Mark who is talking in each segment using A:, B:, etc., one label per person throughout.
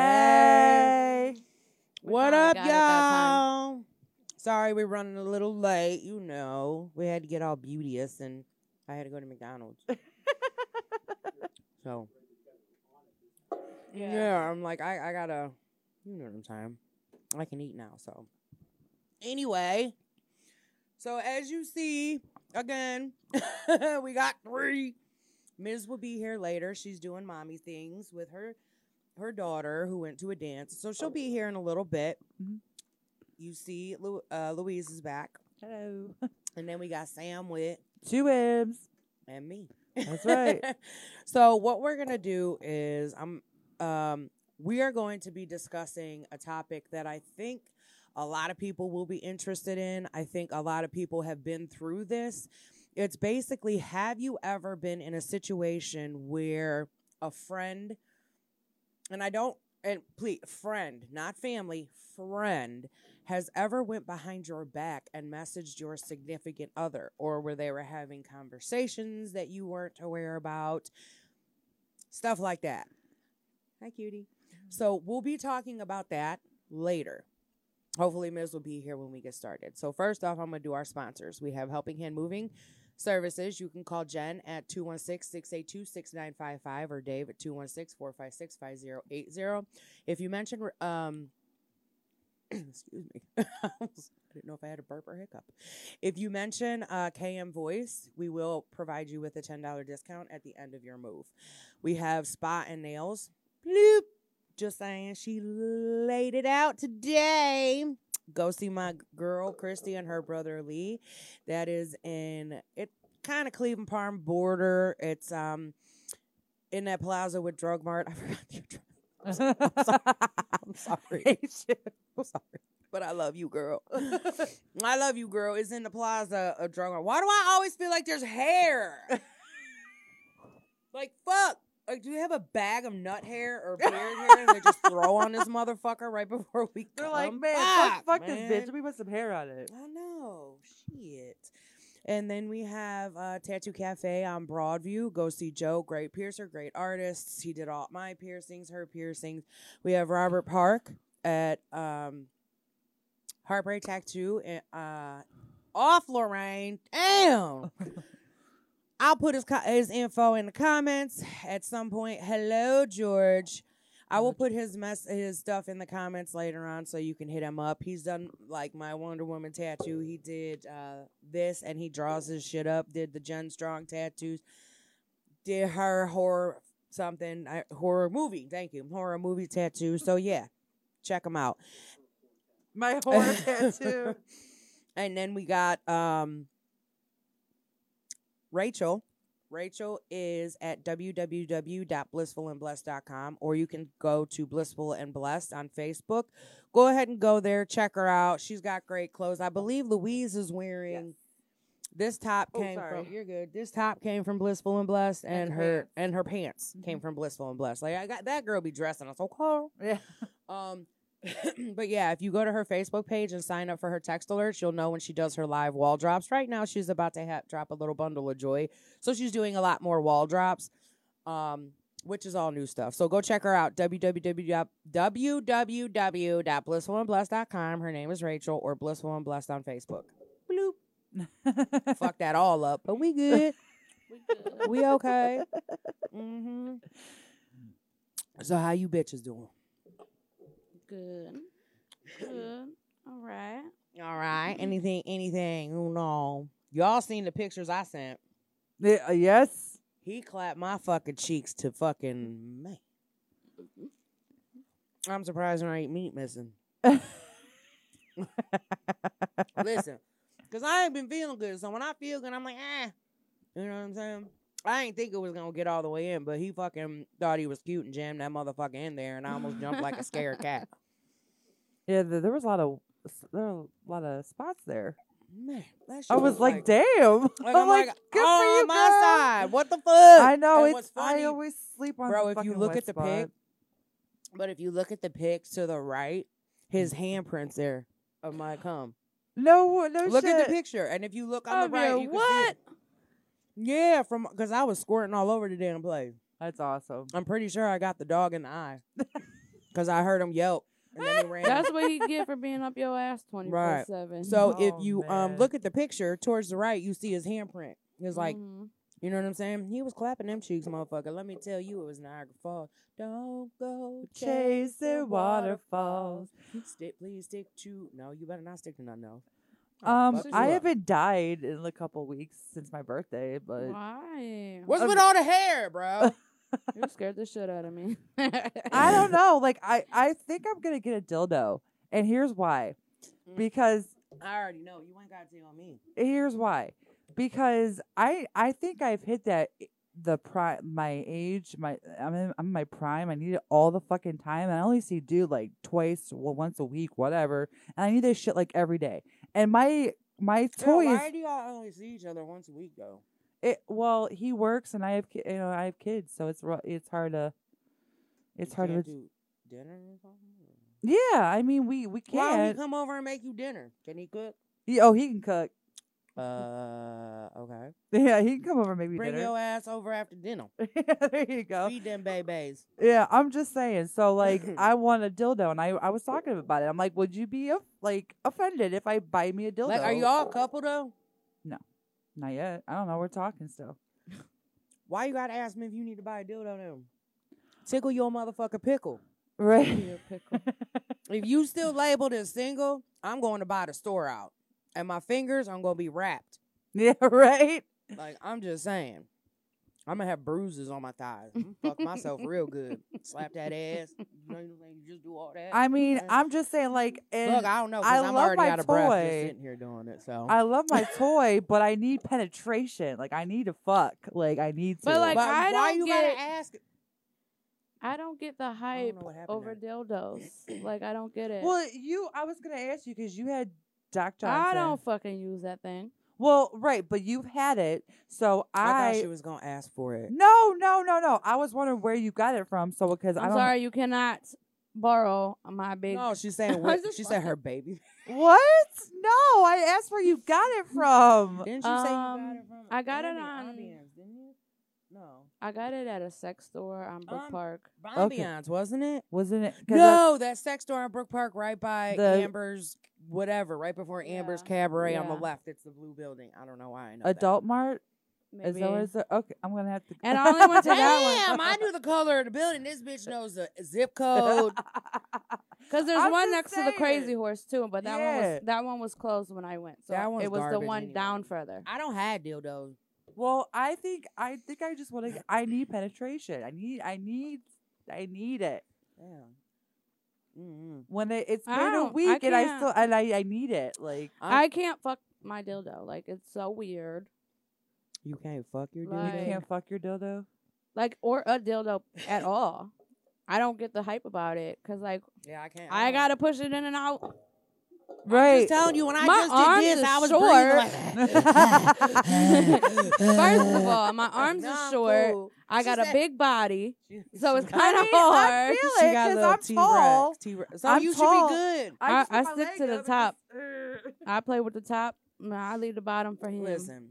A: Hey.
B: We
C: what
B: finally
C: up,
B: got it that
C: y'all? Sorry, we're running a little late. You know, we had to get all beauteous, and I had to go to McDonald's. so yeah. I'm like, I, I gotta, you know what I'm saying. I can eat now. So anyway, so as you see, again, we got three. Ms. will be here later. She's doing mommy things with her her daughter who went to a dance. So she'll be here in a little bit.
A: Mhm.
C: You see, Lu- uh, Louise is back,
A: Hello.
C: and then we got Sam with
A: Two M's.
C: and me.
A: That's right.
C: so what we're gonna do is I'm um we are going to be discussing a topic that I think a lot of people will be interested in. I think a lot of people have been through this. It's basically have you ever been in a situation where a friend and I don't and please friend, not family, friend has ever went behind your back and messaged your significant other or where they were having conversations that you weren't aware about stuff like that hi cutie so we'll be talking about that later hopefully ms will be here when we get started so first off i'm gonna do our sponsors we have helping hand moving services you can call jen at 216-682-6955 or dave at 216-456-5080 if you mention um excuse me. I didn't know if I had a burp or hiccup. If you mention uh, KM Voice, we will provide you with a $10 discount at the end of your move. We have Spa and Nails. Bloop. Just saying, she laid it out today. Go see my girl, Christy, and her brother, Lee. That is in, it kind of Cleveland Palm border. It's um in that plaza with Drug Mart. I forgot the address. I'm sorry. I'm sorry. But I love you, girl. I love you, girl. It's in the plaza of drug Mart. Why do I always feel like there's hair? like, fuck. Like, do you have a bag of nut hair or beard hair and they just throw on this motherfucker right before we
A: They're
C: come?
A: like, man, fuck, fuck
C: man."
A: this bitch. We put some hair on it.
C: I know. Shit. And then we have uh, Tattoo Cafe on Broadview. Go see Joe, great piercer, great artist. He did all my piercings, her piercings. We have Robert Park at um, Heartbreak Tattoo in, uh, off Lorraine. Damn. I'll put his, co- his info in the comments at some point. Hello, George. I will put his mess his stuff in the comments later on so you can hit him up. He's done like my Wonder Woman tattoo. He did uh, this and he draws his shit up. Did the Jen Strong tattoos. Did her horror something I, horror movie. Thank you, horror movie tattoo. So yeah, check him out.
A: My horror tattoo.
C: And then we got um, Rachel. Rachel is at www.blissfulandblessed.com or you can go to Blissful and Blessed on Facebook. Go ahead and go there, check her out. She's got great clothes. I believe Louise is wearing this top
A: Oh,
C: came
A: sorry.
C: from you're good. This top came from Blissful and Blessed and,
A: And the
C: her
A: pants. Mm-hmm.
C: and her pants came from Blissful and Blessed. Like I got that girl be dressing us so cool.
A: Yeah.
C: Um, but yeah, if you go to her Facebook page and sign up for her text alerts, you'll know when she does her live wall drops. Right now, she's about to ha- drop a little bundle of joy, so she's doing a lot more wall drops, um, which is all new stuff. So go check her out www.blissfulandblessed.com. Her name is Rachel or Blissful and Blessed on Facebook. Bloop. Fuck that all up, but we good. We okay.
B: Mm-hmm.
C: hmm So how you bitches doing?
B: Good. Good. All right. Mm-hmm.
C: All right. Anything, anything. Oh no. Y'all seen the pictures I sent.
A: Yeah, uh, yes.
C: He clapped my fucking cheeks to fucking man.
B: Mm-hmm.
C: I'm surprised there ain't meat missing. Listen, because I ain't been feeling good. So when I feel good, I'm like, ah. You know what I'm saying? I ain't think it was going to get all the way in, but he fucking thought he was cute and jammed that motherfucker in there, and I almost jumped like a scared cat.
A: Yeah, th- there was a lot of there were a lot of spots there.
C: Man, that shit
A: I was like, damn.
C: Like,
A: I'm like, good
C: "Oh,
A: for you,
C: my
A: girl."
C: side. What the fuck?
A: I know
C: And
A: it's. I always sleep on.
C: Bro,
A: the
C: if you
A: fucking
C: look
A: wet
C: at the
A: spot.
C: pic- but if you look at the pics to the right, his
A: Mm.
C: handprints there of my cum.
A: no, no
C: look
A: Oh, shit. Oh,
C: at the picture, and if you look on
B: I
C: the right,
B: mean,
C: you can see
B: what?
C: it. Yeah, from because I was squirting all over the damn place.
A: That's awesome.
C: I'm pretty sure I got the dog in the eye. because I heard him yelp and then he ran.
B: That's what he get for being up your ass twenty four
C: Right.
B: seven.
C: so if
A: Oh,
C: you um
A: man.
C: look at the picture towards the right, you see his handprint. It's like
A: Mm.
B: Mhm.
C: you know what I'm saying. He was clapping them cheeks, motherfucker. Let me tell you, it was Niagara Falls. Don't go
A: Chasing
C: chasing
A: waterfalls.
C: waterfalls. Stick, please stick to. No, you better not stick to nothing else. I'll
A: Um,
C: fuck you
A: I
C: up.
A: haven't died in a couple weeks since my birthday, but
B: why?
C: uh, What's with all the hair, bro?
B: You scared the shit out of me.
A: I don't know. Like I, I think I'm gonna get a dildo, and here's why.
C: Mm.
A: Because
C: I already know. You ain't got to tell me.
A: here's why. Because I, I think I've hit that eh, the prime, my age, my I'm in, I'm in my prime. I need it all the fucking time, and I only see dude like twice, well, once a week, whatever. And I need this shit like every day. And my my
C: Girl,
A: toys.
C: Why do y'all only see each other once a week though?
A: It well, he works and I have ki- you know I have kids, so it's ru- it's hard to it's
C: You
A: hard to
C: can't do dinner or something. or-
A: yeah. I mean we we
C: Why don't he
A: can't.
C: come over and make you dinner? Can he cook?
A: He- oh, he can cook.
C: Uh, okay.
A: Yeah, he can come over and make me
C: Bring
A: dinner.
C: your ass over after dinner.
A: there you go.
C: Feed them babies.
A: Yeah, I'm just saying. So like, I want a dildo, and I I was talking about it. I'm like, would you be of- like offended if I buy me a dildo?
C: Like, are you all a couple though?
A: Not yet. I don't know. We're talking still.
C: Why you gotta ask me if you need to buy a dildo then? Tickle your motherfucker pickle.
A: Right.
C: If you still labeled as single, I'm going to buy the store out, and my fingers I'm gonna be wrapped.
A: yeah. Right.
C: Like I'm just saying, I'm gonna have bruises on my thighs. I'm
B: Mm-hmm.
C: gonna fuck myself real good. Slap that ass. You know, you think you just do all that.
A: I mean,
C: Yeah.
A: I'm just saying. Like, and
C: Look, I don't know.
A: I
C: because I'm
A: love
C: already
A: my
C: out of breath just
A: toy.
C: sitting here doing it. So
A: I love my toy, but I need penetration. Like I need to fuck. Like I need to.
B: But, like,
C: But
B: I
C: why
B: don't
C: you
B: get-
C: gotta ask?
B: I don't get the hype
C: know what happened
B: over dildos. like I don't get it.
A: well, you. I was gonna ask you because you had Doc Johnson.
B: I don't fucking use that thing.
A: Well, right, but you've had it, so
C: I
A: I.
C: thought she was gonna ask for it.
A: no, no, no, no. I was wondering where you got it from. So because I
B: I'm
A: don't.
B: sorry, you cannot borrow my big.
C: No, she's saying
B: I
C: what,
B: just
C: she said
B: fucking-
C: her baby.
A: What? No, I asked where you got it from.
C: Didn't you say you got it
B: Um,
C: from?
B: I got it
C: Andy
B: on-
C: Ambiance, didn't you? No,
B: I got it at a sex store on Brook
C: Um,
B: Park.
A: Okay.
C: Ambiance, wasn't it?
A: Wasn't it? 'cause I-
C: No, that sex store on Brook Park, right by
A: The-
C: Amber's, whatever, right before Amber's
B: Yeah.
C: Cabaret on the
B: Yeah.
C: left. It's the blue building. I don't know why I know. that.
A: Adult Mart
B: Maybe.
A: is always a, okay. I'm gonna have to.
B: And I only went to that
C: Damn,
B: one
C: I knew the color of the building. This bitch knows the zip code.
B: because there's
A: I'm just
B: one next to the Crazy
A: saying.
B: Horse too. But that one
A: Yeah.
B: was that one was closed when I went. So
C: That one's
B: it was the
C: garbage
B: one
C: anyway.
B: down further.
C: I don't have dildos.
A: Well, I think I think I just want to. I need penetration. I need. I need. I need it
C: Damn. Mm-hmm. Mm-mm.
A: when it, it's
B: I
A: been a
B: don't- I
A: week, and I
B: can't.
A: still and I, I need it. Like
B: I can't fuck my dildo. Like it's so weird.
C: you can't fuck your dildo.
A: you
B: Like-
A: can't fuck your dildo.
B: Like or a dildo at all. I don't get the hype about it because like
C: Yeah, I can't.
B: I
C: don't.
B: gotta push it in and out.
A: Right.
C: Just telling you when I
B: My
C: just did
B: arms
C: this,
B: is
C: I was breathing like.
B: First of all, my arms
C: Nah,
B: are
C: I'm
B: short.
C: cool.
B: I
C: She
B: got a
C: said-
B: big body,
C: She-
B: so
C: she
B: it's
C: got-
B: kind of
A: mean, I
B: hard.
A: feel
C: she
A: it
C: got
A: because
C: little
A: I'm
C: T-Rex,
A: tall.
C: T-Rex. So
A: I'm
C: you
A: tall.
C: should be good.
B: I-
A: just put
B: I
A: my
B: stick
A: leg
B: to the
A: up and
B: top.
A: just- uh,
B: I play with the top. No, I leave the bottom for him.
C: Listen,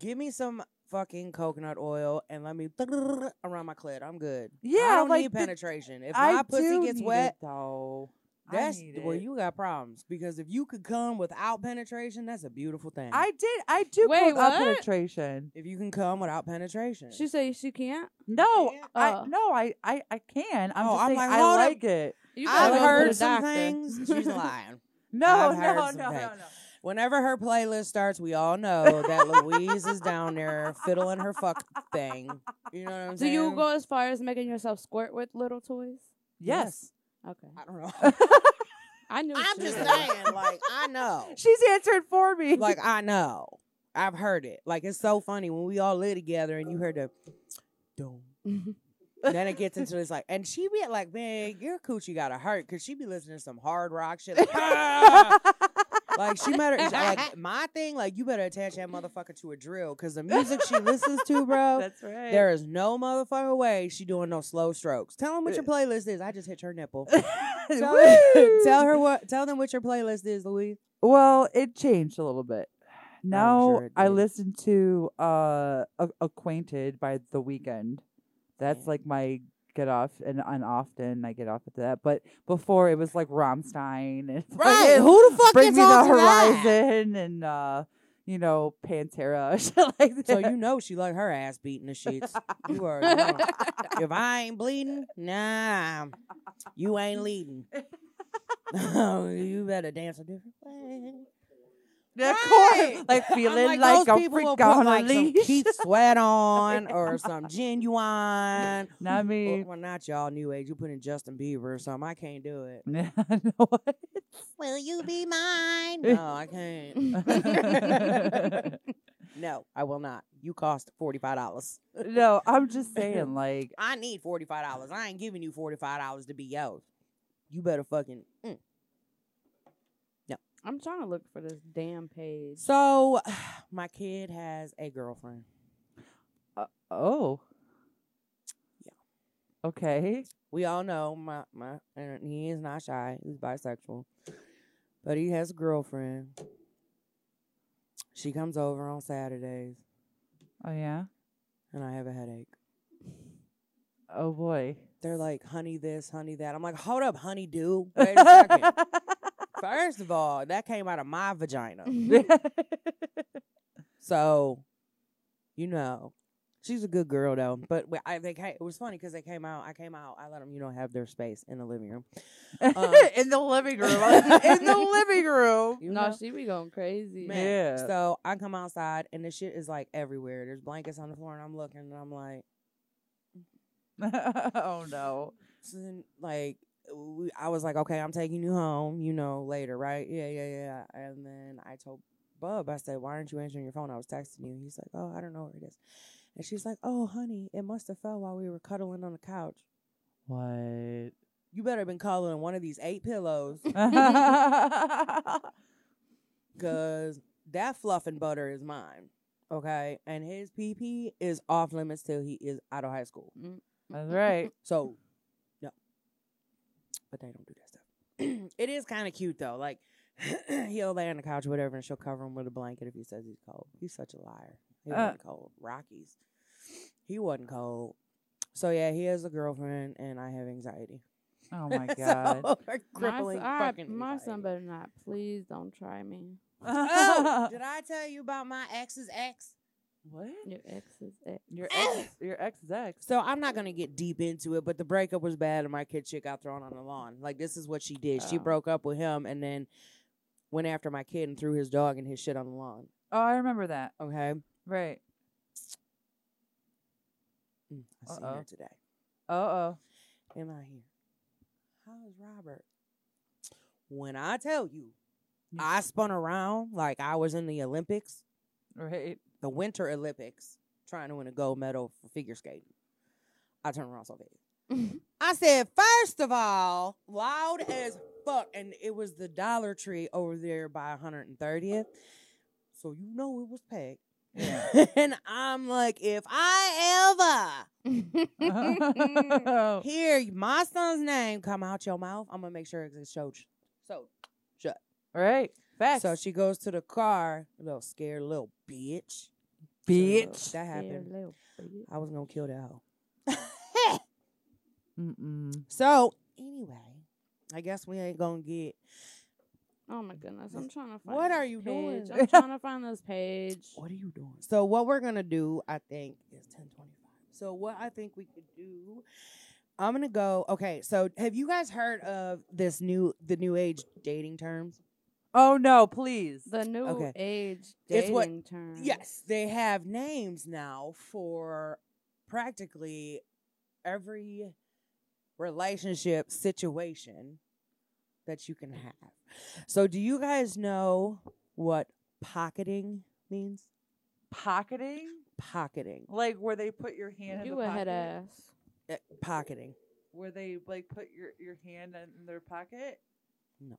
C: give me some fucking coconut oil and let me around my clit. I'm good. I
A: Yeah,
C: don't
A: like
C: need
A: the-
C: penetration. If
A: I
C: my pussy
A: do
C: gets
A: need
C: wet,
A: it, though. I
C: that's
A: need
C: where
A: it.
C: you got problems. Because if you could come without penetration, that's a beautiful thing.
A: I did. I do
B: Wait,
A: come up
B: what?
A: penetration.
C: if you can come without penetration,
B: She say she can't.
A: No, I
B: Oh.
A: no, I I, I can. I'm
C: Oh,
A: just
C: uh. I'm
A: saying
C: like,
A: I
C: hold up.
A: like it.
B: You
A: gotta
C: I've
A: go to
C: heard
A: the
C: some things. She's lying.
A: No, no,
C: I've heard
A: no,
C: some
A: no,
C: things.
A: no.
C: Whenever her playlist starts, we all know that Louise is down there fiddling her fuck thing. You know what I'm
B: Do
C: saying?
B: you go as far as making yourself squirt with little toys?
A: Yes.
B: Okay,
C: I don't know.
B: I knew.
C: I'm
B: she
C: just
B: was.
C: saying, like, I know.
A: She's answered for me.
C: Like, I know. I've heard it. Like, it's so funny when we all live together and you heard the doom. then it gets into this, like, and she be like, man, your coochie got to hurt because she be listening to some hard rock shit. Like, "Ah!" Like, she better, like, my thing, like, you better attach that motherfucker to a drill because the music she listens to, bro.
A: That's right.
C: There is no motherfucker way she doing no slow strokes. Tell them what
A: Uh.
C: your playlist is. I just hit her nipple. Tell,
A: Woo!
C: tell her what. Tell them what your playlist is, Louise.
A: Well, it changed a little bit. Now
C: sure it
A: I
C: did.
A: listen to uh A- Acquainted by The Weekend. That's
C: Yeah.
A: like my get off and, and often I get off at that. But before it was like Rammstein and fucking
D: Right. Who the fuck
A: Bring
D: gets
A: Me the
D: on to that?
A: Horizon and uh, you know, Pantera shit like that.
C: So you know she like her ass beating the sheets. You are. you know. if I ain't bleeding, nah, you ain't leading. you better dance a different way.
A: Yeah,
C: Right.
A: Corey, like feeling
C: I'm
A: like,
C: those
A: a
C: people
A: freak
C: will
A: on
C: put, like
A: a
C: some
A: leash.
C: Keith Sweat on or some genuine.
A: Not
C: Well,
A: me.
C: well, not y'all new age. You put in Justin Bieber or something. I can't do it.
A: Yeah, I know what?
D: Will you be mine?
C: No, I can't. No, I will not. You cost forty five dollars.
A: no, I'm just saying, like,
C: I need forty five dollars. I ain't giving you forty five dollars to be yours. You better fucking. mm.
B: I'm trying to look for this damn page.
C: So, my kid has a girlfriend.
A: oh,
C: Yeah.
A: okay,
C: We all know my my and he is not shy. He's bisexual, but he has a girlfriend. She comes over on Saturdays,
A: oh yeah,
C: and I have a headache.
A: oh boy.
C: They're like, honey, this, honey, that. I'm like, hold up, honey, do. Wait a second. First of all, that came out of my vagina.
A: Mm-hmm.
C: So, you know, she's a good girl though. But we- I they ca- it was funny because they came out. I came out. I let them, you know, have their space in the living room. Um,
A: in the living room, in the living room.
C: You
B: no,
C: know?
B: she be going crazy.
C: Man,
A: Yeah.
C: So I come outside and the shit is like everywhere. There's blankets on the floor, and I'm looking, and I'm like,
A: oh no.
C: So then, like we, I was like, okay, I'm taking you home, you know, later, right? Yeah, yeah, yeah. And then I told Bub, I said, why aren't you answering your phone? I was texting you. He's like, oh, I don't know where it is. And she's like, oh, honey, it must have fell while we were cuddling on the couch.
A: What?
C: You better been cuddling one of these eight pillows, cause that fluff and butter is mine, okay? And his PP is off limits till he is out of high school.
A: That's right.
C: So, no. But they don't do that stuff. it is kind of cute though. Like he'll lay on the couch or whatever, and she'll cover him with a blanket if he says he's cold. He's such a liar. He
A: Uh.
C: wasn't cold. Rockies. He wasn't cold. So yeah, he has a girlfriend, and I have anxiety.
A: Oh my
C: So,
A: god.
B: My, s-
C: crippling
B: all right,
C: fucking
B: my son
C: anxiety.
B: better not. Please don't try me.
C: Oh, did I tell you about my ex's ex?
A: what? Ah!
B: Your ex's ex.
A: Your ex, your ex is ex.
C: So I'm not gonna get deep into it, but the breakup was bad, and my kid shit got thrown on the lawn. Like this is what she did. She
B: Oh.
C: broke up with him, and then went after my kid and threw his dog and his shit on the lawn.
A: Oh, I remember that.
C: Okay,
A: Right.
C: Mm, I seen
A: Uh-oh.
C: her today.
A: Uh oh.
C: Am I here? How's Robert? When I tell you,
A: You-
C: I spun around like I was in the Olympics,
A: Right.
C: the Winter Olympics, trying to win a gold medal for figure skating. I turned around so fast. I said, first of all, loud as fuck. And it was the Dollar Tree over there by 130th. So you know it was packed. and I'm like, if I ever hear my son's name come out your mouth, I'm going to make sure it's so. So,
A: right. Facts.
C: so she goes to the car, little scared little bitch.
A: bitch.
C: That
B: Dear
C: happened.
B: little bitch.
C: I was going to kill that hoe.
A: Mm-mm.
C: So, anyway, I guess we ain't going to get
B: Oh my goodness! I'm trying to find.
C: What
B: this
C: are you doing?
B: page. I'm trying to find this page.
C: What are you doing? So what we're gonna do, I think, is ten twenty five. So what I think we could do, I'm gonna go. Okay, so have you guys heard of this new the new age dating terms?
A: Oh no, please.
B: The new
C: Okay.
B: age dating
C: It's what-
B: term.
C: Yes, they have names now for practically every relationship situation that you can have. So do you guys know what pocketing means?
A: Pocketing?
C: Pocketing.
A: Like where they put your hand in
B: You
A: the
B: a
A: pocket?
B: head ass.
C: Eh, Pocketing.
A: Where they like put your, your hand in their pocket?
C: No.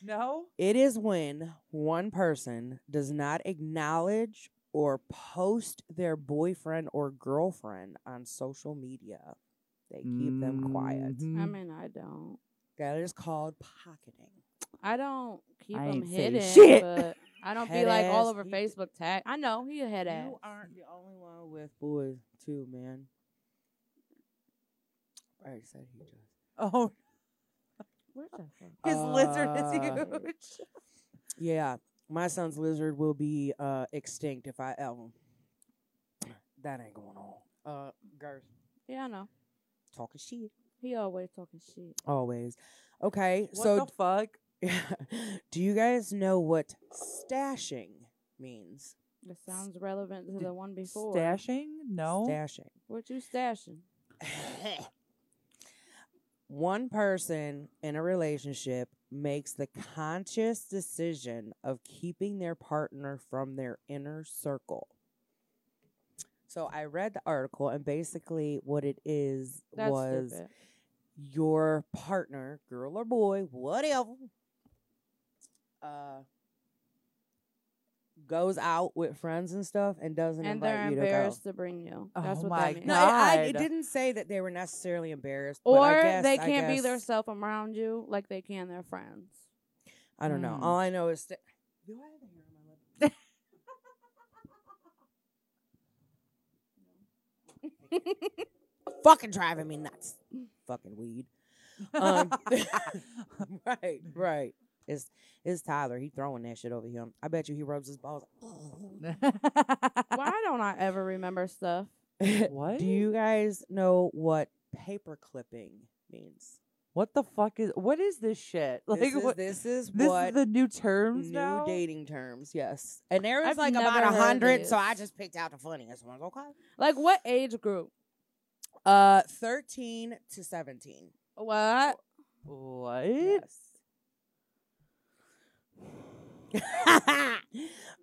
A: No?
C: It is when one person does not acknowledge or post their boyfriend or girlfriend on social media. They keep them quiet.
B: I
A: Mhm.
B: mean, I don't.
C: That is called pocketing.
B: I don't keep
A: I
B: them
A: ain't say
B: hidden,
A: shit.
B: but I don't be
C: Head
B: like all
C: ass,
B: over
C: he-
B: Facebook tag. I know he a head ass.
C: You aren't the only one with boys, too, man. I already said he does.
A: Oh,
B: Where's that from?
A: his lizard is
C: Uh,
A: huge.
C: Yeah, my son's lizard will be uh, extinct if I ever. That ain't going on. Uh, Garth
B: Yeah, I know.
C: talking shit
B: He always talking shit.
C: always. Okay,
A: What
C: so
A: the fuck?
C: do you guys know what stashing means?
B: That sounds relevant to
A: d-
B: the one before.
A: Stashing? No.
C: Stashing.
B: What you stashing?
C: One person in a relationship makes the conscious decision of keeping their partner from their inner circle. So I read the article, and basically, what it is
B: That's
C: was
B: stupid.
C: your partner, girl or boy, whatever, uh, goes out with friends and stuff and doesn't
B: And
C: invite
B: they're
C: you to go.
B: embarrassed to bring you. That's
A: Oh
B: what
A: my
B: that means.
C: No, I, I- it
A: God.
C: didn't say that they were necessarily embarrassed, but I
B: Or
C: guess-
B: they
C: I
B: can't be
C: guess-
B: themselves around you like they can their friends.
C: I don't know.
B: Hmm.
A: Mm.
C: All I know is that. Do I have a hair on my lip? Fucking driving me nuts. Fucking weed. Um, right, right. It's it's Tyler. He throwing that shit over him. I bet you he rubs his balls.
B: Why don't I ever remember stuff?
A: what?
C: Do you guys know what paper clipping means?
A: what the fuck is? What is this shit? Like
C: this, is,
A: what?
C: this is
A: this
C: what
A: is the new terms
C: new
A: now.
C: dating terms. Yes, and there was
B: I've
C: like about
B: never
C: a
B: heard
C: hundred, so I
B: this.
C: just picked out the funniest ones. Okay,
B: Like what age group?
C: uh, thirteen to seventeen.
B: What?
A: What?
C: Yes.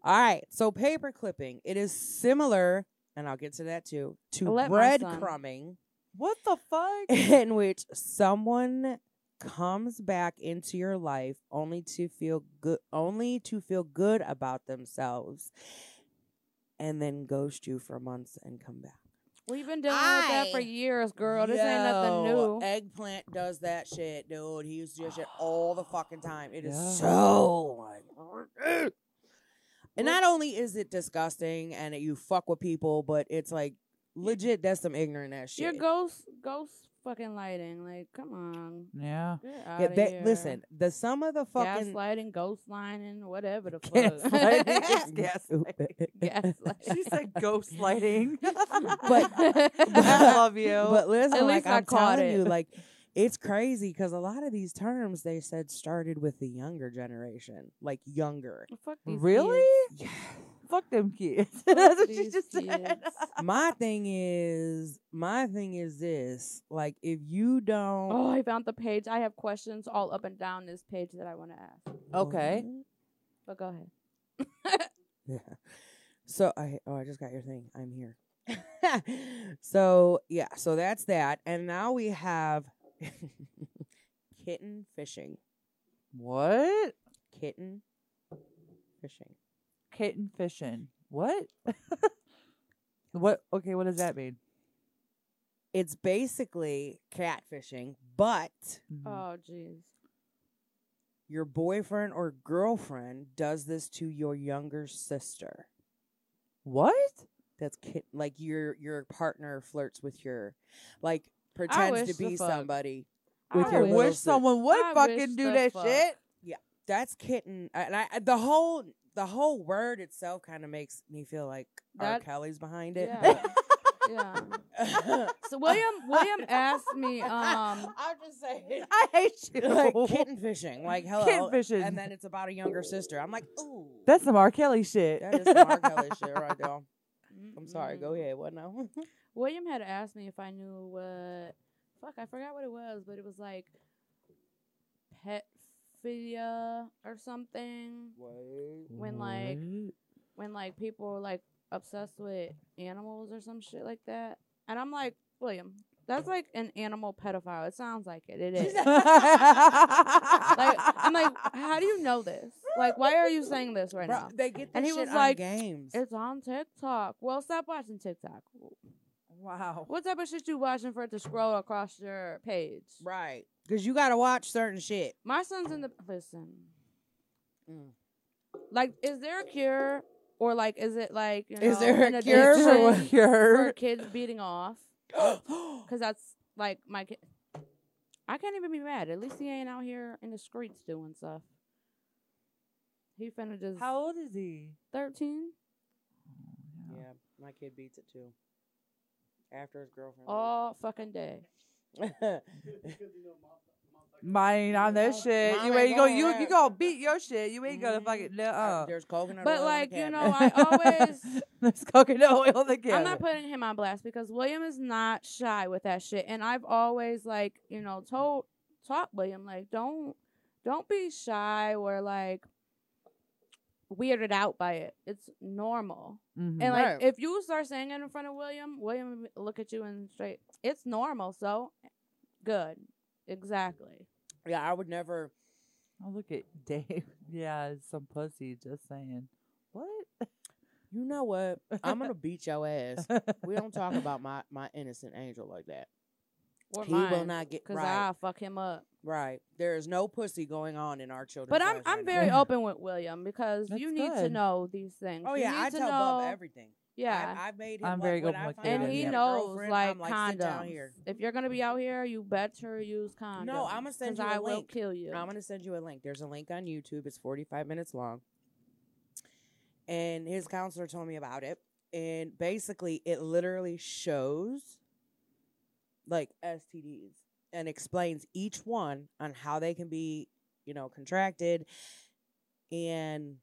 C: All right. So paper clipping. It is similar, and I'll get to that too, to
B: Let my son.
C: breadcrumbing,
A: What the fuck?
C: in which someone comes back into your life only to feel good only to feel good about themselves and then ghost you for months and come back.
B: We've been dealing with that for
D: I-
B: years, girl. This ain't nothing
C: Yo, eh,
B: new.
C: Eggplant does that shit, dude. He used to do that shit all the fucking time. It is
A: Yeah.
C: so like, ugh. and not only is it disgusting and it, you fuck with people, but it's like legit. That's some ignorant ass shit.
B: Your ghost, ghost fucking lighting. Like, come on.
A: Yeah.
B: Get
C: Yeah,
B: outta
C: that-
B: here.
C: listen, the sum of the fucking
B: gaslighting, ghost lining, whatever the fuck.
A: Gaslighting. Gaslighting.
B: gaslighting.
A: She said ghost lighting. I
C: but-
A: love you.
C: But listen,
B: At
C: like
B: least I
C: I'm
B: caught
C: telling
B: it.
C: you, like it's crazy because a lot of these terms they said started with the younger generation, like younger.
B: fuck these
A: really?
B: kids.
A: Yeah. Fuck them kids. That's what she
B: these
A: just said.
B: kids.
C: my thing is my thing is this like if you don't
B: Oh, I found the page. I have questions all up and down this page that I want to ask.
A: Okay.
B: But go ahead.
C: yeah so i oh i just got your thing i'm here so yeah so that's that and now we have kitten fishing
A: What?
C: kitten fishing
A: Kitten fishing. What? what? Okay, what does that mean?
C: it's basically catfishing but
A: Mm.
B: Oh, jeez.
C: your boyfriend or girlfriend does this to your younger sister
A: What?
C: that's kid, like your your partner flirts with your like
B: wish
C: pretends to
B: the
C: be
B: fuck.
C: somebody
A: With
B: I
A: your
B: wish-
C: little
A: wish
C: sis-
A: someone would
B: I
A: fucking
B: wish
A: do
B: the
A: that
B: fuck.
A: shit.
C: that's kitten and i I- the whole the whole word itself kind of makes me feel like r
B: That-
C: kelly's behind it
B: Yeah. yeah.
C: but-
B: So William William asked me, um,
C: i'm just saying
A: I hate you.
C: like kitten fishing like hello
A: Kitten fishing.
C: and then it's about a younger sister i'm like ooh
A: That's some R. Kelly shit.
C: that is some r kelly shit right there i'm sorry
B: mm,
C: go ahead what now
B: William had asked me if I knew what. Fuck, I forgot what it was, but it was like petphilia or something. When, like- When like people are like obsessed with animals or some shit like that. And I'm like, William, that's like an animal pedophile. It sounds like it. It is. like I'm like, how do you know this? Like, why are you saying this right
C: Bro,
B: now?
C: they get this
B: And he
C: shit
B: was
C: on
B: like,
C: games
B: It's on TikTok. Well, stop watching TikTok.
A: wow.
B: What type of shit you watching for it to scroll across your page?
C: Right. Because you got to watch certain shit.
B: My son's in the listen.
C: Mm.
B: Like, is there a cure, or like, is it like you
C: Is
B: know,
C: there a
B: an
C: cure for
B: addiction
C: what?
B: for
A: Cure.
B: kids beating off? Because that's like my kid. I can't even be mad. At least he ain't out here in the streets doing stuff. He finna just
A: How old is he?
B: thirteen. Oh.
A: Yeah.
C: Yeah, my kid beats it too. After his girlfriend.
B: all fucking day.
A: Oh.
C: leaves.
A: Mine on this shit.
C: Mom
A: You
C: ain't
A: ain't gonna
C: going
A: you
C: out.
A: you gonna beat your shit. You ain't gonna
C: Mhm.
A: fucking no.
C: Uh,
A: Uh.
C: There's coconut oil
B: But,
C: in the
B: like, you
C: cabinet.
B: know, I always-
A: there's coconut oil in the
B: I'm
A: cabinet.
B: not putting him on blast because William is not shy with that shit, and I've always like you know told taught William like don't don't be shy or like weirded out by it. It's normal.
A: Mhm.
B: And like
C: Right.
B: if you start saying it in front of William, William will look at you and straight. It's normal. So good. Exactly.
C: yeah, I would never.
A: oh, look at Dave. Yeah, it's some pussy. Just saying. What?
C: You know what? I'm gonna beat your ass. We don't talk about my my innocent angel like that.
B: Or
C: he will not get
B: because
C: right.
B: I'll fuck him up.
C: Right. There is no pussy going on in our children's.
B: But I'm
C: lives
B: I'm
C: right
B: very
C: now.
B: open with William because you
A: That's
B: need to
A: good.
B: know these things.
C: Oh
B: You
C: yeah,
B: need
C: I
B: to
C: tell
B: know,
C: Bob everything.
B: Yeah.
C: I, have made him.
A: I'm
C: like,
A: very
C: when
A: good
C: I
A: with my
C: find out
A: Yeah,
B: and he
A: yeah.
C: have a
B: knows
C: girlfriend,
B: like,
C: I'm like
B: condoms.
C: sit down here.
B: If you're gonna be out here, you better use condoms.
C: I'ma send
B: 'cause
C: you a
B: I will
C: link.
B: kill you.
C: I'm gonna send you a link. There's a link on YouTube. It's 45 minutes long. And his counselor told me about it. And basically, it literally shows like STDs and explains each one on how they can be, you know, contracted. And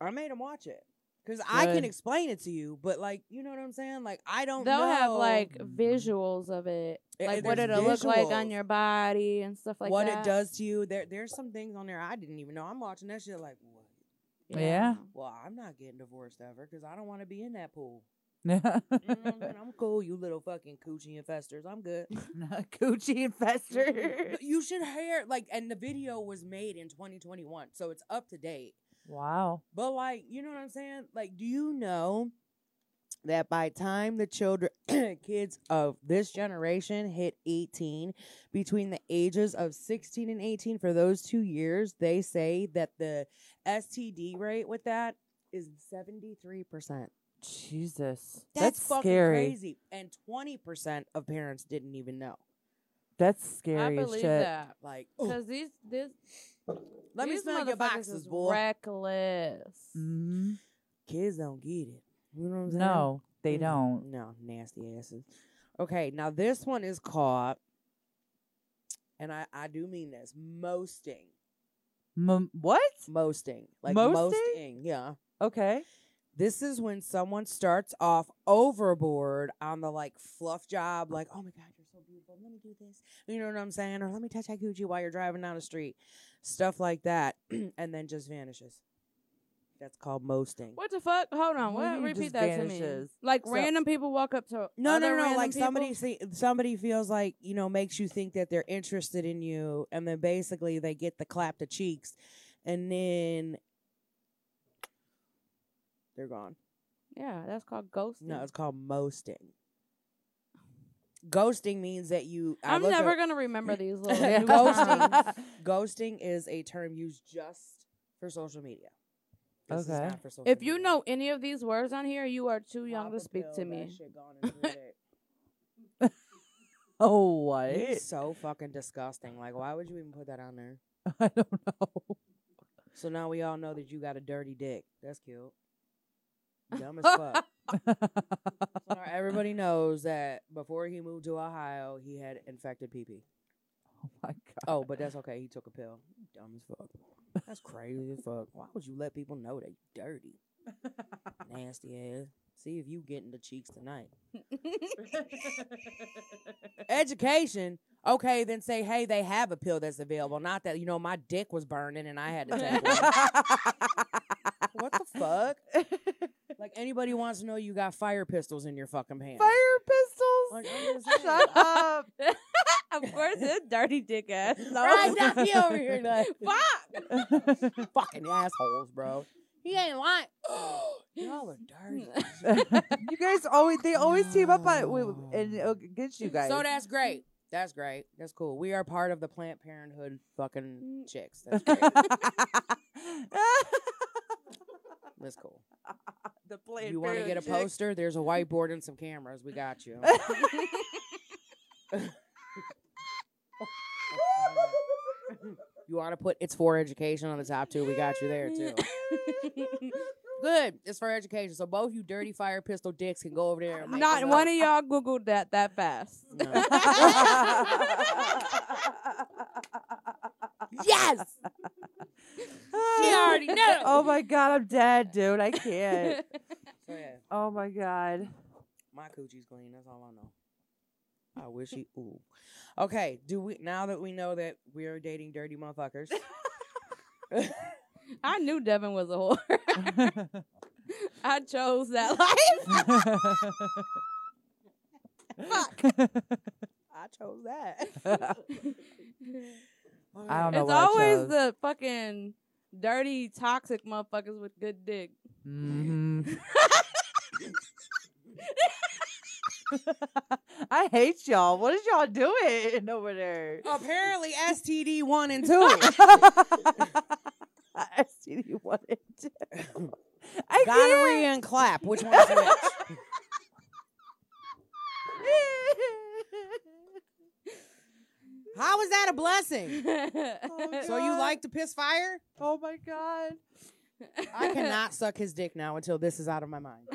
C: I made him watch it because I can
A: Good.
C: explain it to you, but like, you know what I'm saying? Like, I don't.
B: They'll have
C: know
B: like
A: Mm.
B: visuals of it,
C: Yeah,
B: like
C: and
B: what
C: there's
B: it'll look like on
C: visuals.
B: your body and stuff like
C: what
B: that.
C: it does to you. There, there's some things on there I didn't even know. I'm watching that shit like, what?
A: Yeah.
C: Well, I'm not getting divorced ever because I don't want to be in that pool.
A: Yeah.
C: You know what I'm saying? I'm cool, you little fucking coochie infesters. I'm good.
A: Coochie infester.
C: But you should hear like, and the video was made in 2021, so it's up to date.
A: wow.
C: But like, you know what I'm saying? Like, do you know that by time the children, kids of this generation hit 18, between the ages of 16 and 18, for those two years, they say that the STD rate with that is 73 percent.
A: Jesus.
C: That's, fucking
A: scary.
C: crazy. And twenty percent of parents didn't even know.
A: That's
B: I
A: scary as
B: believe
A: shit.
B: that
C: Like, "Oh,
B: because these this
C: let me
B: these
C: smell your
B: motherfuckers
C: boxes,
B: is
C: boy. Mm.
B: reckless.
A: Mhm.
C: Kids don't get it. You know what I'm saying?
A: No, they
C: Mm,
A: don't.
C: No, nasty asses. Okay, now this one is called, and I I do mean this mosting,
A: M- what?
C: mosting, like
A: Mosting?
C: mosting. Yeah.
A: Okay.
C: This is when someone starts off overboard on the like fluff job, like, oh my God, you're so beautiful. Let me do this. You know what I'm saying? Or let me touch that Gucci while you're driving down the street. Stuff like that. and then just vanishes. That's called mosting.
B: What the fuck? Hold
A: What
B: on.
A: do
B: What?
A: you mean
B: Repeat
A: just
B: that to me.
A: vanishes?
B: Like
C: So-
B: random people walk up to
C: No,
B: other
C: no, no, no.
B: random
C: Like
B: people?
C: somebody see, somebody feels like, you know, makes you think that they're interested in you. And then basically they get the clap to cheeks. And then they're gone.
B: Yeah, that's called ghosting.
C: No, it's called mosting. Ghosting means that you. I
B: I'm
C: looked
B: never
C: up-
B: gonna remember these little
C: Yeah.
B: new
C: Ghosting.
B: terms.
C: Ghosting is a term used just for social media. This is
A: Okay.
C: not for social
B: If you
C: media.
B: know any of these words on here, you are too young
C: Pop
B: to
C: a
B: speak
C: pill,
B: to
C: that
B: me.
C: shit gone in three days.
A: Oh, what?
C: It's so fucking disgusting. Like, why would you even put that on there?
A: I don't know.
C: So now we all know that you got a dirty dick. That's cute. Dumb as fuck.
A: Oh
C: So now everybody knows that before he moved to Ohio, he had infected pee
A: Oh my god.
C: Oh, but that's okay. He took a pill. Dumb as fuck. That's crazy as fuck. Why would you let people know that you dirty? Nasty ass. See if you getting the cheeks tonight. Education. Okay, then say, hey, they have a pill that's available. Not that, you know, my dick was burning and I had to take one. what the fuck? Like anybody wants to know you got fire pistols in your fucking pants.
A: Fire pistols.
C: Like, I'm just saying.
A: Shut up.
B: of course, it's dirty dick ass.
C: Right, Dusty over here. Like,
B: Fuck.
C: fucking assholes, bro.
D: He ain't lying.
C: Y'all are dirty.
A: you guys always they always team up on wi- wi- and uh, against you guys.
C: So that's great. That's great. That's cool. We are part of the Plant Parenthood fucking chicks. That's great. That's cool.
A: the
C: If
A: plan.
C: you want to get a poster? There's a whiteboard and some cameras. We got you. You want to put it's for education on the top two? We got you there too. Good. It's for education. So both you dirty fire pistol dicks can go over there. And make
B: Not
A: "Oh,
C: them
B: one
C: up.
B: of y'all googled that that fast.
C: No. yes.
A: she
B: already knows.
A: Oh my god, I'm dead, dude. I can't.
C: So yeah,
A: Oh my god.
C: my coochie's clean. That's all I know. I wish he. Ooh. Okay. Do we now that we know that we are dating dirty motherfuckers?
B: I knew Devin was a whore. I chose that life.
C: I chose that.
A: I don't know
B: it's
A: what I
B: always
A: chose.
B: the fucking dirty, toxic motherfuckers with good dick.
A: Mhm. I hate y'all. What is y'all doing over there?
C: Oh. Apparently, STD one and two.
A: I see you wanted to. I
C: Gonorrhea and clap. Which one's which? How is that a blessing? So
B: Uh,
C: you like to piss fire?
A: oh my god.
C: I cannot suck his dick now until this is out of my mind.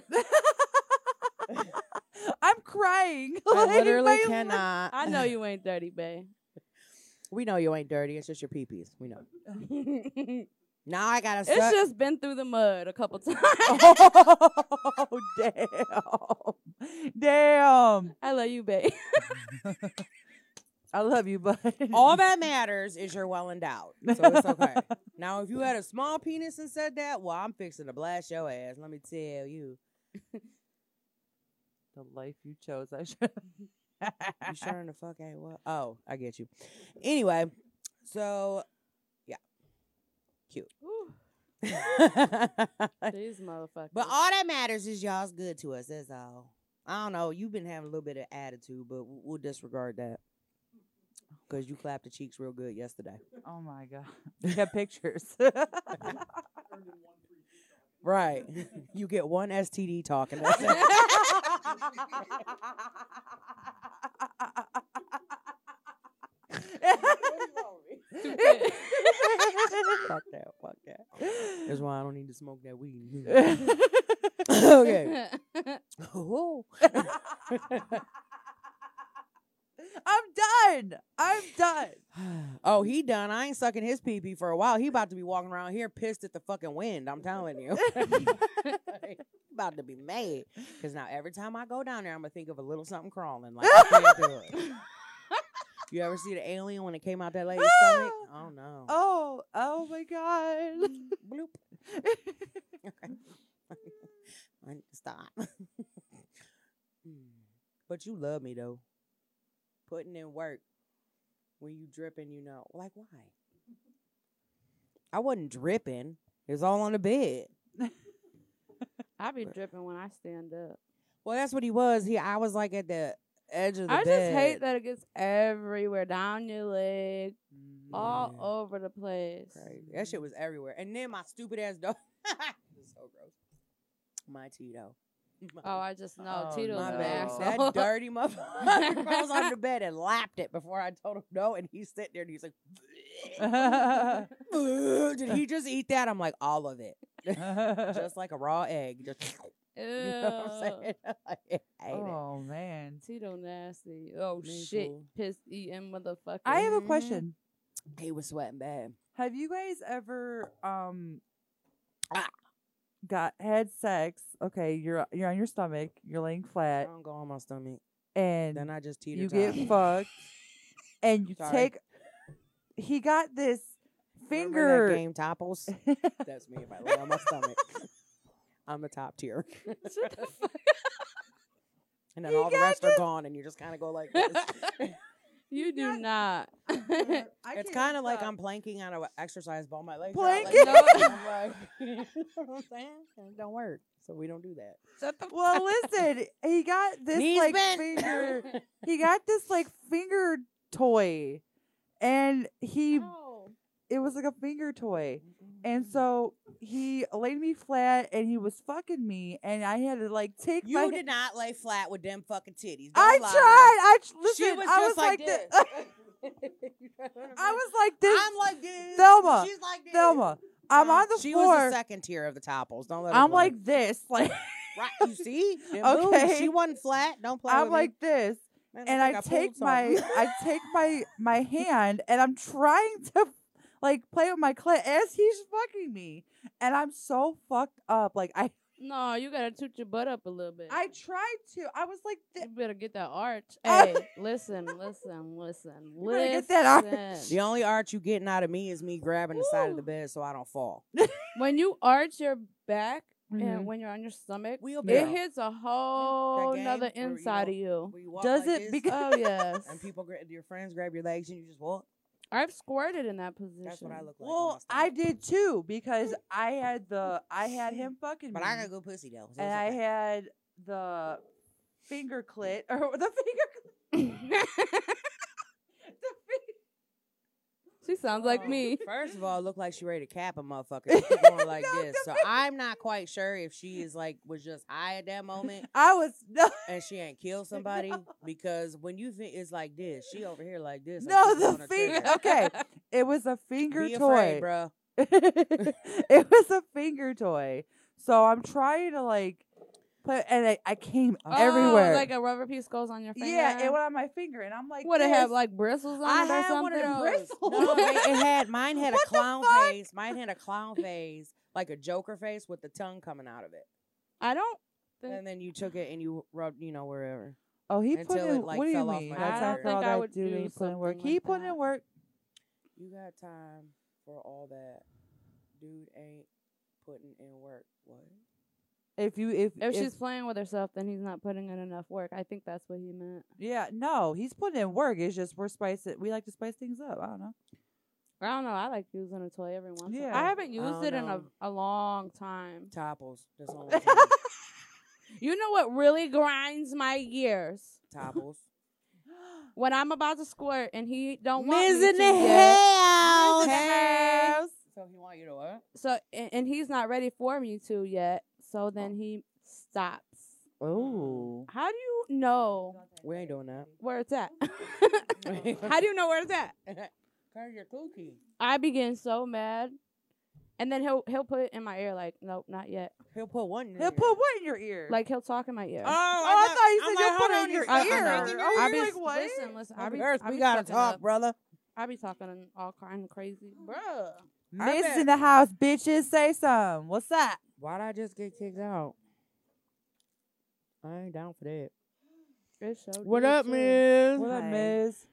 A: I'm crying.
C: I
A: Like, my
C: literally
A: li-
C: cannot.
B: I know you ain't dirty, babe.
C: We know you ain't dirty. It's just your peepees. We know.
B: it's
C: Now I gotta suck.
B: just been through the mud a couple times.
A: Oh damn. Damn.
B: I love you, babe.
A: I love you, bud.
C: all that matters is you're well endowed, so it's okay. now, if you had a small penis and said that, well, I'm fixing to blast your ass. Let me tell you.
A: the life you chose. I should.
C: You sure in the fuck ain't what? Oh, I get you. Anyway, so yeah, cute.
B: Ooh,
C: but
B: These motherfuckers.
C: all that matters is y'all's good to us. That's all. I don't know. You've been having a little bit of attitude, but w- we'll disregard that because you clapped the cheeks real good yesterday.
A: Oh my god. We got pictures.
C: Right. you get one STD talking. That's it.
B: Stupid.
C: fuck that. Fuck that. That's why I don't need to smoke that weed. okay. Oh.
A: I'm done. I'm done.
C: oh, he done. I ain't sucking his pee pee for a while. He about to be walking around here pissed at the fucking wind. I'm telling you. about to be mad. Because now every time I go down there, I'm going to think of a little something crawling. Like, I can't do it. You ever see the alien when it came out that lady's stomach? Oh, no. Mm,
A: Oh, oh my god.
C: Bloop. okay. I need to stop. Mm. but you love me though. Putting in work when you dripping, you know. Like why? I wasn't dripping. It was all on the bed.
B: I be dripping when I stand up.
C: Well, that's what he was. He I was like at the edge of the
B: I
C: bed.
B: just hate that it gets everywhere down your leg, all
C: Yeah.
B: over the place.
C: Crazy. That shit was everywhere. And then my stupid ass dog. It's so gross. My Tito. My
B: Oh, I just know
A: Oh,
B: Tito's
C: My
A: no.
B: an
C: bad.
B: asshole.
C: That dirty motherfucker. I was under the bed and lapped it before I told him no, and he's sitting there and he's like, "Did he just eat that?" I'm like, "All of it, just like a raw egg." Just, you know what I'm
B: Ew.
C: saying? I hate it.
A: oh man.
B: Tito nasty. Oh
C: Me
B: shit,
C: too.
B: piss eating motherfucker.
A: I have a
C: Mhm.
A: question.
C: He was sweating bad.
A: Have you guys ever um
C: Ah.
A: got had sex? Okay, you're you're on your stomach, you're laying
C: I
A: flat,
C: don't go on my stomach. Then
A: and
C: I just teeter.
A: you get fucked, and you
C: Sorry.
A: take. He got this
C: Remember
A: finger.
C: that game topples. That's me if I lay on my stomach. I'm the top tier.
B: Shut the fuck-
C: And then
A: You
C: all the
A: got
C: rest are gone, and you just kind of go like this.
B: you do not.
C: it's kind of like I'm planking on an exercise ball. My legs
A: Planking?
C: Are out like that. I'm like, you know what I'm saying? And It don't work, so we don't do that.
A: Well, listen, he got this
C: Knees
A: like
C: bent.
A: finger. He got this like finger toy, and he
B: Oh.
A: it was like a finger toy. And
C: Mm.
A: so he laid me flat and he was fucking me and I had to like take my
C: you did not lay flat with them fucking titties.
A: I
C: Don't lie.
A: tried. I tr- listen,
C: She was
A: I was
C: just
A: like,
C: this.
A: thi- I was like this.
C: I'm like this.
A: Thelma,
C: She's like this.
A: Thelma, I'm
C: Uh,
A: on the
C: she was
A: floor.
C: the second tier of the topples. Don't let her
A: I'm
C: play.
A: like this, like
C: right, you see? It moves.
A: Okay.
C: She wasn't flat. Don't play
A: I'm
C: with
A: like
C: me.
A: this,
C: Man,
A: and
C: look
A: I
C: like pulled
A: take my
C: something.
A: I take my my hand, and I'm trying to like play with my clit as he's fucking me, and I'm so fucked up. Like I
B: No, you gotta toot your butt up a little bit.
A: I tried to. I was like,
B: you
A: thi-
B: better get that arch.
A: I-
B: Hey, listen, listen, listen,
A: better
B: listen.
A: get that arch.
C: The only art you getting out of me is me grabbing the side of the bed so I don't fall.
B: When you arch your back
A: Mhm.
C: Mm-hmm.
B: and when you're on your stomach,
A: Yeah.
B: it hits a whole
C: game
B: nother
C: where you
B: inside
C: walk-
B: of you.
C: Where you walk
A: Does
C: like
A: it
C: this,
A: because-
B: Oh yes,
C: and people gra- your friends grab your legs and you just walk?
B: I've squirted in that position.
C: That's what I look like. on my
A: well, I
C: stomach.
A: did too because I had the I had him fucking
C: But
A: me,
C: I got good pussy though. so
A: and
C: it's
A: I
C: okay.
A: had the finger clit or the finger clit. The finger,
B: she sounds like me.
C: Oh, First of all, it looked like she ready to cap a motherfucker. She kept going like this. So I'm not quite sure if she is like was just high at that moment
A: I was no,
C: and she ain't killed somebody because when you think it's like this, she over here like this. like
A: no
C: she's pulling
A: the
C: her
A: finger.
C: trigger.
A: Okay, it was a finger
C: Be
A: toy.
C: afraid, bro.
A: it was a finger toy. So I'm trying to like put, and I, I came everywhere.
B: Oh, like a rubber piece goes on your finger.
A: yeah, it went on my finger, and I'm like,
B: Would it have
A: this.
B: like bristles on
C: I
B: it or
C: had
B: something?
C: one of them
A: bristles.
C: No, it, it had mine had
A: What
C: a
A: the
C: clown
A: fuck?
C: face. Mine had a clown face, like a Joker face with the tongue coming out of it.
B: I don't. Think,
C: And then you took it and you rubbed, you know, wherever.
A: Oh, he put
C: until it,
A: in.
C: like,
A: what do you
C: fell off
A: mean?
C: my
A: That's
C: finger. I
A: how
C: don't
A: fell
B: think I
A: that
B: would
A: dude.
B: do
A: He put in work.
B: something
A: He
B: like
A: put in
B: that.
A: work.
C: You got time for all that. Dude ain't putting in work. What?
A: If you if
B: if she's playing with herself, then he's not putting in enough work. I think that's what he meant.
A: yeah no he's putting in work. It's just we're spicing. We like to spice things up. I don't know.
B: I don't know. I like using a toy every once. in a
A: Yeah.
B: I haven't used
C: don't
B: it in a,
C: know.
B: a long time.
C: Topples. That's all I'm saying.
B: You know what really grinds my gears
C: Topples.
B: when I'm about to squirt and he don't want
D: Miz
B: me
D: in
B: to
D: the
B: yet.
D: house.
C: So he want you to what?
B: So and, and he's not ready for me to yet. So then he stops.
A: Oh,
B: How do you know
C: We ain't doing that.
B: where it's at? How do you know where it's at?
C: Cause you're kooky.
B: I begin so mad, and then he'll he'll put it in my ear like, nope, not yet.
C: He'll put one. in
A: he'll
C: your-
A: put what in your ear?
B: Like he'll talk in my ear.
C: Oh,
A: oh,
C: I,
A: I thought you said you'll put it in your
B: I- I
A: ear.
B: know.
A: Oh,
B: I
A: you're
B: be-
A: like what?
B: Listen, listen. I be,
C: Earth,
B: I
C: we
B: be
C: gotta
B: fucking
C: talk,
B: up.
C: brother.
B: I be talking and all kind of crazy, bruh.
C: I
A: Miss
C: bet-
A: in the house, bitches. Say some. What's that?
C: Why'd I just get kicked out? I ain't down for that.
B: It sure
C: What
B: did,
C: up,
B: too.
C: miss?
A: What up,
C: Hey.
A: Miss?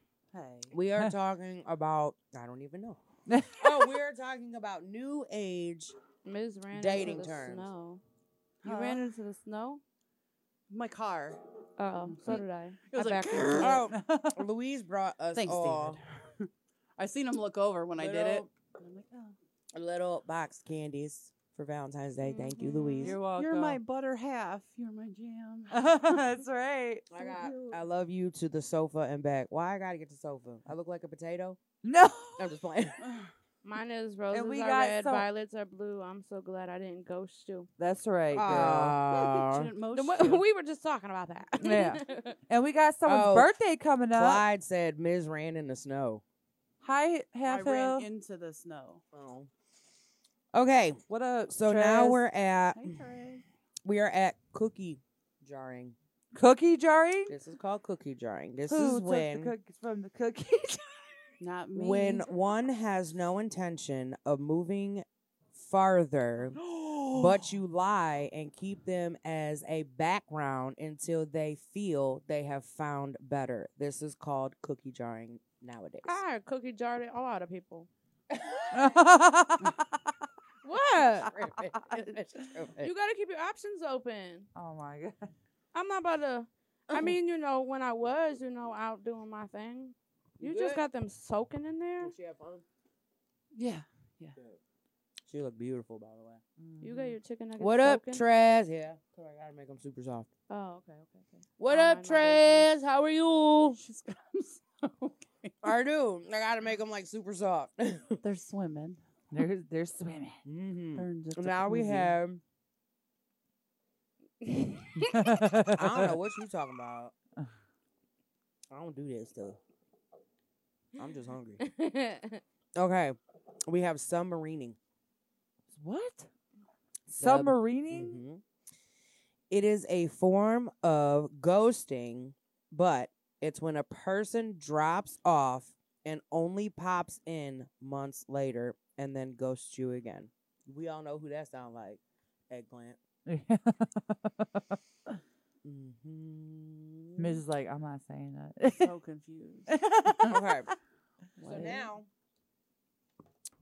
C: We are talking about I don't even know. oh, we're talking about new age.
B: Miz ran
C: Dating
B: into the
C: terms.
B: snow.
A: Huh?
B: You ran into the snow?
C: My car.
B: Oh, so did I.
E: It was
B: I
E: like,
B: backed into it.
C: Oh, Louise brought us
E: Thanks,
C: all
E: David. I seen him look over when I did it.
C: Little- "Oh." little box candies for Valentine's Day. Thank you,
B: Mhm.
C: Louise.
A: You're welcome.
E: butter half. You're my jam.
A: That's right.
C: I got I love you to the sofa and back. Why I gotta get the sofa? I look like a potato.
A: No.
C: I'm just playing.
B: Mine is roses
A: we
B: are
A: got
B: red,
A: some-
B: violets are blue. I'm so glad I didn't ghost you.
A: That's right,
C: Oh.
A: girl.
C: Aw.
E: Shouldn't most
B: The wa-
E: you.
B: we were just talking about that.
A: Yeah. and we got someone's
C: Oh,
A: birthday coming up.
C: Clyde said Ms. ran in the snow.
A: Hi,
E: I
A: Half Hill.
E: ran into the snow.
C: Oh. Okay,
A: what up?
C: so now
A: Trez?
C: we're at
E: Hey, Trey.
C: we are at cookie jarring.
A: cookie jarring.
C: This is called cookie jarring. This
A: Who
C: is
A: took
C: when
A: the cookies from the cookie? jar?
E: Not me.
C: when one has no intention of moving farther, but you lie and keep them as a background until they feel they have found better. This is called cookie jarring nowadays.
B: I cookie jarred it a lot of people. What? you gotta keep your options open.
A: oh my god.
B: I'm not about to.
C: Uh-uh.
B: I mean, you know, when I was, you know, out doing my thing, you just got them soaking in there.
E: Yeah.
C: She look beautiful, by the way.
A: Mm.
B: You got your chicken nuggets.
C: What up,
B: soaking?
C: Trez? Yeah, 'cause I gotta make them super soft.
B: Oh, okay, okay, okay.
C: What
B: Oh,
C: up,
B: I know this
C: Trez? How are you?
E: She's I'm so okay.
C: I do. I gotta make them like super soft.
E: They're swimming.
A: They're they're swimming.
C: mm-hmm.
E: They're in just a
C: Now we
E: koozie.
C: have. I
A: I
C: don't know what you talking about. I don't do that stuff. I'm just hungry.
B: hungry.
C: Okay. We have submarining.
A: What?
C: Sub-
A: Submarining?
C: Mhm. It is a form of ghosting, but it's when a person drops off and only pops in months later and then ghosts you again. We all know who that sounds like. Eggplant. Mm-hmm.
A: Midge is like, I'm not saying that.
E: so confused.
C: okay. So
E: What?
C: now,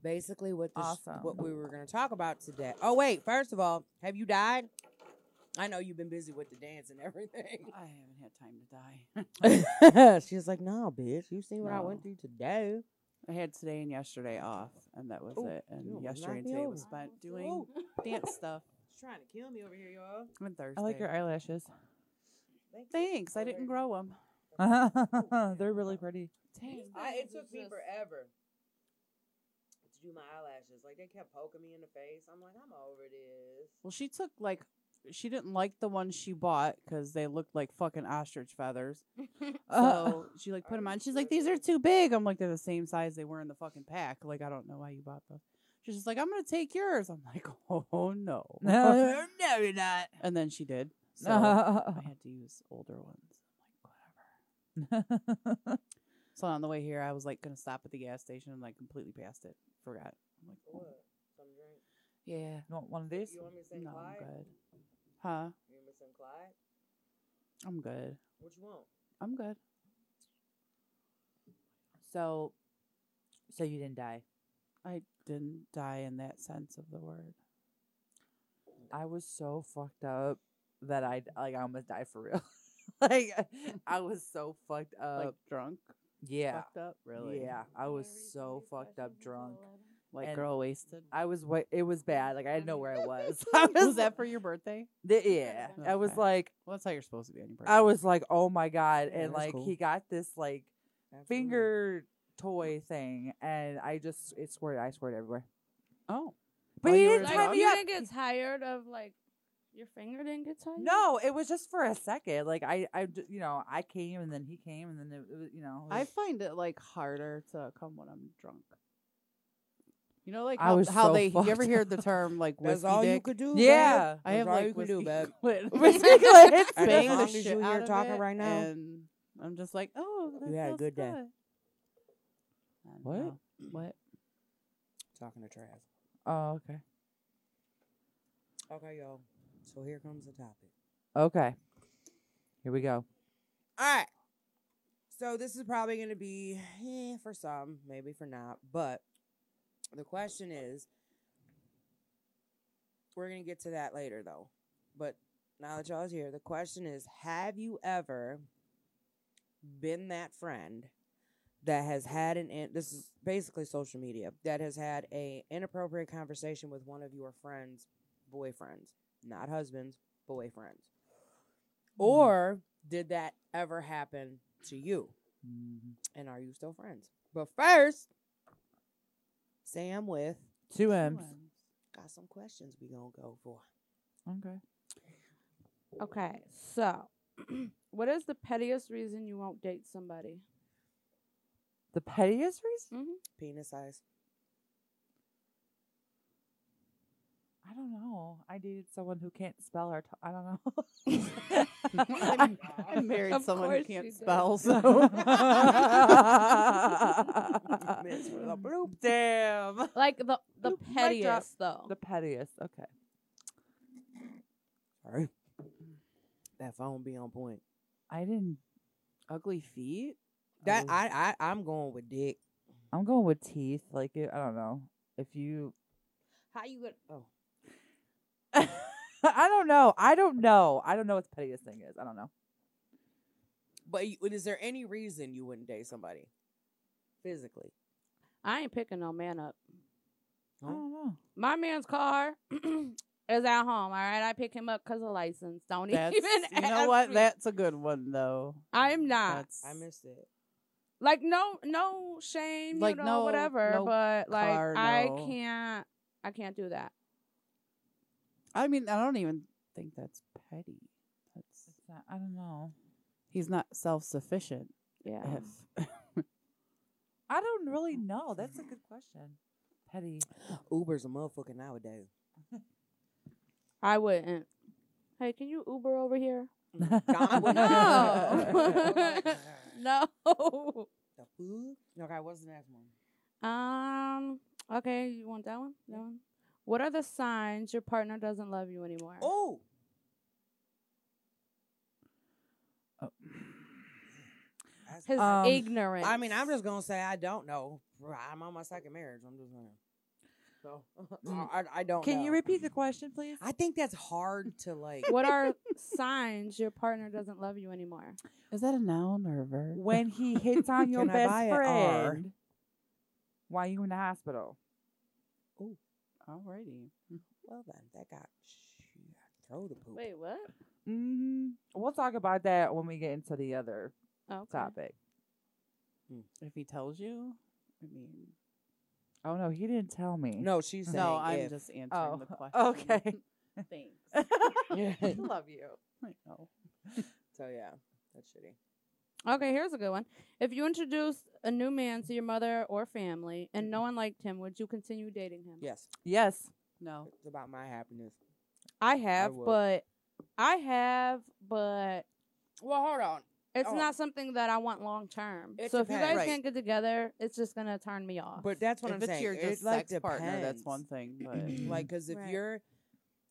C: basically, what this,
A: Awesome.
C: what we were going to talk about today. Oh wait, first of all, have you died? I know you've been busy with the dance and everything.
E: I haven't had time to die.
C: She's like, "No, bitch, you seen what I went
E: No.
C: through today."
E: I had today and yesterday off, and that was
C: Ooh,
E: it. And
C: Oh, you knocked
E: yesterday and
C: me
E: today
C: over.
E: was spent doing
C: Ooh.
E: dance stuff.
C: She's trying to kill me over here, y'all.
E: on Thursday.
A: I like your eyelashes.
E: Thanks. I didn't grow them.
A: They're really pretty.
E: Dang.
C: I, it
B: It's
C: took me
B: just-
C: forever to do my eyelashes. Like they kept poking me in the face. I'm like, I'm over this.
E: Well, she took like she didn't like the ones she bought because they looked like fucking ostrich feathers.
A: Uh,
E: So she like put
C: Are
E: them
C: you
E: on. She's like,
C: sure?
E: "These are too big." I'm like, "They're the same size they were in the fucking pack." Like, I don't know why you bought them. She's just like, "I'm gonna take yours." I'm like, "Oh no,
A: No,
E: you're not." And then she did. So I had to use older ones. I'm like, whatever. So on the way here, I was like gonna stop at the gas station and like completely passed it. Forgot. I'm like, oh,
C: What? Some drink?
E: yeah,
A: you want one of these?
C: You want me to send
E: no, I'm
C: Clyde?
E: good. Huh?
C: You want me to send Clyde?
E: I'm good.
C: What you want?
E: I'm good.
A: So, so you didn't die.
E: I didn't die in that sense of the word.
A: I was so fucked up that I like I almost died for real. like I was so fucked up.
E: like Uh, drunk,
A: yeah,
E: fucked up, really.
A: yeah. I was so fucked up drunk.
E: Like
A: And-
E: girl wasted.
A: I was wa It was bad. Like I didn't know where I was. I
E: was,
A: was,
E: that for your birthday?
A: th- yeah. I was
E: Okay.
A: like,
E: Well, that's how you're supposed to be on your birthday.
A: I was like, oh my god!
C: Yeah,
A: And
C: that's
A: like
C: cool.
A: he got this like
C: Absolutely.
A: finger toy thing, and I just it squirted. I squirted everywhere.
E: oh,
A: But
E: Oh,
A: he
E: you were
A: didn't
E: drunk?
A: tie
B: Like
A: me
B: you
A: up.
B: didn't get tired of like your finger didn't get tired.
A: No, it was just for a second. Like I, I, d- you know, I came and then he came and then it, it was, you know, it
E: I
A: was-
E: find it like harder to come when I'm drunk. You know, like
A: I
E: how,
A: was
E: how
A: so
E: they you ever
A: fucked
E: hear the term like
C: That's
E: whiskey
C: all
E: dick?
C: you could do. babe.
A: Yeah.
E: I
C: That's
E: have
C: all
E: like
C: you could do,
E: whiskey
C: babe.
E: clit.
A: Whiskey clit.
E: I
A: And
C: as
E: bang the
C: long as
E: shit
C: you here
E: out of
C: talking
E: it,
C: right now,
E: and I'm just like, oh,
C: had
E: that
C: a
E: feels
C: good day.
E: I don't
A: What?
E: know. What?
C: Talking to Trav.
A: Oh, okay.
C: Okay, y'all. So here comes the topic.
A: Okay. Here we go.
C: All right. So this is probably going to be eh, for some, maybe for not, but the question is we're going to get to that later though. But now that y'all's here, the question is have you ever been that friend that has had an in- this is basically social media that has had a inappropriate conversation with one of your friends, boyfriends, not husbands, boyfriends. Or did that ever happen to you?
A: Mhm.
C: And are you still friends? But first, Sam with
A: Two M's.
C: got some questions we gonna go for.
A: Okay.
B: Okay, so what is the pettiest reason you won't date somebody?
A: The pettiest reason?
C: Penis size.
A: I don't know. I dated someone who can't spell or I I don't know.
E: I, I married
B: Of
E: someone who
B: course
E: can't
B: you did.
E: spell, so
C: Miss with a bloop.
A: Damn.
B: Like the the
A: Oop, mic drop.
B: pettiest though.
A: The pettiest. Okay.
C: Sorry. That phone be on point.
A: I didn't.
E: ugly feet.
C: That
A: Oh.
C: I, I I'm going with dick.
A: I'm going with teeth. Like it, I don't know if you.
C: How you gonna oh
A: I don't know. I don't know. I don't know what the pettiest thing is. I don't know.
C: but you, is there any reason you wouldn't date somebody? Physically.
B: I ain't picking no man up.
A: I don't know.
B: My man's car is at home. All right, I pick him up because of license. Don't
E: That's,
B: even.
E: you know
B: ask
E: what?
B: me.
E: That's a good one though.
B: I'm not.
E: That's
C: I missed it.
B: like no no shame
E: Like,
B: you know
E: no-
B: whatever
E: no
B: but like
E: car,
B: i
E: no-
B: can't i can't do that
E: I mean, I don't even think that's petty. That's
A: It's not, I don't know.
E: he's not self sufficient.
B: yeah
E: If
A: I don't really know. That's a good question. Petty.
C: Uber's a motherfucker nowadays.
B: I wouldn't. Hey, can you Uber over here?
C: God, what-
B: No. No.
C: The food? Okay, what's the next one?
B: um. Okay, you want that one? That one. What are the signs your partner doesn't love you anymore?
C: Oh,
A: Oh.
C: that's-
B: His
A: Um,
B: ignorance.
C: I mean, I'm just gonna say I don't know. I'm on my second marriage. I'm just saying. So I, I- I don't.
A: Can you
C: know.
A: repeat the question, please?
C: Oh, I think that's hard to like.
B: What are signs your partner doesn't love you anymore?
E: Is that a noun or a verb?
A: When he hits on your
C: Can I buy
A: best
C: it, R?
A: friend while you in the hospital.
E: Alrighty.
C: Well then, that got shit. Throw the poop.
B: Wait, what?
A: hmm We'll talk about that when we get into the other
B: Oh, okay.
A: topic.
E: If he tells you, I mean,
A: Oh no, he didn't tell me.
C: No, she's saying
E: no, I'm
C: if.
E: just answering
A: Oh,
E: the question.
A: okay.
E: Thanks.
A: Love you.
E: I know.
C: so yeah, that's shitty.
B: Okay, here's a good one. If you introduced a new man to your mother or family and
C: Mm-hmm.
B: no one liked him, would you continue dating him?
C: Yes,
A: Yes.
E: No.
C: it's about my happiness.
B: I have,
C: would.
B: but I have, but
C: Well, hold on.
B: it's
C: Oh.
B: not something that I want long term.
C: It
B: So if you
C: depends.
B: guys
C: Right.
B: can't get together, it's just gonna turn me off.
C: But that's what
E: Uh, if
C: I'm
E: it's
C: saying.
E: your
C: It,
E: just
C: like,
E: sex partner, that's
C: depends.
E: one thing. But
C: like because if
B: Right.
C: you're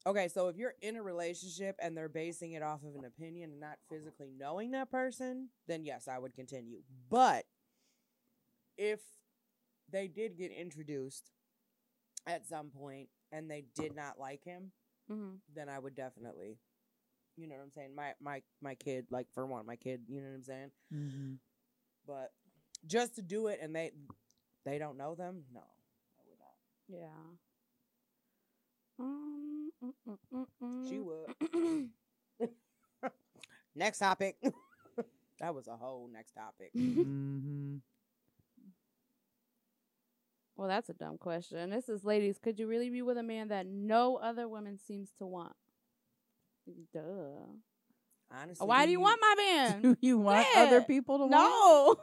C: okay so if you're in a relationship and they're basing it off of an opinion and not physically knowing that person then yes i would continue but if they did get introduced at some point and they did not like him
B: Mhm.
C: then i would definitely you know what i'm saying my my my kid like for one my kid you know what i'm saying but just to do it and they they don't know them no i would not
B: yeah. Um, mm, mm, mm, mm.
C: she would Next topic. that was a whole next topic.
A: hmm
B: well, that's a dumb question. This is, ladies, could you really be with a man that no other woman seems to want? Duh.
C: Honestly,
B: Why do you want my man?
E: do you want other
B: Yeah.
E: people to want?
B: no.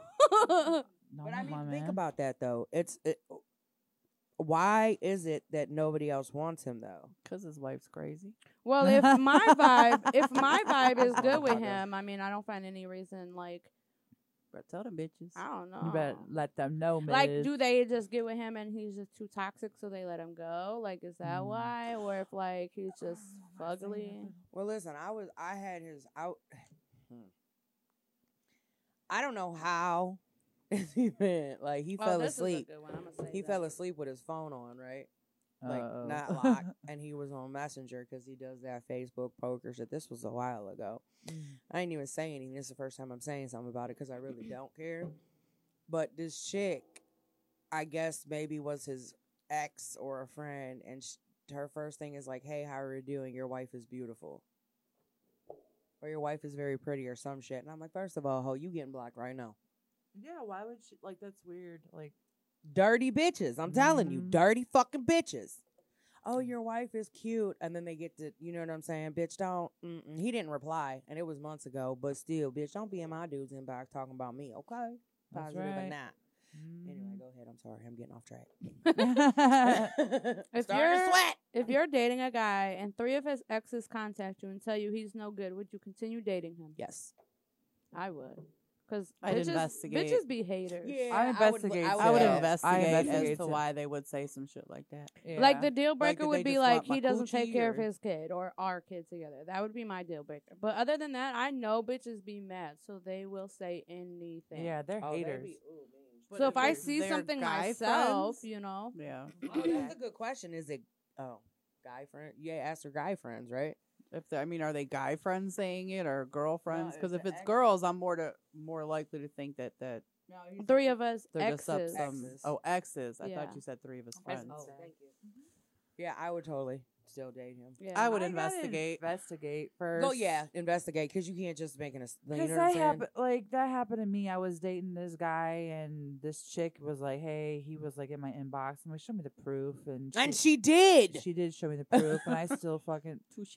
A: No,
C: But I mean,
A: my
C: think
A: man.
C: about that though. It's it, why is it that nobody else wants him though?
E: Because his wife's crazy.
B: well, if my vibe, if my vibe is good with him, I mean, I don't find any reason. Like,
E: But tell them bitches.
B: I don't know.
A: You better let them know, man.
B: like, do they just get with him and he's just too toxic, so they let him go? Like, is that
A: Mm.
B: why? Or if like he's just fugly?
C: Well, listen, I was I had his out. hmm. I don't know how he went. Like he
B: Oh,
C: fell
B: this is a
C: asleep.
B: good one. I'ma say
C: He
B: that.
C: fell asleep with his phone on, right? like
A: Uh-oh.
C: not locked, and he was on Messenger because he does that Facebook poker shit. This was a while ago.
B: Mm.
C: I ain't even saying anything. This is the first time I'm saying something about it because I really don't care. But this chick, I guess maybe was his ex or a friend, and sh- her first thing is like, "Hey, how are you doing? Your wife is beautiful." Or your wife is very pretty, or some shit, and I'm like, first of all, ho, you getting blocked right now?
A: yeah, why would she? Like, that's weird. Like,
C: Dirty bitches, I'm telling you,
A: Mhm.
C: dirty fucking bitches. oh, your wife is cute. And then they get to, you know what I'm saying? Bitch, don't. Mm-mm. He didn't reply. And it was months ago, but still, bitch, don't be in my dude's inbox talking about me, okay?
A: That's
C: Positive or
A: right.
C: not. Anyway,
A: mm.
C: go ahead. I'm sorry. I'm getting off track.
B: If
C: Starting to
B: you're-
C: sweat.
B: If you're dating a guy and three of his exes contact you and tell you he's no good, would you continue dating him?
C: Yes.
B: I would. Because
E: I'd
B: bitches,
E: investigate.
B: bitches be haters.
A: I investigate
E: I would
A: Yeah. I
E: investigate as
A: investigate
E: to
A: it.
E: why they would say some shit like that.
B: Like
A: Yeah.
B: the deal
E: Like,
B: breaker
E: did
B: would
E: they
B: be
E: just want
B: like
E: my
B: he doesn't take care of
E: coochie or-
B: his kid or our kid together. That would be my deal breaker. But other than that, I know bitches be mad, so they will say anything.
A: yeah, they're
C: Oh, that'd
A: haters.
C: be- ooh, man.
B: So
E: But
B: if,
E: if
B: I
E: it's
B: see
E: their
B: something
E: guy
B: myself,
E: friends-
B: you know,
E: Yeah.
C: Oh, that's a good question. Is it, oh, guy friend? Yeah, ask your guy friends, right?
E: If they- I mean, are they guy friends saying it or girlfriends?
C: it's
E: Because if
C: the
E: it's
C: ex-
E: girls, I'm more to more likely to think that that
C: No,
B: three of us
E: mm, they're
B: exes.
E: just up some.
C: Exes.
E: Oh, exes. I
B: Yeah.
E: thought you said three of his
B: I
E: friends.
B: Oh,
C: thank you. Yeah, I would totally still date him.
B: Yeah.
E: I would
A: gotta
E: investigate.
A: Investigate first.
C: Go, yeah, investigate because you can't just make an. ass- You know
A: Because
C: what I'm
A: that
C: saying?
A: happened, like that happened to me. I was dating this guy, and this chick was like, "Hey," he was like in my inbox, and like, "Show me the proof." And
C: And she did.
A: she did show me the proof, and I still fucking
E: Touche.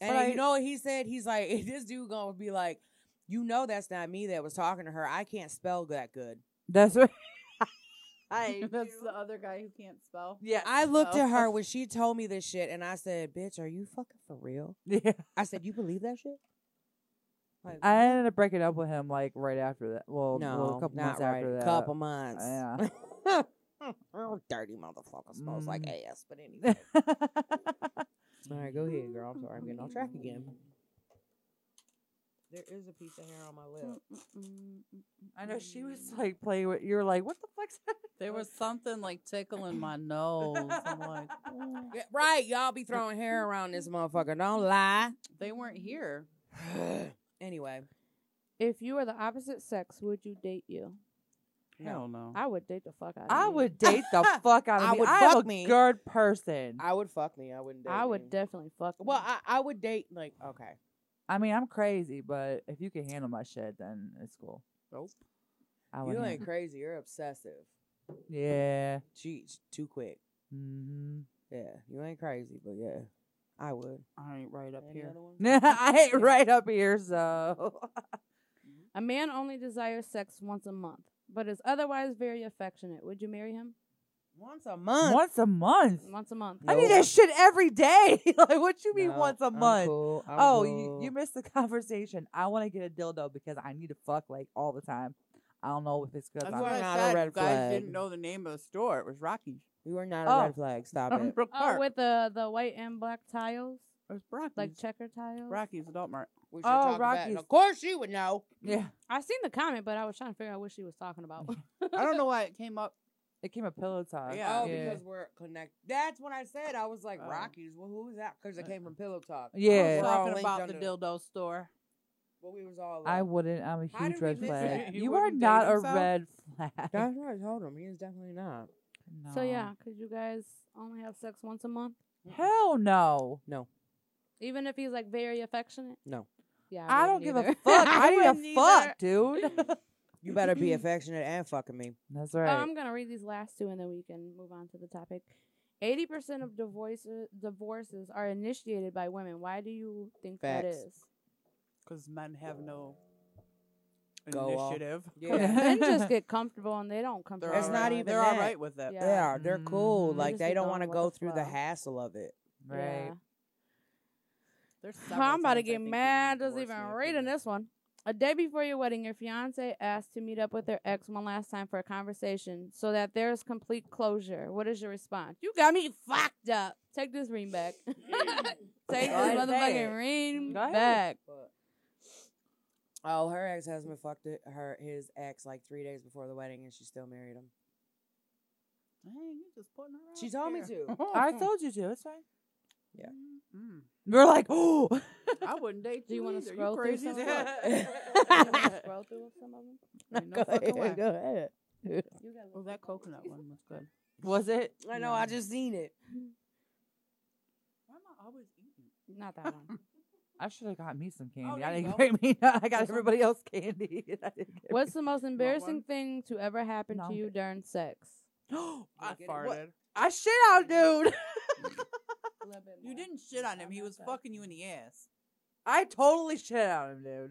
C: and
A: But
C: you
A: I-
C: know what he said? He's like, this dude gonna be like, you know, that's not me that was talking to her. I can't spell that good.
A: That's right.
B: I
E: That's the other guy who can't spell.
A: Yeah.
C: I looked at
E: Oh.
C: her when she told me this shit, and I said, "Bitch, are you fucking for real?"
A: Yeah.
C: I said, "You believe that shit?" Like,
A: I ended up breaking up with him like right after that. Well,
C: no,
A: well, a couple
C: not
A: months
C: right.
A: after that.
C: Couple months.
A: Yeah.
C: Oh, dirty motherfucker smells like ass, but anyway. All right, go ahead, girl. I'm sorry, I'm getting off track again. There is a piece of hair on my lip.
A: I know she was like playing with. You're like, what the fuck's
E: There was something like tickling my nose. I'm like, "Oh."
C: Yeah, right, y'all be throwing hair around this motherfucker. Don't lie.
E: they weren't here.
C: anyway,
B: If you were the opposite sex, would you date you?
E: Hell no.
B: I would date the fuck out of
A: I
B: you.
A: would date the fuck out of
C: I
A: me.
C: would
A: I'm
C: fuck
A: a
C: me.
A: good person. I,
C: I would fuck me. I wouldn't. Date
B: I would
C: me.
B: definitely fuck.
C: well,
B: me.
C: I, I would date like okay.
A: mean, I'm crazy, but if you can handle my shit, then it's cool.
C: Nope.
A: I would.
C: You
A: hand-
C: ain't crazy. You're obsessive.
A: yeah.
C: Cheat too quick.
A: Mm-hmm.
C: Yeah, you ain't crazy, but yeah, I would.
E: I ain't right up
C: Any
E: here.
C: other one?
A: I ain't right up here, so
B: A man only desires sex once a month, but is otherwise very affectionate. Would you marry him?
C: Once a month.
A: once a month.
B: Once a month.
A: I need
C: Nope.
A: that shit every day. like, what you mean
C: No,
A: once a
C: I'm
A: month?
C: cool, I'm
A: oh, you,
C: cool.
A: you missed the conversation. I want to get a dildo because I need to fuck like all the time. I don't know if it's because
E: That's
A: I'm
E: what
C: why-
A: not.
C: not
E: I
C: a
E: said.
C: red
E: you guys
C: flag.
E: didn't know the name of the store. It was Rocky's.
C: You are not a
A: Oh.
C: red flag. Stop
E: Out in
C: it.
E: Brook
B: Oh,
E: Park.
B: with the the white and black tiles,
E: it was Rocky's.
B: like checker tiles.
E: Rocky's Adult Mart.
C: We should
A: Oh,
C: talk about it.
A: Rocky's-
C: Of course, you would know.
A: Yeah,
B: I seen the comment, but I was trying to figure out what she was talking about.
E: I don't know why it came up.
A: it came a pillow talk.
E: Yeah.
C: Oh,
A: yeah.
C: because we're connected. That's what I said. I was like
E: Oh.
C: Rockies. Well, who was that? Because it came from Pillow Talk.
E: I
A: Yeah.
E: was
C: We're all
E: talking
C: linked
E: about the
C: under-
E: dildo store.
C: Well, we was all.
A: I
C: like-
A: wouldn't. I'm a
C: How
A: huge
C: did we
A: red
C: miss
A: flag.
E: that? He
A: You are
E: wouldn't date
A: not a
E: himself?
A: red flag.
C: That's what I told him. He is definitely not.
A: No.
B: So yeah, could you guys only have sex once a month?
A: Hell no.
C: No,
B: Even if he's like very affectionate?
C: no.
B: Yeah.
A: I, don't
B: wouldn't
A: give a
B: either.
A: fuck. I need a
B: wouldn't
A: fuck,
B: either.
A: dude.
C: You better be affectionate and fucking me.
A: That's
B: Uh,
A: right.
C: Um,
B: I'm gonna read these last two and then we can move on to the topic. Eighty percent of divorces divorces are initiated by women. Why do you think that
C: Facts.
B: is?
E: Because men have no
C: Go off.
E: initiative.
C: Yeah.
B: Men just get comfortable and they don't come.
E: They're
B: to
C: It's
E: all
C: not
E: right-
C: even
E: They're
C: that.
E: all right with it.
B: Yeah.
C: Yeah, they're cool.
A: Mhm.
C: Like
B: Just
C: they
B: be
C: don't
B: going
C: want to
B: with
C: go
B: the
C: through the
B: flow.
C: hassle of it.
A: right.
E: There's
B: Yeah.
E: several
B: I'm about to
E: times
B: get
E: I think we
B: mad
E: divorced
B: just even
E: me for
B: reading this one. A day before your wedding, your fiance asked to meet up with their ex one last time for a conversation so that there's complete closure. What is your response? You got me fucked up. Take this ring back. Take this
C: ahead.
B: motherfucking ring
A: Go ahead.
B: back.
C: But- Oh, her ex husband fucked it, her his ex like three days before the wedding, and she still married him.
E: Dang, you just putting her
C: She
E: out
C: told me
E: there.
C: to.
A: I told you to. It's fine.
C: Yeah.
E: Mm.
A: We're like, oh,
E: I wouldn't date
B: Do you
E: want
B: wanna
E: to
B: scroll
E: you
B: through
E: crazy as
B: some?
E: fuck.
B: Scroll through some of them.
E: Ain't no fucking way.
C: ahead.
B: You got
E: Oh, that coconut one was good.
A: was it?
C: I know. I just seen it.
E: Why am I always eating?
B: Not that one.
A: I should have got me some candy.
E: there
A: I
E: you
A: didn't
E: go.
A: bring me. I got
E: There's some-
A: everybody else candy. I didn't get
B: What's the most
E: one?
B: embarrassing thing to ever happen
A: No,
B: to
A: I'm
B: you
A: good.
B: during sex?
A: me-
E: I
C: get it? What?
E: farted.
A: I shit out, dude.
E: You didn't shit on him. He was fucking you in the ass.
A: I totally shit out him, dude.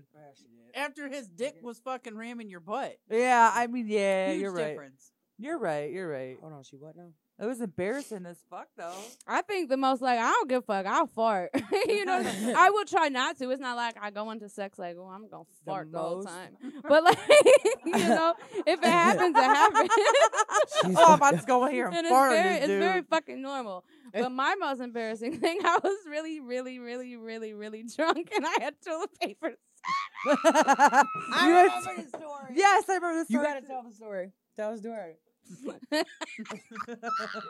E: After his dick was fucking ramming your butt.
A: Yeah, I mean, yeah,
E: Huge
A: you're right.
E: difference.
A: You're right. You're right.
C: Hold on, she what now?
A: It was embarrassing as fuck, though.
B: I think the most like I don't give a fuck. I'll fart. you know, I will try not to. It's not like I go into sex like, oh, I'm gonna
C: The
B: fart the, whole
C: most-
B: time. But like, you know, if it happens, it happens.
A: oh, I'm
C: She's fucked
A: about to go in here and,
B: and it's
A: fart on
B: very,
A: this
B: it's
A: dude.
B: very fucking normal. But my most embarrassing thing, I was really, really, really, really, really drunk, and I had toilet paper.
A: I
C: I remember the story.
A: Yes, I remember this.
C: you
A: story
C: gotta tell the story. Tell the story.
E: I've had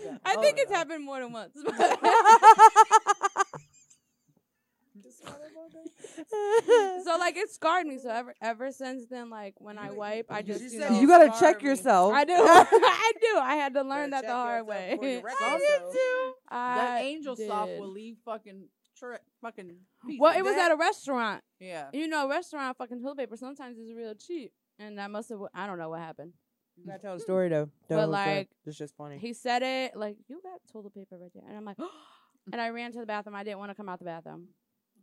E: that.
B: I
E: Oh,
B: think
E: yeah.
B: it's happened more than once.
A: too.
B: so like it scarred me. So ever ever since then, like when I wipe, I just you,
C: said
B: know,
A: you gotta
C: Sorry.
A: check yourself.
B: I do. I do. I had to learn that
C: Better
B: the
C: check
B: hard
C: yourself before you
B: way.
C: wreck
E: I
C: yourself.
E: That
B: I
E: angel soft will
B: did.
E: leave fucking tri- fucking. Pieces.
B: Well, it was
C: That-
B: at a restaurant.
E: yeah.
B: You know, a restaurant fucking toilet paper sometimes is real cheap, and I must have. I don't know what happened.
C: You gotta tell the story though. Tell
B: But,
C: the story.
B: like,
C: it's just funny.
B: He said it like you got toilet paper right there, and I'm like, and I ran to the bathroom. I didn't want to come out the bathroom,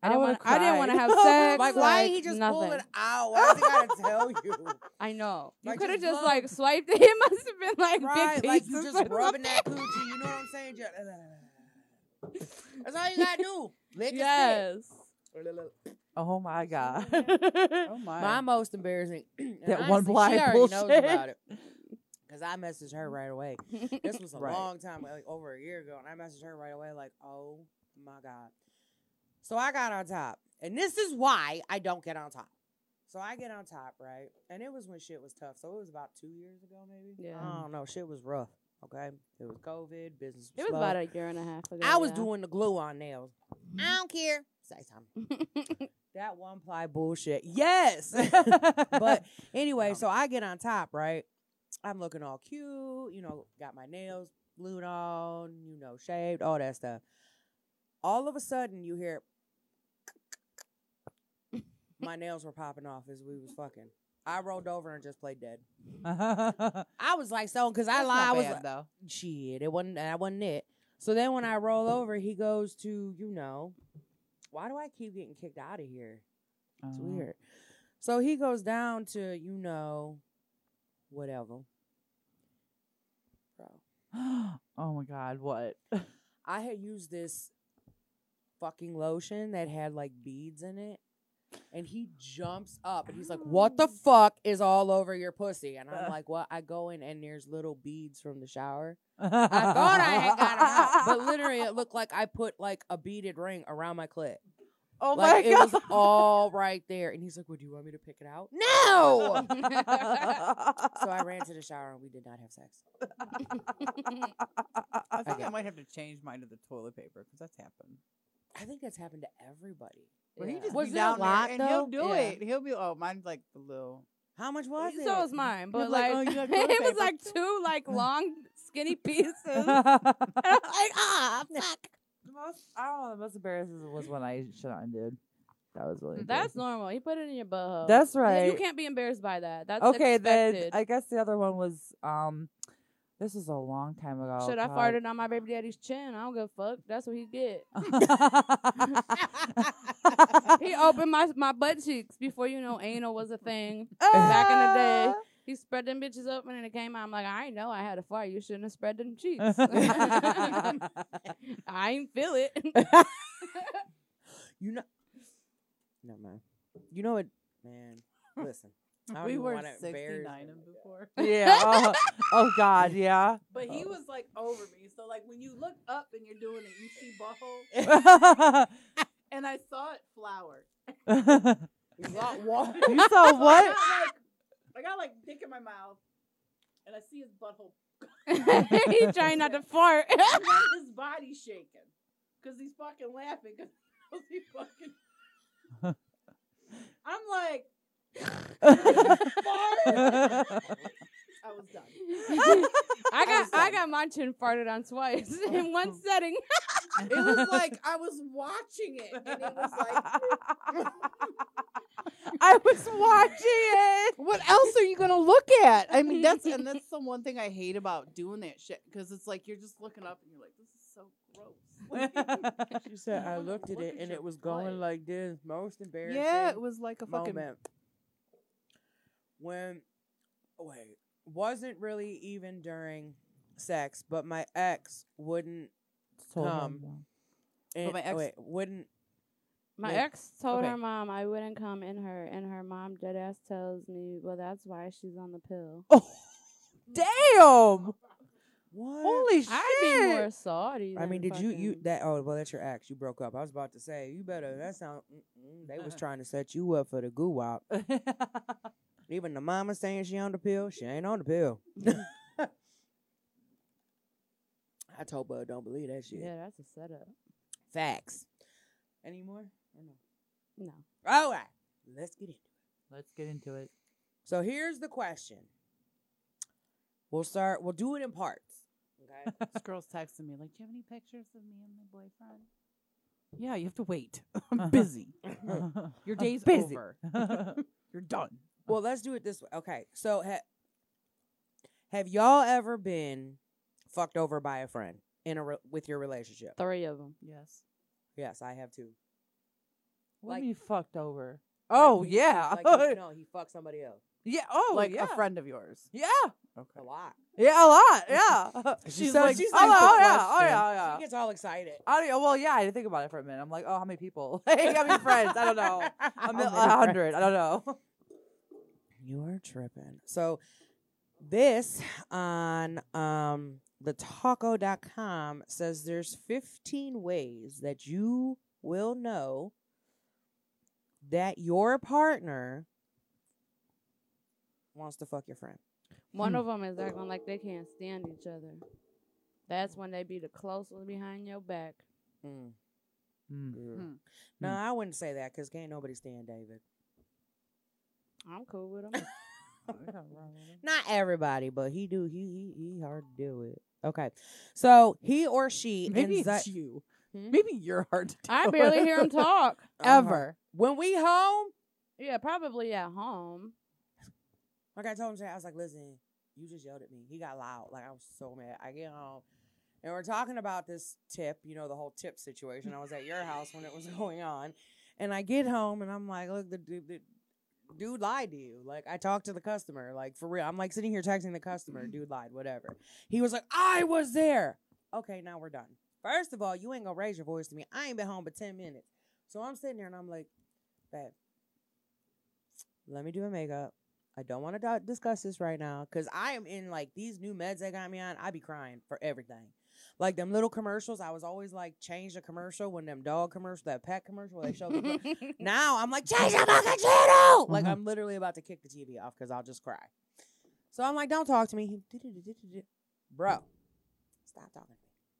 B: I
A: I
B: didn't
A: would've
B: want. I didn't want to
A: cried.
B: have sex.
C: Like, why he just
B: nothing.
C: pull it out? Why does he gotta tell you?
B: I know. You
C: Like,
B: could have
C: just
B: just
C: love.
B: like swiped it. It must have been like
C: Right,
B: big
C: like you
B: pieces
C: just
B: or
C: rubbing that coochie. You know what I'm saying? Just, that's all you gotta do. Lick
B: something.
C: his
B: Yes.
C: dick.
A: Oh my god.
E: Oh my.
C: My most embarrassing. and
A: That one
C: honestly,
A: blind
C: she already knows
A: bullshit.
C: about it. Cause I messaged her right away. This was a
A: Right.
C: long time, like over a year ago, and I messaged her right away, like, "Oh my god." So I got on top, and this is why I don't get on top. So I get on top, right? And it was when shit was tough. So it was about two years ago, maybe.
B: Yeah.
C: I don't know. Shit was rough. Okay. It was COVID. Business. Was
B: It was
C: slow.
B: about a year and a half ago.
C: I was
B: yeah.
C: doing the glue on nails.
D: I don't care.
C: Say something. That one ply bullshit. Yes.
A: but
C: but anyway, so I get on top, right? I'm looking all cute, you know, got my nails glued on, you know, shaved, all that stuff. All of a sudden, you hear my nails were popping off as we was fucking. I rolled over and just played dead. I was like, so because I lied, I was like,
E: though.
C: shit, it wasn't that wasn't it. So then when I roll over, he goes to, you know, why do I keep getting kicked out of here? It's weird. So he goes down to, you know, whatever. Bro.
A: oh my god, what?
C: I had used this fucking lotion that had like beads in it. And he jumps up and he's like, What the fuck is all over your pussy? And I'm
A: Uh.
C: like, What? I go in and there's little beads from the shower. I thought I had got 'em out, but literally it looked like I put like a beaded ring around my clit.
A: Oh
C: like
A: my
C: it
A: god.
C: was all right there. And he's like, Well, do you want me to pick it out? No. so I ran to the shower and we did not have sex.
E: I think
C: Okay.
E: I might have to change mine to the toilet paper because that's happened.
C: I think that's happened to everybody.
E: Where he
B: Yeah.
E: just
C: Was
E: be
C: it a
E: down
C: lot,
E: there and he'll
C: though?
E: do
B: Yeah.
E: it. He'll be oh mine's like the little
C: How much was it?
B: so was mine, but like,
E: like, oh, you got toilet
B: it was
E: paper.
B: like two like long skinny pieces.
D: Like, ah, fuck.
A: The most, I don't know. The most embarrassing was when I shit on dude. That was really.
B: That's
A: embarrassing.
B: normal. You put it in your butthole.
A: That's
B: You- You
A: right.
B: can't be embarrassed by that. That's
A: okay. Then
B: expected.
A: I guess the other one was um, this was a long time ago.
B: Should I
A: Oh, God.
B: farted on my baby daddy's chin? I don't give a fuck. That's what he get. He opened my my butt cheeks before you know anal was a thing. Back in the day, he spread them bitches open and it came out. I'm like, I know I had a fart. You shouldn't have spread them cheeks. I ain't feel it.
C: You know. No man. You know what, man? Listen, I
A: Ah.
C: don't
E: we
C: even
E: were
C: wanna embarrass
E: 69
C: him.
E: him before. Oh.
A: yeah. Oh, oh God. Yeah.
E: But he was like over me. So like when you look up and you're doing it, you see butthole and I saw it flower.
A: you
C: He's not walking.
A: saw what?
E: I got, like, I got like dick in my mouth and I see his butthole
B: he trying not to fart.
E: and then his body shaking. Cause he's fucking laughing because he fucking I'm like fart. I was done.
B: I got
E: was
B: I
E: done.
B: got my chin farted on twice in one setting.
E: It was like I was watching it and it was like
A: I was watching it.
E: What else are you gonna look at? I mean, that's and that's the one thing I hate about doing that shit because it's like you're just looking up and you're like, this is so gross.
C: She said, I
E: Look-
C: looked at
E: look
C: it
E: at
C: and
E: your
C: it was going
E: butt.
C: like this. Most embarrassing.
E: yeah, it was like a fucking.
C: moment when wait wasn't really even during sex, but my ex wouldn't Come. and,
E: my ex-
C: wait, wouldn't
B: My
C: Yeah.
B: ex told
C: Okay.
B: her mom I wouldn't come in her, and her mom dead ass tells me, "Well, that's why she's on the pill."
C: Oh,
A: Damn!
C: what?
A: Holy shit!
B: I'd be more salty.
C: I mean,
B: than
C: did you you
B: fucking-
C: that? Oh, well, that's your ex. You broke up. I was about to say you better. That sound. Mm-mm, they was trying to set you up for the goo wop. Even the mama saying she on the pill. She ain't on the pill. I told Bud don't believe that shit.
B: Yeah, that's a setup.
C: Facts. Any more? Or no?
B: No.
C: All right, let's get into it.
A: Let's get into it.
C: So here's the question. We'll start. We'll do it in parts. Okay.
E: This girl's texting me like, "Do you have any pictures of me and my boyfriend?" Yeah, you have to wait. I'm busy.
A: I'm
E: Your day's
A: busy.
E: over. You're done.
C: well, let's do it this way. Okay. So ha- have y'all ever been fucked over by a friend in a re- with your relationship?
B: Three of them.
E: Yes.
C: Yes, I have too.
A: What
C: Like-
A: do you mean fucked over?
C: Like,
A: Oh
C: he- he-
A: yeah,
C: Like, he- no, he fucked somebody else
A: yeah. Oh
E: like
A: yeah.
E: a friend of yours.
A: Yeah,
E: Okay.
C: a lot.
A: yeah, a lot. Yeah.
E: She's like,
C: she's
A: oh,
C: like
A: oh,
C: the
A: yeah, oh
C: question.
A: yeah, oh yeah.
C: She gets all excited.
A: I don't, know- well, yeah, I didn't think about it for a minute. I'm like, oh, how many people? Like, how many friends? I don't know. A mil- a hundred. I don't know.
C: You are tripping. So this on um the taco.com says there's 15 ways that you will know that your partner wants to fuck your friend. Hmm.
B: One of 'em of them is acting like they can't stand each other. That's when they be the closest behind your back.
E: Hmm.
C: No, Mm. I wouldn't say that because can't nobody stand David.
B: I'm cool with them.
C: Not everybody, but he do he he, he hard to deal with. Okay, so he or she
E: Maybe
C: anxi-
E: it's you.
C: Hmm?
E: Maybe you're hard to deal
B: I barely
E: with.
B: hear them talk.
E: ever.
C: when we home
B: Yeah, probably at home.
C: Like I told him today, I was like, listen, you just yelled at me. He got loud. Like I was so mad. I get home. And we're talking about this tip, you know, the whole tip situation. I was at your house when it was going on. And I get home and I'm like, look, the dude, the dude lied to you. Like I talked to the customer, like for real. I'm like sitting here texting the customer, dude lied, whatever. He was like, I was there. Okay, now we're done. First of all, you ain't gonna raise your voice to me. I ain't been home but 10 minutes. So I'm sitting there and I'm like, babe, let me do a makeup. I don't want to discuss this right now because I am in like these new meds they got me on. I be crying for everything. Like them little commercials, I was always like, change the commercial when them dog commercial, that pet commercial, where they show the. now I'm like, change the fucking channel! Like
B: Mm-hmm.
C: I'm literally about to kick the TV off because I'll just cry. So I'm like, don't talk to me. He, Bro, stop talking to me.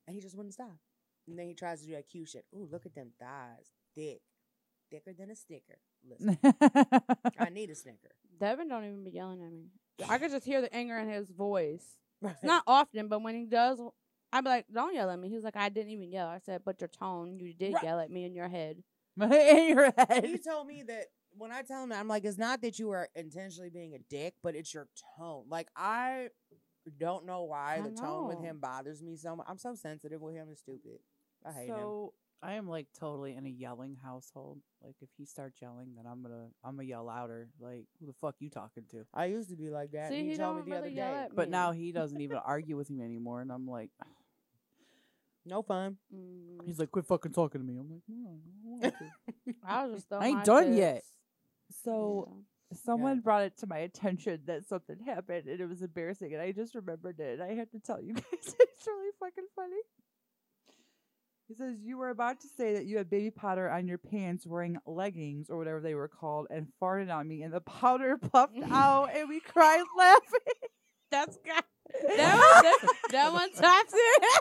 C: And he just wouldn't stop. And then he tries to do that cute shit. Ooh, look at them thighs. Thick. Thicker than a sticker. Listen, I need a snicker.
B: Devin don't even be yelling at me. I could just hear the anger in his voice.
C: Right.
B: It's not often, but when he does, I'd be like, "Don't yell at me." He was like, "I didn't even yell." I said, "But your tone, you did
C: Right.
B: yell at me in your head."
A: In your
C: he
A: head.
C: told me that when I tell him that, I'm like, it's not that you are intentionally being a dick, but it's your tone. Like I don't know why
B: I
C: the tone with
B: know.
C: him bothers me so much. I'm so sensitive with him and stupid. I hate him.
E: so I am like totally in a yelling household. Like if he starts yelling, then I'm gonna I'm gonna yell louder. Like who the fuck you talking to?
C: I used to be like that.
B: See,
C: and he,
B: he
C: told me
B: don't
C: the other
B: really yell
C: day.
B: at
E: But
B: Yeah.
E: now he doesn't even argue with me anymore, and I'm like,
C: No fun.
B: Mm.
E: he's like, quit fucking talking to me. I'm like, no, I don't want to."
B: I was just throwing
A: I ain't
B: my
A: done yet.
B: fits.
A: So someone brought it to my attention that something happened and it was embarrassing and I just remembered it and I had to tell you guys it's really fucking funny. He says you were about to say that you had baby powder on your pants wearing leggings or whatever they were called and farted on me and the powder puffed out and we cried laughing.
B: That's got that one. That, that one tops it.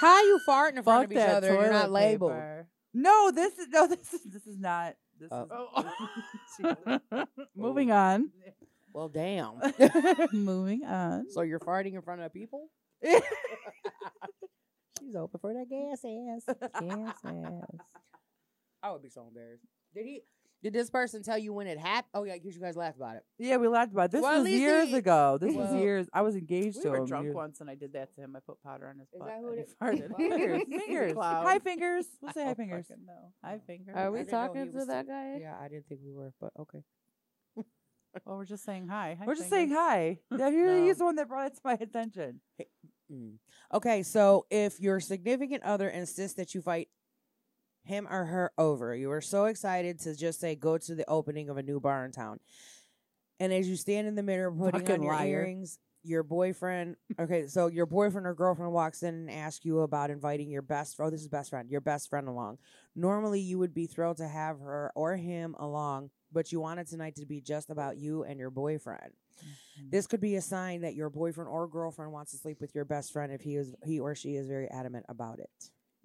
C: How you farting in front of each other and you're not
E: toilet
C: labeled?
E: paper.
A: No, this is no this is this is not this
C: Oh.
A: is moving on.
C: Well, damn.
A: moving on.
C: so you're farting in front of people? She's open for that gas ass. I would be so embarrassed. Did he? Did this person tell you when it happened? Oh yeah, because you guys laughed about it.
A: Yeah, we laughed about it. this
C: Well, at
A: was
C: least
A: years
C: they-
A: ago. This
C: Well,
A: was years. I was engaged
E: We
A: to
E: were
A: him.
E: drunk
A: You-
E: once, and I did that to him. I put powder on his
C: Is
E: butt.
C: that who
E: and
C: it-
E: he farted.
A: Fingers,
E: in the
A: fingers,
E: cloud.
A: high fingers. We'll say
E: I
A: high
E: don't
A: fingers. Oh.
E: fucking know. High fingers.
B: Are
C: I
B: we
C: didn't know he
B: talking to
C: was
B: that guy?
C: Yeah, I didn't think we were, but okay.
E: Well, we're just saying hi. Hi,
A: We're just saying
E: fingers.
A: hi. Yeah, he- he's
C: No.
A: the one that brought it to my attention.
C: Mm. Okay, so if your significant other insists that you fight him or her over, you are so excited to just say go to the opening of a new bar in town. And as you stand in the mirror putting
E: Fucking
C: on your
E: liar.
C: earrings, your boyfriend okay, so your boyfriend or girlfriend walks in and asks you about inviting your best oh, this is best friend, your best friend along. Normally you would be thrilled to have her or him along, but you wanted tonight to be just about you and your boyfriend. This could be a sign that your boyfriend or girlfriend wants to sleep with your best friend if he is he or she is very adamant about it.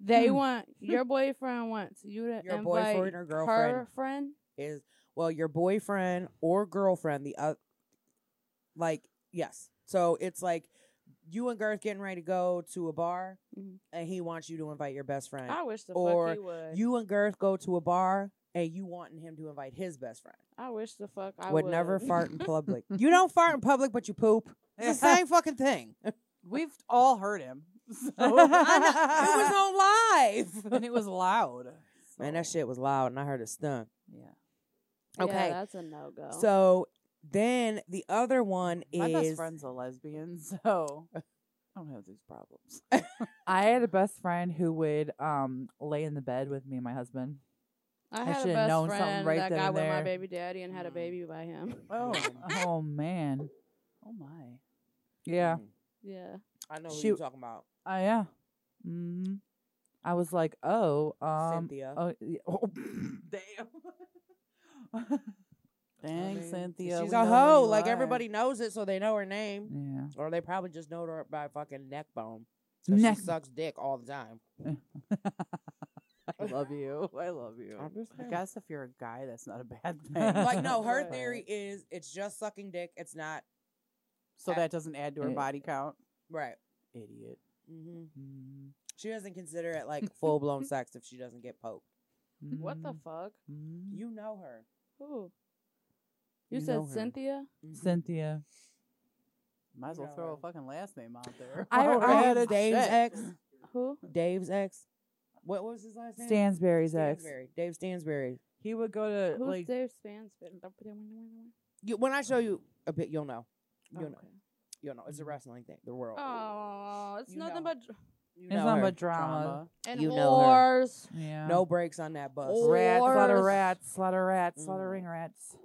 B: They
A: Hmm.
B: want your boyfriend wants you to
C: Your
B: invite
C: boyfriend or girlfriend.
B: her friend.
C: Is well, your boyfriend or girlfriend the uh, like yes. So it's like you and Garth getting ready to go to a bar,
B: Mhm.
C: and he wants you to invite your best friend.
B: I wish the
C: Or
B: fuck he would.
C: You and Garth go to a bar, and you wanting him to invite his best friend.
B: I wish the fuck I
C: would,
B: would,
C: never fart in public. you don't fart in public, but you poop. It's the same fucking thing. It
E: We've all heard him. So.
C: was on live.
E: and it was loud.
C: Man, that shit was loud and I heard it stunk.
A: Yeah.
C: Okay.
B: that's a no go.
C: So then the other one
E: My best
C: is
E: friend's a lesbian, so I don't have these problems.
A: I had a best friend who would um lay in the bed with me and my husband.
B: I
A: I
B: had a
A: should've
B: best
A: known something
B: friend
A: right
B: that
A: then
B: got
A: and
B: with my
A: there.
B: baby daddy and had a
E: Mm.
B: baby by him.
E: Oh,
A: oh man.
E: oh my.
A: Yeah.
C: Mm,
B: yeah.
C: I know who
A: She-
C: you're talking about.
A: Uh, yeah. hmm I was like, oh, um,
C: Cynthia.
A: oh, y- oh, damn.
E: Dang,
C: I mean,
E: Cynthia.
C: She's
E: we
C: a
E: know where
C: hoe.
E: you
C: Like
E: are.
C: everybody knows it, so they know her name.
A: yeah.
C: Or they probably just know her by fucking neck bone. 'cause
A: Neck-
C: She sucks dick all the time.
A: I love you. I love you.
E: I guess if you're a guy, that's not a bad thing.
C: Like no, her
E: But-
C: theory is it's just sucking dick. It's not
E: So that doesn't add to her
A: Eh.
E: body count.
C: right.
E: Idiot.
C: Mm-hmm.
A: Mm,
C: She doesn't consider it like full blown sex if she doesn't get poked.
B: What the
A: mm,
B: fuck?
A: mm.
C: You know her.
B: Who? You,
C: You know
B: said
C: her.
B: Cynthia?
A: Cynthia.
E: Might as
C: You
E: well
C: know
E: throw
C: her.
E: a fucking last name out there.
A: I-
E: While we're
A: I-
E: at it,
C: Dave's
E: shit.
C: ex.
B: Who?
C: Dave's ex. What, what was his last name?
A: Stansberry's ex.
C: Stansberry. Dave Stansberry.
A: He would go to
B: Who's
A: like
B: Dave Stansberry?
C: You, when I show you a bit, you'll know. You'll know.
B: Okay.
C: You'll know. It's
A: Oh.
C: a wrestling thing. The world.
B: Oh, it's
C: You
B: nothing
C: know
B: but dr-
C: You
A: it's
C: know
A: not
C: her.
A: but drama.
B: and
C: You know her.
B: whores.
A: Yeah.
C: No breaks on that bus.
B: Oh.
A: Rats, lot of
B: Whores.
A: rats, lot of rats, lot of
C: Mm.
A: ring rats.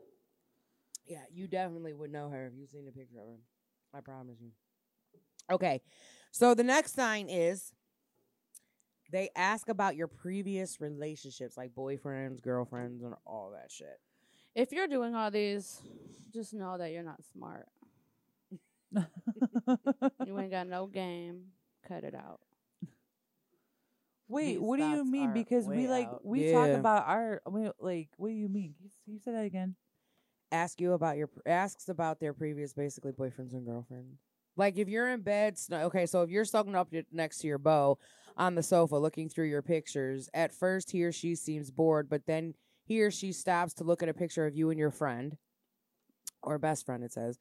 C: Yeah, you definitely would know her if you've seen a picture of her. I promise you. Okay, so the next sign is they ask about your previous relationships, like boyfriends, girlfriends, and all that shit.
B: If you're doing all these, just know that you're not smart. You ain't got no game. Cut it out.
A: Wait,
E: These
A: what do you
E: thoughts
A: mean?
E: are
A: Because we
E: way
A: like
E: out.
A: we talk
C: Yeah.
A: about our we, like. What do you mean? You, s- you said that again.
C: Ask you about your asks about their previous, basically boyfriends and girlfriends. Like if you're in bed, sn- okay, so if you're snuggled up y- next to your beau on the sofa, looking through your pictures, at first he or she seems bored, but then he or she stops to look at a picture of you and your friend. or best friend, it says,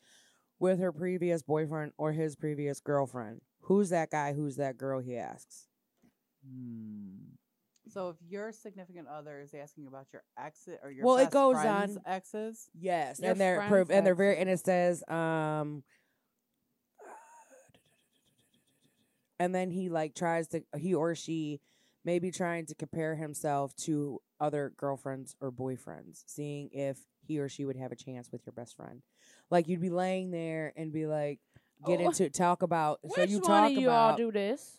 C: with her previous boyfriend or his previous girlfriend. Who's that guy? Who's that girl? He asks.
A: Hmm.
E: So if your significant other is asking about your exit or your
C: Well, it
E: best
C: goes
E: friend's
C: on.
E: exes,
C: Yes,
B: Your
C: and they're
B: friend
C: prov- and they're
B: said
C: very
B: so.
C: and it says um. And then he like tries to he or she maybe trying to compare himself to other girlfriends or boyfriends, seeing if he or she would have a chance with your best friend. Like you'd be laying there and be like, get
B: Oh,
C: into talk about. so
B: Which
C: you
B: one
C: talk
B: of you
C: about
B: all do this?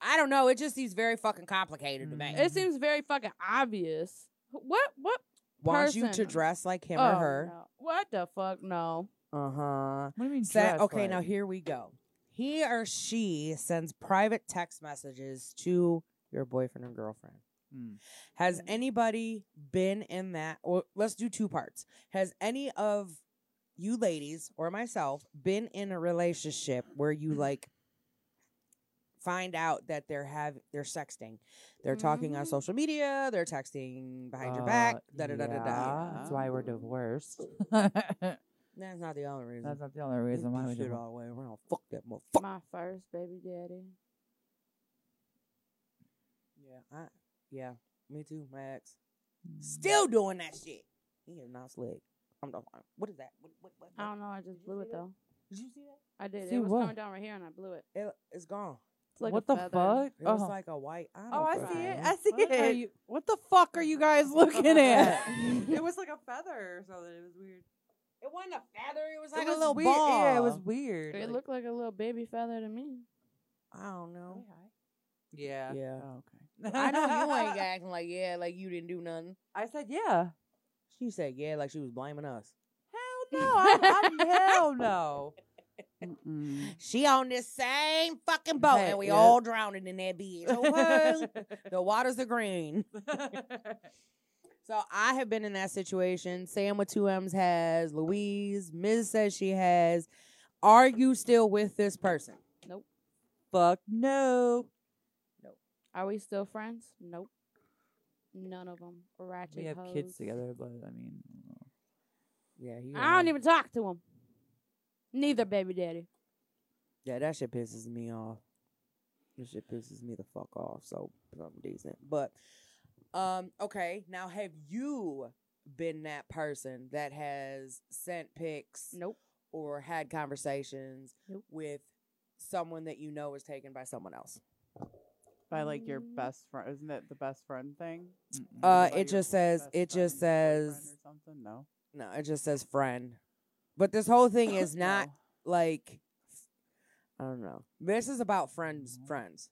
C: I don't know. It just seems very fucking complicated to me.
A: Mm.
B: It seems very fucking obvious. What? What?
C: Wants you to
B: person.
C: dress like him or
B: oh,
C: her.
B: no. What the fuck? No.
C: Uh huh.
A: What do you mean? dress
C: okay, now
A: like?
C: here we go. He or she sends private text messages to your boyfriend or girlfriend.
A: Mm.
C: Has
B: Mm.
C: anybody been in that? Or let's do two parts. Has any of you ladies or myself been in a relationship where you like find out that they're have they're sexting, they're talking on
B: Mhm.
C: social media, they're texting behind your back,
A: Mm-hmm. Uh,
C: da da da da da.
A: yeah, That's why we're divorced. That's
C: That's not the only reason.
A: not the only reason why
C: This
A: we're
C: shit
A: divorced.
C: all the way around. Fuck that motherfucker.
B: My first baby daddy.
C: Yeah, I, yeah, me too. My ex
A: Mm.
C: still doing that shit. He is not slick. I'm not. What is that? What, what, what,
B: I
C: what?
B: don't know. I just
C: you
B: blew
C: see
B: it
C: that?
B: though.
C: Did you see that?
B: I did.
A: See
B: it was
A: what?
B: coming down right here, and I blew it.
C: It, it's gone.
B: It's like a
A: what the
B: feather.
A: fuck?
C: It
A: Oh,
C: was like a white. Uh-huh. I
A: oh, I
C: don't
A: see it.
C: fucking know.
A: I see
E: what, are
A: it.
E: you, what the fuck are you guys looking at?
A: it was like a feather or something. It was weird.
C: It wasn't a feather. It was
A: It
C: like
A: was
C: a little
A: weird.
C: ball.
A: Yeah, it was weird.
B: It
A: like-
B: looked like a little baby feather to me.
C: I don't know.
A: Yeah.
C: "Oh, Yeah.
E: Oh, okay.
C: I know you ain't acting like yeah, like you didn't do nothing.
A: I said yeah.
C: She said yeah, like she was blaming us.
A: Hell no. I'm, I'm hell no.
E: Mm-mm.
C: She on this same fucking boat,
A: Hey,
C: and we
A: yep.
C: all drowning in that bitch. Oh, Okay, the waters are green. So I have been in that situation. Sam with two M's has. Louise, Miz says she has. Are you still with this person?
A: Fuck no.
B: Are we still friends? Nope. None of them. Ratchet.
A: We have
B: hoes.
A: kids together, but I mean,
C: Yeah,
B: I don't even talk to them. Neither baby daddy.
C: Yeah, that shit pisses me off. This shit pisses me the fuck off. So something decent, but Um, okay. Now have you been that person that has sent pics
B: Nope.
C: or had conversations
B: Nope.
C: with someone that you know was taken by someone else?
E: By like your
B: Mm.
E: best friend, isn't it the best friend thing?
A: Mm-mm.
C: Uh,
E: By your
C: it just says
E: best
C: it just
E: friend,
C: says
E: boyfriend or something. No,
C: no, it just says friend. But this whole thing is not
E: No.
C: like I don't know. This is about friends.
B: Mm-hmm.
A: Mhm.
C: Friends.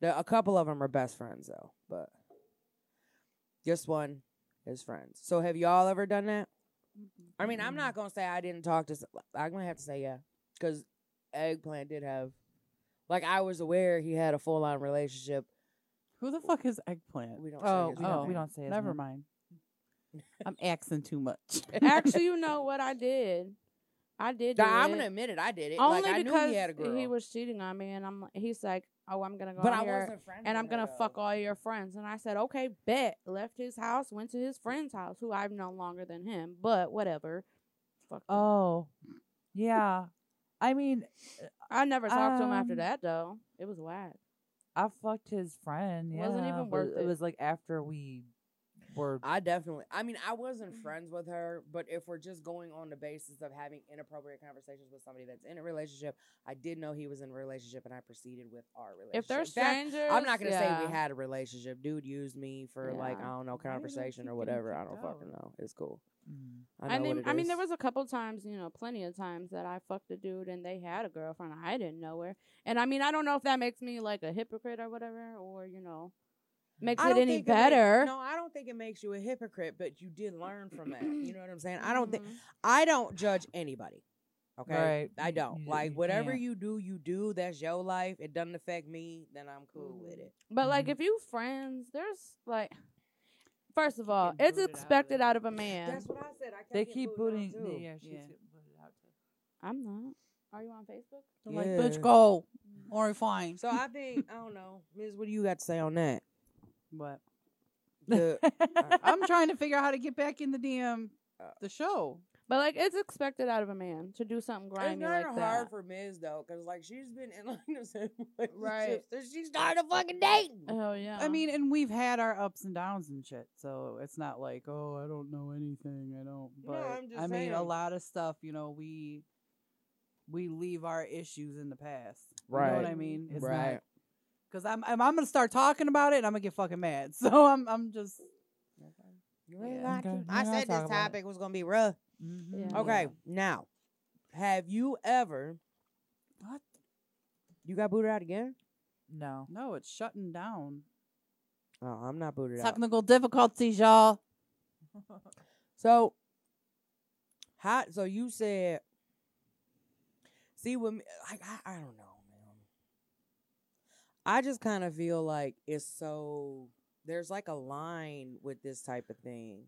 C: There, a couple of them are best friends though, but this one is friends. So have y'all ever done that? I mean,
B: Mm-hmm.
C: I'm not gonna say I didn't talk to. s- I'm gonna have to say yeah, because eggplant did have. Like I was aware he had a full on relationship.
E: Who the fuck is eggplant?
C: We don't.
A: Oh,
C: say his
A: we
C: name.
A: don't, we don't say his
E: Never
A: name.
E: mind. I'm axing too much.
B: Actually, you know what I did? I did. Do
C: Nah, I'm
B: it.
C: gonna admit it. I did it.
B: only
C: like I knew
B: because
C: he had a girl,
B: was cheating on me, and I'm. like- He's like, oh, I'm gonna go.
C: but
B: out
C: I
B: here
C: wasn't friends. with
B: and I'm
C: her,
B: gonna
C: though.
B: fuck all your friends. And I said, okay, bet. Left his house, went to his friend's house, who I've known longer than him, but whatever. Fuck. him.
A: Oh, yeah. I mean,
B: I never talked to him after
A: um,
B: that though. It was whack.
A: I fucked his friend. Yeah,
B: Wasn't even
A: but
B: worth it.
A: It was like after we were.
C: I definitely. I mean, I wasn't
B: Mm-hmm.
C: friends with her, but if we're just going on the basis of having inappropriate conversations with somebody that's in a relationship, I did know he was in a relationship, and I proceeded with our relationship.
B: If they're
C: That-
B: strangers,
C: I'm not gonna say
B: yeah.
C: we had a relationship. Dude used me for like I
B: Yeah.
C: don't know
E: did I
C: conversation
E: keep
C: or
E: getting
C: whatever. I
E: kicked
C: don't fucking know. It's cool.
A: Mm.
C: I
B: I
C: know what
B: mean,
C: it
B: I mean, there
C: is.
B: was a couple times, you know, plenty of times that I fucked a dude and they had a girlfriend. I didn't know her, and I mean, I don't know if that makes me like a hypocrite or whatever, or you know, makes
C: I
B: it
C: don't
B: any
C: think it make-
B: better.
C: no, I don't think it makes you a hypocrite, but you did learn from that. You know what I'm saying? I don't think
B: Mhm.
C: I don't judge anybody. Okay,
A: Right.
C: I
A: You-
C: don't
A: you-
C: like
A: you
C: whatever
A: can't.
C: you do. You do. That's your life. It doesn't affect me. Then I'm cool with
B: Mhm.
C: it.
B: But like,
A: Mhm.
B: if you friends, there's like, first of all,
E: Getting
B: it's
E: booted out of
B: expected
E: there.
B: out of a man.
C: That's what I said. I kept
A: They
C: getting
A: keep booting.
C: booted out, too.
A: Yeah, she's
E: Yeah.
A: getting booted out too.
B: I'm not. Are you on Facebook?
E: I'm like,
C: Yeah.
E: bitch, go.
A: Mm.
E: Or fine.
C: So I think I don't know, Ms. What do you got to say on that?
E: What?
C: The- uh,
E: I'm trying to figure out how to get back in the damn
A: Uh,
E: the show.
B: But like, it's expected out of a man to do something
C: It's
B: grimy
C: kind
B: like
C: of
B: that.
C: hard for Miz though, because like she's been in like the same relationship
B: Right.
C: since she started fucking dating.
B: oh yeah.
E: I mean, and we've had our ups and downs and shit, so it's not like, oh, I don't know anything. I don't.
C: No,
E: But
C: I'm just
E: I mean, a
C: saying.
E: lot of stuff. You know, we we leave our issues in the past. You know what I
B: Right.
E: mean? It's
C: Right.
E: Because I'm, I'm I'm gonna start talking about it, and I'm gonna get fucking mad. So I'm I'm just.
C: You really
B: Yeah.
C: got to?
A: Okay.
C: I
A: Yeah, I'll
C: said
A: talk
C: this
A: about it.
C: topic was gonna be rough.
A: Mhm.
B: Yeah.
C: Okay, now, have you ever?
E: What?
C: You got booted out again?
A: No.
E: No, it's shutting down.
C: Oh, I'm not booted out.
E: Technical difficulties, y'all.
C: So, how? So you said, see, when like I, I don't know, man. I just kind of feel like it's so there's like a line with this type of thing,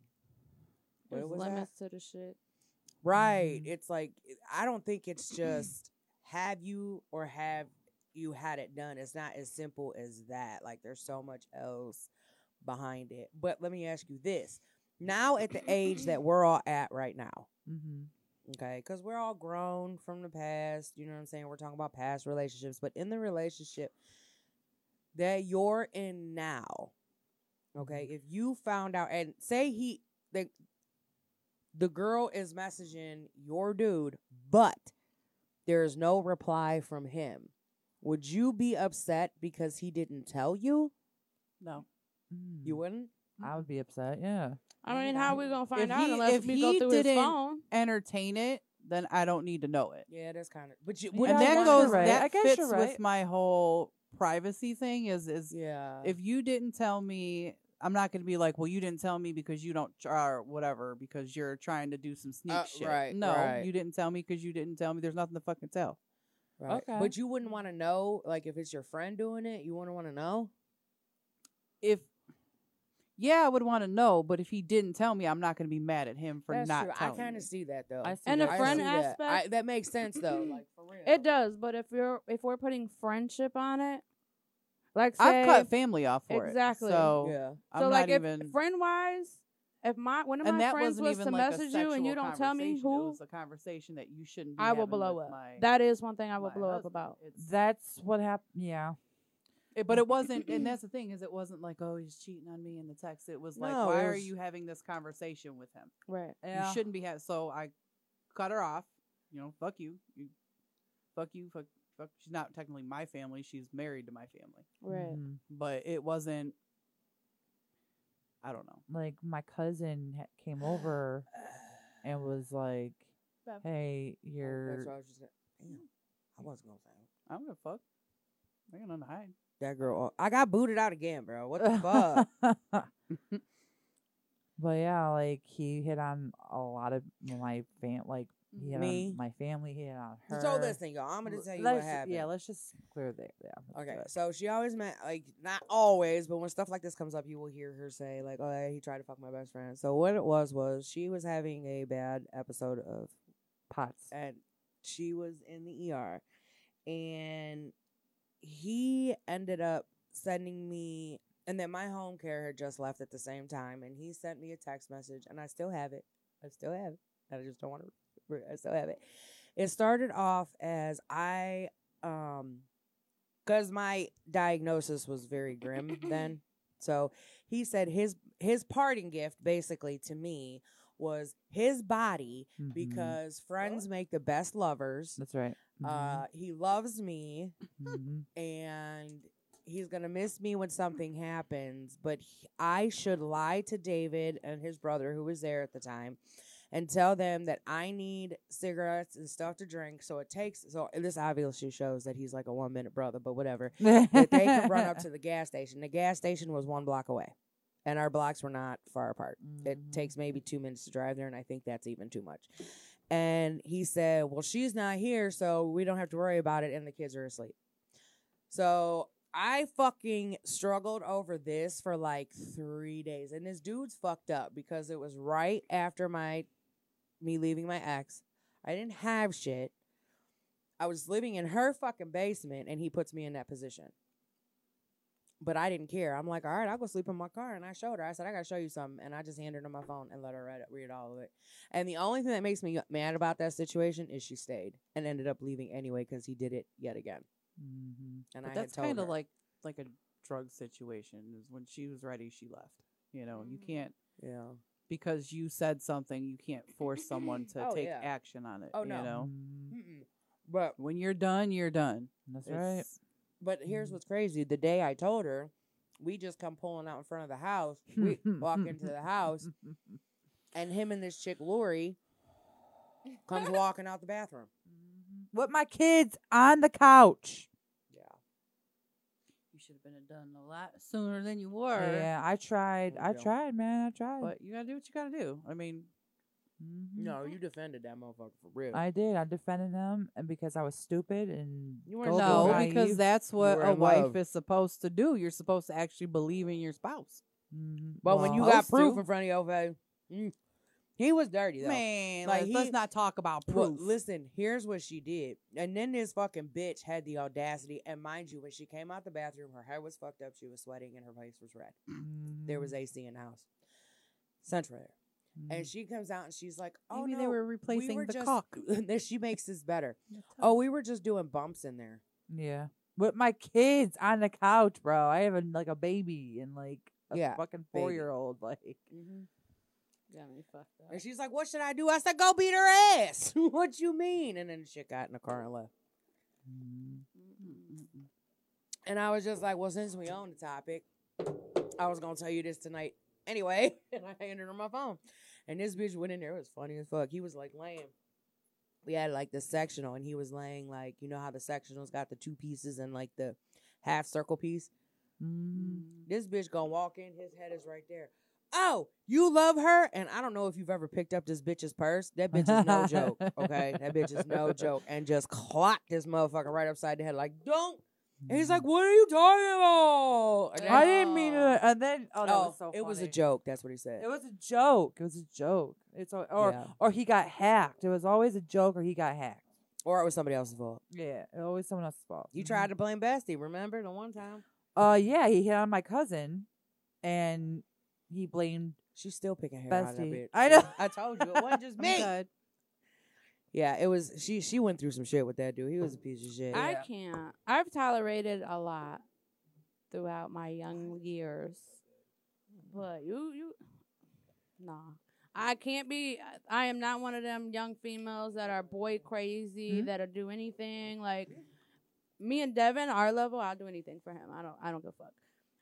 C: What
B: there's
C: was that?
B: limits to the shit.
C: right?
A: Mhm.
C: It's like I don't think it's just have you or have you had it done. It's not as simple as that. Like there's so much else behind it. But let me ask you this: now at the age that we're all at right now.
A: Mhm.
C: Okay, because we're all grown from the past. You know what I'm saying? We're talking about past relationships, but in the relationship that you're in now, okay,
E: Mm-hmm.
C: if you found out and say he the the girl is messaging your dude, but there is no reply from him, would you be upset because he didn't tell you?
E: No.
A: Mm.
E: Mm-hmm.
C: You wouldn't.
A: I would be upset. Yeah.
B: I
C: Maybe
B: mean,
C: that-
B: how are we gonna find out
E: he-
B: unless
E: if
B: we go
E: he
B: through his
E: didn't-
B: phone?
E: Entertain it, then I don't need to know it.
C: Yeah, that's kind of. But you,
A: Yeah,
C: would
E: and
A: I
E: that
A: guess
E: goes
A: you're right. I
E: that
A: guess
E: fits
A: you're
E: with
A: right.
E: my whole privacy thing is is
C: yeah.
E: if you didn't tell me I'm not going to be like, well, you didn't tell me because you don't or whatever because you're trying to do some sneak
C: Uh,
E: shit.
C: right,
E: no,
C: right.
E: you didn't tell me because you didn't tell me. There's nothing to fucking tell.
C: Right.
A: Okay.
C: But you wouldn't want to know, like, if it's your friend doing it, you wouldn't want to know.
E: If yeah, I would want to know, but if he didn't tell me, I'm not going to be mad at him for
C: That's
E: not
C: true. I
E: telling.
C: kind
E: me.
C: of see that though.
A: I see
B: And a
A: that.
C: I
B: friend
C: see that. I-
B: aspect-
C: that makes sense though. Like for real.
B: It does, but if you're if we're putting friendship on it, like say,
E: I've cut family off for
B: Exactly.
E: it.
A: Oh.
E: So
C: Yeah.
E: I'm
B: so
E: not
B: like if
E: even.
B: friend wise, if my one of
E: and
B: my
E: that
B: friends
E: wasn't
B: was
E: even
B: to
E: like a
B: message you and you
E: sexual
B: don't tell me
E: conversation. It
B: who,
E: was a conversation that you shouldn't. Be
B: I will
E: having
B: blow
E: with
B: up.
E: my-
B: That is one thing I will
E: my
B: blow up
E: husband.
B: about.
E: It's-
A: That's what happened. Yeah.
E: It- Eh, but it wasn't, and that's the thing is, it wasn't like, oh, he's cheating on me in the text. It was like,
C: No, it
E: why are
C: was-
E: you having this conversation with him?
B: Right.
A: Yeah.
E: You shouldn't be having. So I cut her off. You know, fuck you. You, fuck you. Fuck. Fuck. She's not technically my family. She's married to my family,
B: Right.
A: Mhm.
E: but it wasn't. I don't know.
A: Like my cousin ha- came over and was like,
E: Bev.
A: "Hey,
C: That's what
A: you're
C: I was just gonna. Damn, I wasn't gonna say. it.
E: I'm gonna fuck. I got nothing to hide.
C: That girl, uh, I got booted out again, bro. What the fuck?
A: but yeah, like he hit on a lot of my fam, like he hit
C: Me?
A: on my family, he hit on her.
C: So listen, y'all, I'm gonna
A: L-
C: tell you
A: let's
C: what
A: ju-
C: happened.
A: Yeah, let's just clear the yeah. let's do
C: Okay,
A: it.
C: so she always meant like not always, but when stuff like this comes up, you will hear her say like, "Oh, yeah, he tried to fuck my best friend." So what it was was she was having a bad episode of,
A: pots.
C: and she was in the ER, and he ended up sending me, and then my home care had just left at the same time, and he sent me a text message, and I still have it. I still have it. I just don't want to. I still have it. It started off as I um because my diagnosis was very grim then so he said his his parting gift basically to me was his body
A: Mhm.
C: because friends make the best lovers
A: that's right.
C: uh he loves me
A: Mhm.
C: and he's gonna miss me when something happens. But he- I should lie to David and his brother, who was there at the time, and tell them that I need cigarettes and stuff to drink. So it takes. So this obviously shows that he's like a one minute brother, but whatever
A: Mhm.
C: that they could run up to the gas station. The gas station was one block away, and our blocks were not far apart. It
A: Mhm.
C: takes maybe two minutes to drive there, and I think that's even too much. And he said, Well, she's not here, so we don't have to worry about it, and the kids are asleep. So I fucking struggled over this for like three days. And this dude's fucked up because it was right after my me leaving my ex. I didn't have shit. I was living in her fucking basement and he puts me in that position. But I didn't care. I'm like, all right, I'll go sleep in my car. And I showed her. I said, I gotta show you something. And I just handed her my phone and let her read, it, read all of it. And the only thing that makes me mad about that situation is she stayed and ended up leaving anyway because he did it yet again.
A: Mhm.
C: And I
E: But
C: had
E: that's
C: told
E: kind
C: her.
E: of like like a drug situation. Is when she was ready, she left. You know, you
B: Mhm.
E: can't
C: yeah.
E: because you said something, you can't force someone to
C: Oh,
E: take
C: yeah.
E: action on it.
C: Oh,
E: you
C: no.
E: know,
A: Mhm.
C: Mm-mm. But
E: when you're done, you're done.
A: That's right.
E: It's-
C: but here's
E: Mm-hmm.
A: Mhm.
C: what's crazy. The day I told her, we just come pulling out in front of the house. We walk into the house,
A: Mm-hmm.
C: and him and this chick Lori comes walking out the bathroom.
A: with my kids on the couch.
C: Yeah.
E: You should have been done a lot sooner than you were.
A: Yeah, I tried.
C: There
A: I
C: you go.
A: tried, man. I tried.
E: But you gotta do what you gotta do. I mean,
A: Mhm.
C: No, you defended that motherfucker for real.
A: I did. I defended him, and because I was stupid and
C: You weren't
A: gullible
E: no,
C: Well,
A: and
E: because
A: naive.
E: that's what
C: were
E: a
C: in
E: wife
C: love.
E: is supposed to do. You're supposed to actually believe in your spouse.
A: Mhm.
C: but when you
A: Well,
C: got
E: supposed
C: proof
E: to.
C: in front of your face, mm, he was dirty though.
E: Man,
C: Like,
E: let's, let's
C: he-
E: not talk about proof.
C: Well, listen, here's what she did. And then this fucking bitch had the audacity. And mind you, when she came out the bathroom, her hair was fucked up. She was sweating and her face was red.
A: mm-hmm.
C: There was AC in the house. Central air. And
A: Mhm.
C: she comes out and she's like, oh,
E: Maybe
C: no,
E: they were
C: we
E: replacing
C: Mm. were
E: the
C: just-
E: cock.
C: then she makes this better. Oh, we were just doing bumps in there.
A: yeah, with my kids on the couch, bro. I have a, like a baby and like a
C: Yeah,
A: fucking
C: baby.
A: four year old. Like
B: Got me fucked up.
C: And she's like, what should I do? I said, go beat her ass. what you mean? And then the shit got in the car and left. Mm. And I was just like, well, since we own the topic, I was gonna tell you this tonight anyway. And I handed her my phone. And this bitch went in there. It was funny as fuck. He was like laying. We had like the sectional, and he was laying like you know how the sectionals got the two pieces and like the half circle piece.
A: Mm.
C: This bitch gonna walk in. His head is right there. Oh, you love her, and I don't know if you've ever picked up this bitch's purse. That bitch is no joke. Okay, that bitch is no joke, and just clocked this motherfucker right upside the head. Like, don't and he's like, "What are you talking about?" And
A: Mm-hmm. I
C: then-
A: didn't mean it. And then, oh, that
C: Oh,
A: was so
C: it was a
A: funny.
C: joke. That's what he said.
A: It was a joke. It was a joke. It's al- or
C: Yeah.
A: or he got hacked. It was always a joke or he got hacked.
C: or it was somebody else's fault.
A: Yeah, it always someone else's fault. Mm-hmm.
C: You tried to blame Bestie. Remember the one time
A: Uh, yeah, he hit on my cousin, and he blamed.
C: she's still picking hair out of that
A: Bestie.
C: bitch.
A: I know.
C: I told you it wasn't just
E: Me.
C: me. Yeah, it was. She she went through some shit with that dude. He was a piece of shit.
B: I can't. I've tolerated a lot. throughout my young years. But you, you, nah. I can't be. I- I am not one of them young females that are boy crazy
A: Mhm.
B: that'll do anything. Like me and Devin, our level, I'll do anything for him. I don't. I don't give a fuck.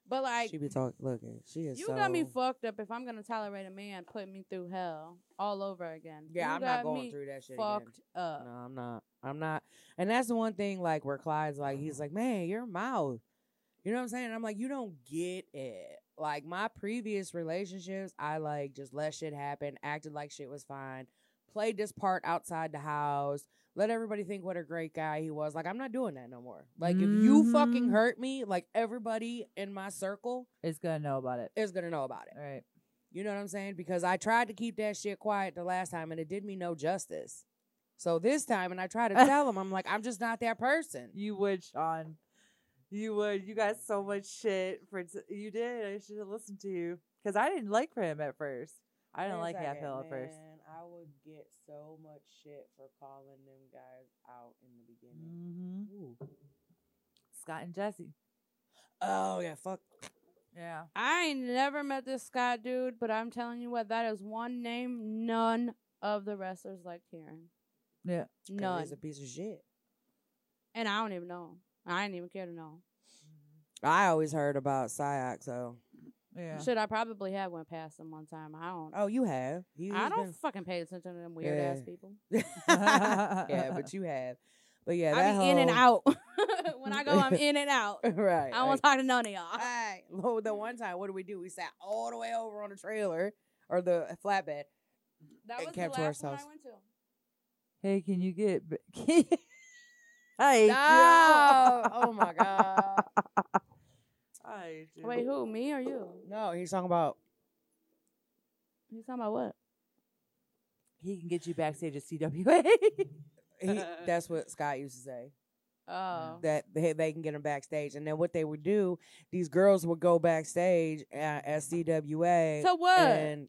B: But like
C: she be talking. Looking, she is.
B: you
C: so,
B: got me fucked up if I'm gonna tolerate a man putting me through hell all over again.
C: Yeah,
B: You
C: I'm not
B: got
C: going
B: me
C: through that shit. again.
B: Fucked up.
C: No, I'm not. I'm not. And that's the one thing, like, where Clyde's like, he's like, man, your mouth. You know what I'm saying? And I'm like, you don't get it. Like, my previous relationships, I like just let shit happen, acted like shit was fine, played this part outside the house, let everybody think what a great guy he was. Like, I'm not doing that no more. Like, if you fucking
A: Mhm.
C: hurt me, like, everybody in my circle
A: is gonna know about it.
C: is gonna know about it.
A: All right.
C: You know what I'm saying? Because I tried to keep that shit quiet the last time and it did me no justice. So this time, and I try to tell him, I'm like, I'm just not that person.
A: You would, Sean. You would. You got so much shit for. T- you did. I should have listened to you because I didn't like for him at first. I didn't like Half Hill at first.
C: I would get so much shit for calling them guys out in the beginning.
A: hmm Scott and Jesse.
C: Oh yeah, fuck.
A: Yeah.
B: I ain't never met this Scott dude, but I'm telling you what, that is one name none of the wrestlers like hearing.
A: Yeah.
C: 'Cause
B: None.
C: he's a piece of shit.
B: and I don't even know. 'em. I didn't even care to know.
C: I always heard about Psyoc, so
A: Yeah.
B: Should I probably have went past them one time? I don't.
C: oh, you have. You
B: I don't fucking pay attention to them weird
C: Yeah.
B: ass people.
C: yeah, but you have. But yeah,
B: I
C: that
B: be in and
C: whole-
B: out. when I go, I'm in and out.
C: right.
B: I don't want
C: right.
B: to talk to none of y'all.
C: Right. Well, the one time, what did we do? We sat all the way over on the trailer or the flatbed.
B: That
C: And
B: was the
C: kept
B: last
C: to
B: one
C: ourselves.
B: I went to.
A: hey, can you get? b- Can I
C: No! oh my god.
A: I do.
B: Wait, who? Me or you?
C: No, he's talking about.
B: You talking about what?
A: He can get you backstage at CWA.
C: He, that's what Scott used to say.
B: Oh,
C: That they, they can get him backstage, and then what they would do, these girls would go backstage at, at CWA
B: so what?
C: and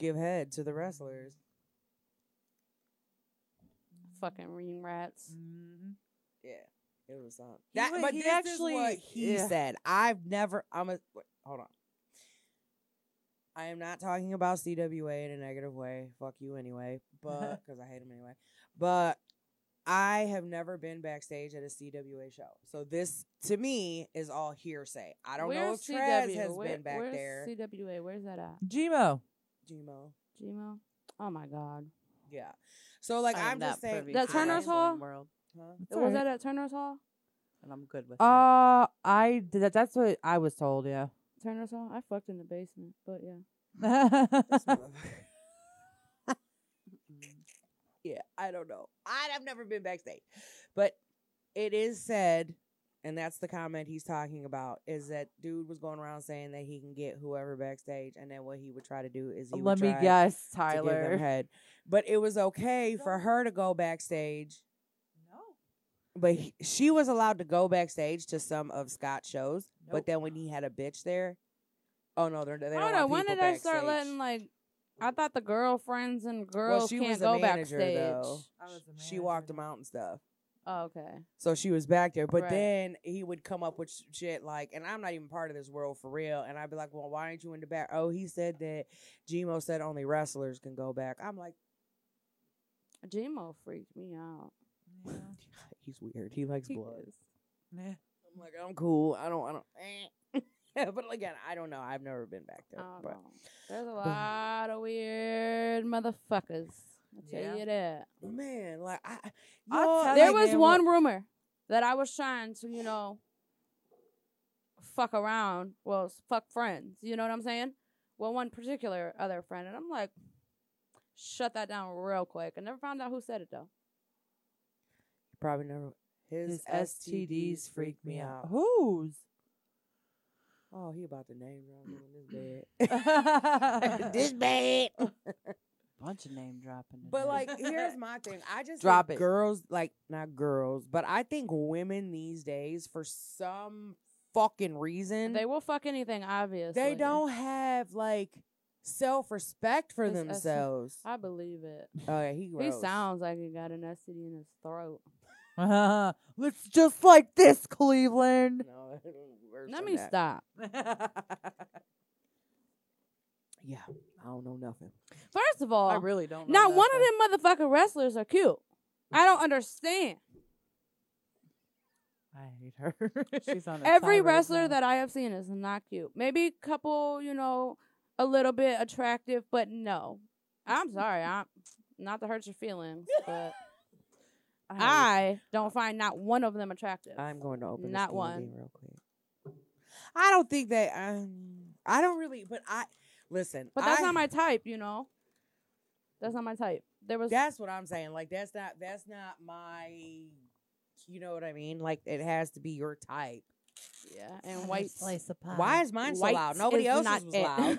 C: give head to the wrestlers.
B: Fucking ring rats.
A: Mhm.
C: Yeah, it was something.
A: He
C: That,
A: wa-
C: but
A: he
C: this
A: actually-
C: is what he
A: yeah.
C: said. I've never. I'm a. Wait, hold on. I am not talking about CWA in a negative way. Fuck you anyway, but because I hate him anyway. But I have never been backstage at a CWA show, so this to me is all hearsay. I don't know if
B: Where's
C: Trez
B: CW?
C: has
B: Where-
C: been back
B: where's
C: there.
B: CWA, where's that at?
A: Gmo.
C: Gmo.
B: Gmail. Oh my god.
C: Yeah. So like I'm just saying.
B: The
C: I-
B: Turner's Hall?
E: World,
C: Huh?
A: It's
B: was
A: alright.
B: that at Turner's Hall?
E: and I'm good with that.
A: Uh, I did that. That's what I was told. Yeah.
B: Turner's Hall. I fucked in the basement, but yeah.
C: yeah, I don't know. I, I've never been backstage, but it is said, and that's the comment he's talking about is that dude was going around saying that he can get whoever backstage, and then what he would try to do is he
A: Let
C: would
A: me
C: try
A: guess,
C: to give them
A: Tyler.
C: head, but it was okay for her to go backstage. No, but he, she was allowed to go backstage to some of Scott's shows,
A: Nope.
C: but then when he had a bitch there. Oh no! They're, they don't
B: I don't
C: want
B: know. When
C: people
B: did I start
C: backstage.
B: letting like? I thought the girlfriends and girls
C: she
B: can't
C: was a
B: go
C: manager,
B: backstage.
C: though.
A: I was a
C: She walked
A: manager.
C: him out and stuff.
B: Oh, okay.
C: So she was back there. But
B: Right.
C: then he would come up with sh- shit like, and I'm not even part of this world for real. And I'd be like, well, why aren't you in the back? Oh, he said that Gmo said only wrestlers can go back. I'm like,
B: Gmo freaked me out.
C: he's weird. He likes
B: He
C: blood.
B: is.
A: Yeah.
C: I'm like, I'm cool. I don't, I don't. eh." Yeah, but again, I don't know. I've never been back
B: I
C: there.
B: don't
C: But
B: know. There's a lot of weird motherfuckers. I tell
A: Yeah.
B: you that.
C: man, like, I,
A: I'll
C: y'all-
A: tell I
B: there
A: like
B: was
A: that
B: one rumor that I was trying to, you know, fuck around. Well, s- fuck friends. You know what I'm saying? Well, one particular other friend, and I'm like, shut that down real quick. I never found out who said it though.
C: probably never. His,
A: His STDs freak
C: freaked
A: me out. Who's?
C: Oh, he about to name drop me in this bed.
A: Bunch
C: this bad.
A: of name dropping.
C: But like, here's my thing. I just
A: Drop it.
C: think Girls, like not girls, but I think women these days, for some fucking reason,
B: They
C: they,
B: will fuck anything, obviously.
C: don't have like self respect for
B: It's us-
C: themselves.
B: I believe it.
C: oh yeah, he gross.
B: He sounds like he got an STD in his throat.
A: Uh, it's just like this, Cleveland.
C: No, worse than
B: Let me
C: that.
B: stop.
C: Yeah, I don't know nothing.
B: First of all,
A: I really don't. know
B: not
A: that
B: one
A: though.
B: of them motherfucking wrestlers are cute. I don't understand.
A: I hate her.
E: She's on a
B: Every
E: tirade
B: wrestler
E: now.
B: that I have seen is not cute. Maybe a couple, you know, a little bit attractive, but no. I'm sorry. I'm not to hurt your feelings, but I don't find not one of them attractive.
C: I'm going to open
B: Not
C: this
B: one.
C: DVD real quick. I don't think that. Um, I don't really, but I listen.
B: but that's
C: I-
B: not my type, you know. That's not my type. There was
C: That's what I'm saying. Like that's not that's not my. You know what I mean? Like it has to be your type.
B: yeah, and white
D: slice of pie.
C: Why is mine so loud?
B: Uh, Whites
C: Nobody
B: is
C: else
B: not
C: was
B: it.
C: loud.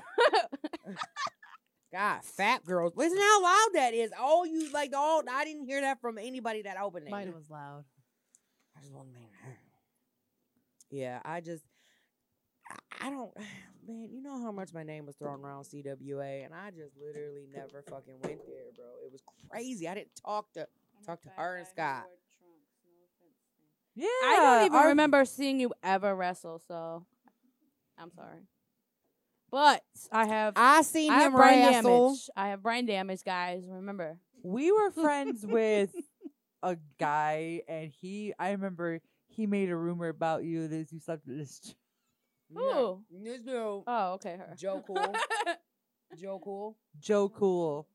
C: God, fat girls. Listen how loud that is. All you like all I didn't hear that from anybody that opened it.
E: Mine was loud.
C: I just want to make Yeah, I just I- I don't man, you know how much my name was thrown around CWA and I just literally never fucking went there, bro. It was crazy. I didn't talk to Talk to her and Scott.
A: yeah.
B: I don't even
A: our-
B: remember seeing you ever wrestle, so I'm sorry. But I have
C: I seen
B: I have
C: him
B: brain
C: wrestle.
B: damage. I have brain damage, guys. Remember.
A: We were friends with a guy, and he. I remember he made a rumor about you that you slept with this. ch-
B: Who?
C: Yeah. This dude,
B: Oh, okay, her.
C: Joe Cool. Joe Cool.
A: Joe Cool.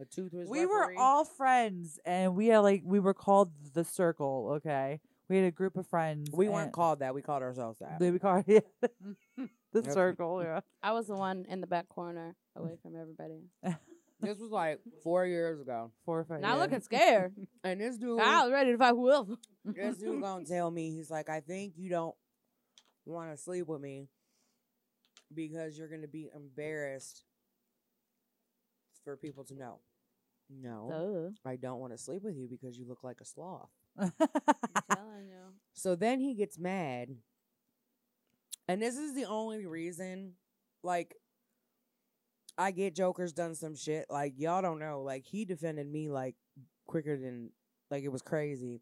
C: A toothless
A: we were
C: referee.
A: all friends, and we had like we were called the Circle. Okay, we had a group of friends.
C: We weren't
A: and-
C: called that. We called ourselves that.
A: They we called yeah. the
C: Okay.
A: Circle. Yeah.
B: I was the one in the back corner, away from everybody.
C: This was like four years ago.
A: Four or five.
B: Not
A: yeah.
B: looking scared.
C: And this dude,
B: I was ready to fight Wolf.
C: this dude gonna tell me, he's like, I think you don't want to sleep with me because you're gonna be embarrassed for people to know. No,
B: So,
C: I don't want to sleep with you because you look like a sloth.
B: I'm telling you.
C: So then he gets mad. And this is the only reason, like, I get Joker's done some shit. Like, y'all don't know. Like, he defended me, like, quicker than, like, it was crazy.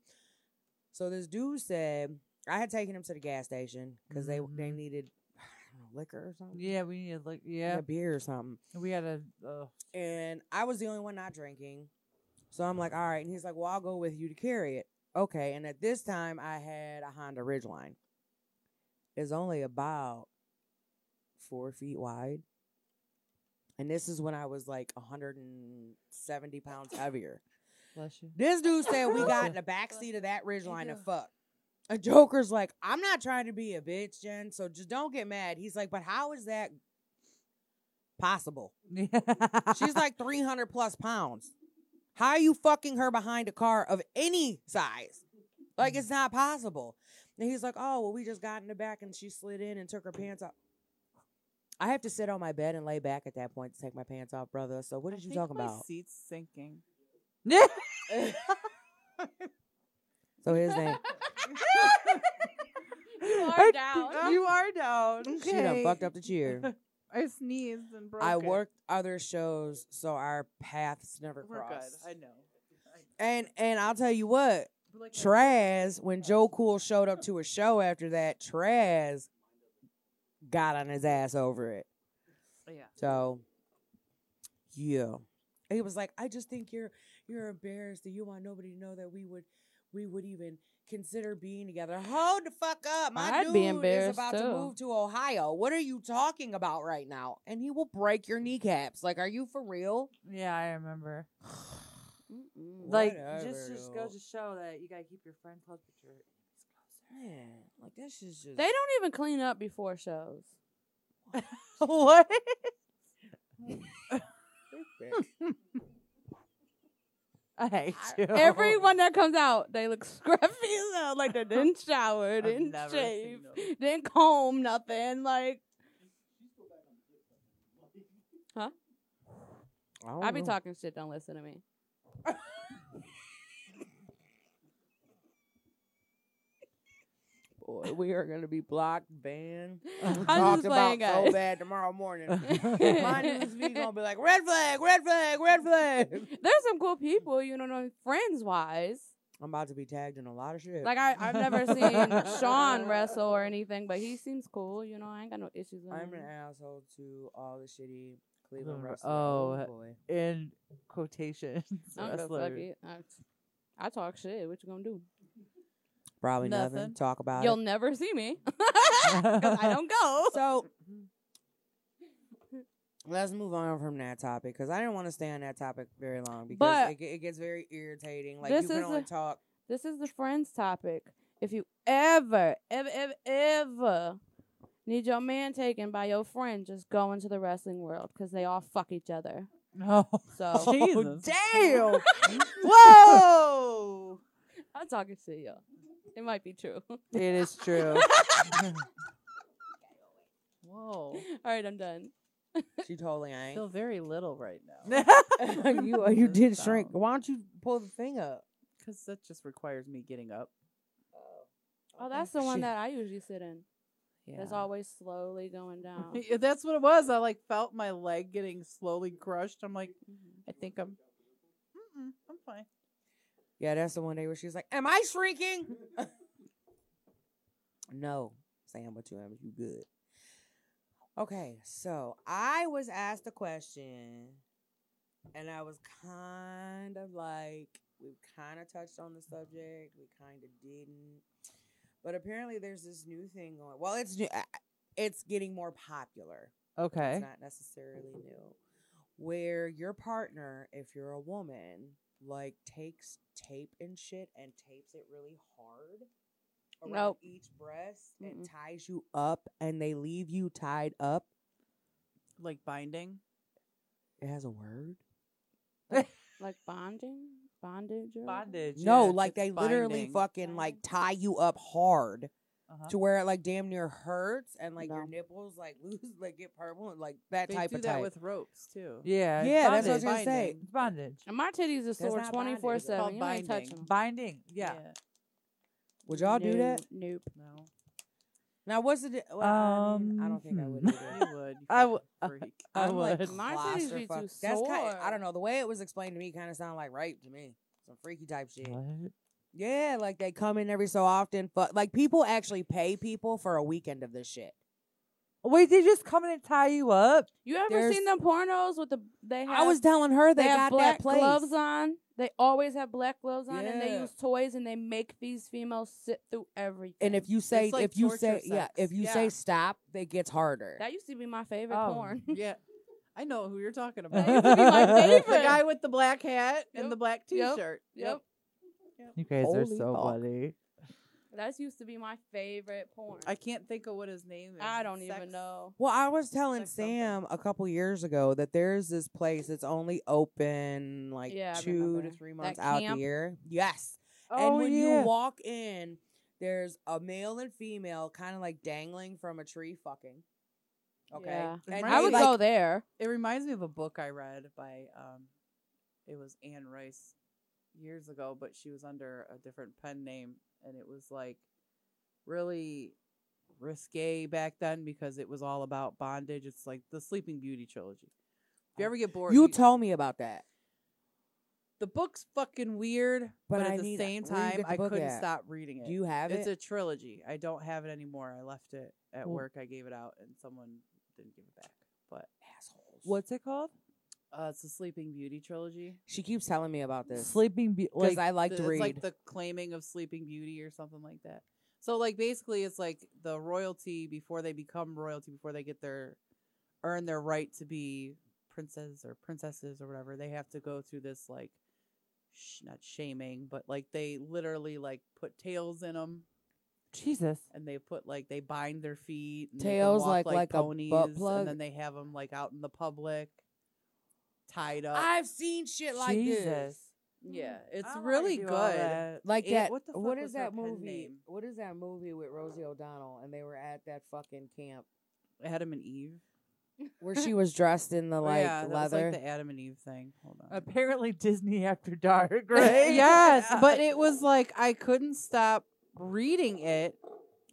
C: So this dude said, I had taken him to the gas station because they, they
A: Mhm.
C: needed, I don't know, liquor or something.
A: yeah, we needed like
C: A
A: yeah.
C: beer or something
A: We had a. Uh,
C: and I was the only one not drinking. So I'm like, all right. And he's like, well, I'll go with you to carry it. Okay. And at this time, I had a Honda Ridgeline. It's only about four feet wide. And this is when I was like 170 pounds heavier.
A: bless you.
C: This dude said we got in the back seat of that Ridgeline to fuck. A Joker's like, I'm not trying to be a bitch, Jen. So just don't get mad. He's like, but how is that possible? She's like 300 plus pounds. How are you fucking her behind a car of any size? Like, it's not possible. And he's like, oh, well, we just got in the back and she slid in and took her pants off. I have to sit on my bed and lay back at that point to take my pants off, brother. So, what
E: I
C: did you
E: think
C: talk
E: my
C: about?
E: Seat's sinking.
A: yeah.
C: So, his name.
B: You are
A: I-
B: down.
E: you are down.
C: She done fucked up the cheer.
E: I sneezed and broke.
C: I
E: it.
C: worked other shows, so our paths never
E: We're good.
C: crossed.
E: I know.
C: And and I'll tell you what,
E: But like,
C: Traz, when Joe Cool showed up to a show after that, Traz got on his ass over it.
E: Yeah.
C: So, yeah, he was like, "I just think you're you're embarrassed that you want nobody to know that we would we would even consider being together." Hold the fuck up, my
B: I'd
C: dude
B: be embarrassed,
C: is about to
B: too.
C: move to Ohio. What are you talking about right now? And he will break your kneecaps. Like, are you for real?
A: Yeah, I remember.
B: Mm-mm.
A: Like
C: Whatever,
A: just just goes
C: though.
A: to show that you gotta keep your friend close, but your
C: Man, like this is just
B: They don't even clean up before shows.
A: what? I hate you.
B: Everyone that comes out, they look scruffy as hell, like they didn't shower,
E: I've
B: didn't
E: never
B: shave,
E: seen those.
B: didn't comb nothing. Like
C: don't
B: I be
C: know.
B: talking shit. Don't listen to me.
C: Boy, we are gonna be blocked, banned,
B: I'm
C: talked
B: just uh, playing,
C: about so
B: guys.
C: bad tomorrow morning. My news feed gonna be like red flag, red flag, red flag.
B: There's some cool people, you know, friends wise.
C: I'm about to be tagged in a lot of shit.
B: Like I, I've never seen Sean wrestle or anything, but he seems cool. You know, I ain't got no issues with
C: I'm
B: him.
C: an asshole to all the shitty Cleveland
A: Remember-
C: wrestlers.
A: oh,
C: Oh, boy.
A: in quotations.
B: I don't give a fuck,
A: wrestler.
B: it- I, I talk shit. What you gonna do?
C: Probably nothing.
E: nothing.
C: Talk about
B: You'll
C: it.
B: never see me 'Cause I don't go.
C: So let's move on from that topic because I didn't want to stay on that topic very long because
B: But-
C: it, ge- it gets very irritating. Like
B: This
C: you can
B: is
C: only
B: a-
C: talk.
B: This is the friends topic. If you ever, ever, ever, ever need your man taken by your friend, just go into the wrestling world because they all fuck each other.
A: No.
B: So
C: Oh,
A: Jesus.
E: Damn. Whoa.
B: I'm talking to you. It might be true. all
A: It is true.
E: Whoa.
B: right, I'm done.
C: She totally
E: I
C: ain't.
E: feel very little right now.
C: you you did
E: So-
C: shrink. Why don't you pull the thing up?
E: Because that just requires me getting up.
B: Oh, that's the one
C: Shit.
B: that I usually sit in.
C: Yeah.
B: That's always slowly going down.
E: Yeah, That's what it was. I like felt my leg getting slowly crushed. I'm like,
B: Mm-hmm.
E: I think I'm. Mm-mm, I'm fine.
C: Yeah, that's the one day where she's like, "Am I shrinking?" no, Sam, but you am you good? Okay, so I was asked a question, and I was kind of like, we kind of touched on the subject, we kind of didn't, but apparently there's this new thing going. Well, it's new. I- I- It's getting more popular.
A: Okay.
C: It's not necessarily new. Where your partner, if you're a woman, like takes tape and shit and tapes it really hard around
B: Nope.
C: each breast and
B: Mm-mm.
C: ties you up and they leave you tied up.
E: Like binding.
C: It has a word?
B: Like bonding, bondage, or
A: Bondage.
C: no,
E: yeah,
C: like
E: it's
C: they literally
E: binding.
C: fucking like tie you up hard
A: uh
C: to where it like damn near hurts and like your
B: No.
C: nipples like lose like get purple and like that
E: They
C: type
E: do
C: of
E: that
C: type.
E: with ropes too.
A: Yeah.
C: yeah, that's what I was
A: bondage.
C: gonna say.
E: Binding.
A: It's bondage.
B: And my titties are sore
C: not bondage,
B: twenty
C: it's
B: four
E: called
B: seven. You ain't
E: binding.
B: touching 'em.
A: Binding. Yeah.
C: Would y'all do
B: No,
C: that?
B: Nope.
E: No.
C: Now what's the di- well, I, mean, I
A: Um,
C: don't think I would
A: hmm.
C: either.
E: You would. You
A: I w-
E: fucking freak.
A: I
C: I'm like,
A: would.
B: My titties be
C: claustrophob-
B: too
C: That's kind. I
B: sore.
C: don't know. The way it was explained to me kind of sounded like rape to me. Some freaky type shit.
A: What?
C: Yeah, like they come in every so often. Fuck, like people actually pay people for a weekend of this shit.
A: Wait, they just come in and tie you up?
B: You ever
C: There's-
B: seen them pornos with the they have
C: I was telling her
B: they,
C: they,
B: have
C: got
B: black
C: that place.
B: gloves on. They always have black gloves on and they
C: Yeah.
B: use toys and they make these females sit through everything.
C: And if you say,
E: like
C: if you
E: torture
C: say, yeah,
E: sex.
C: if you
E: Yeah.
C: say stop, it gets harder.
B: that used to be my favorite
A: Oh.
B: porn.
E: yeah. I know who you're talking
A: That
E: about.
A: used to be my
E: The
B: favorite.
E: guy with the black hat
B: Yep.
E: and the black
B: Yep.
E: t-shirt.
B: yep.
A: You guys are
C: Holy
A: so
C: fuck.
A: funny.
B: That's used to be my favorite porn.
E: I can't think of what his name is.
B: I don't
E: Sex-
B: even know.
C: Well, I was telling
E: Sex something.
C: Sam a couple years ago that there's this place that's only open like
B: Yeah, I
C: two to
B: remember.
C: three
B: That
C: months out the
B: camp?
C: year. Yes.
A: Oh,
C: and when you walk in, there's a male and female kind of like dangling from a tree fucking. Okay.
B: Yeah.
C: And
E: I
B: I
C: they,
B: would
C: like,
B: go there.
E: It reminds me of a book I read by um it was Anne Rice years ago, but she was under a different pen name and it was like really risque back then because it was all about bondage. It's like the Sleeping Beauty trilogy. If you ever get bored,
C: Oh, You told me about that.
E: the book's fucking weird,
C: But
E: but,
C: I
E: at the
C: need- uh,
E: same
C: where you
E: time
C: get the
E: I
C: book
E: couldn't
C: at?
E: stop reading it.
C: Do you have
E: it's
C: it?
E: a trilogy. I don't have it anymore. I left it at
A: Well-
E: work. I gave it out and someone didn't give it back. But
C: Assholes.
A: What's it called?
E: uh, it's the Sleeping Beauty trilogy.
C: She keeps telling me about this
A: Sleeping Beauty.
C: because
A: Like,
C: I like to
E: the-
C: read.
E: It's like the claiming of Sleeping Beauty or something like that. So like basically, it's like the royalty before they become royalty, before they get their earn their right to be princes or princesses or whatever, they have to go through this like sh- not shaming, but like they literally like put tails in them
A: Jesus.
E: and they put like they bind their feet and
C: Tails
E: they can
C: like-
E: walk
C: like a butt
E: ponies,
C: plug?
E: and then they have them like out in the public tied up.
C: I've seen shit like this.
A: Jesus.
E: yeah, it's
A: I don't wanna
E: really
A: do
E: good.
A: all that.
C: Like
E: It-
C: that.
E: what the
C: what
E: fuck
C: is
E: was her
C: that
E: pen
C: movie?
E: name?
C: What is that movie with Rosie O'Donnell? And they were at that fucking camp
E: Adam and Eve.
C: where she was dressed in the
E: Oh,
C: like
E: yeah, that was,
C: leather.
E: like the Adam and Eve thing. Hold on.
A: Apparently Disney After Dark, right?
E: yes, but it was like I couldn't stop reading it.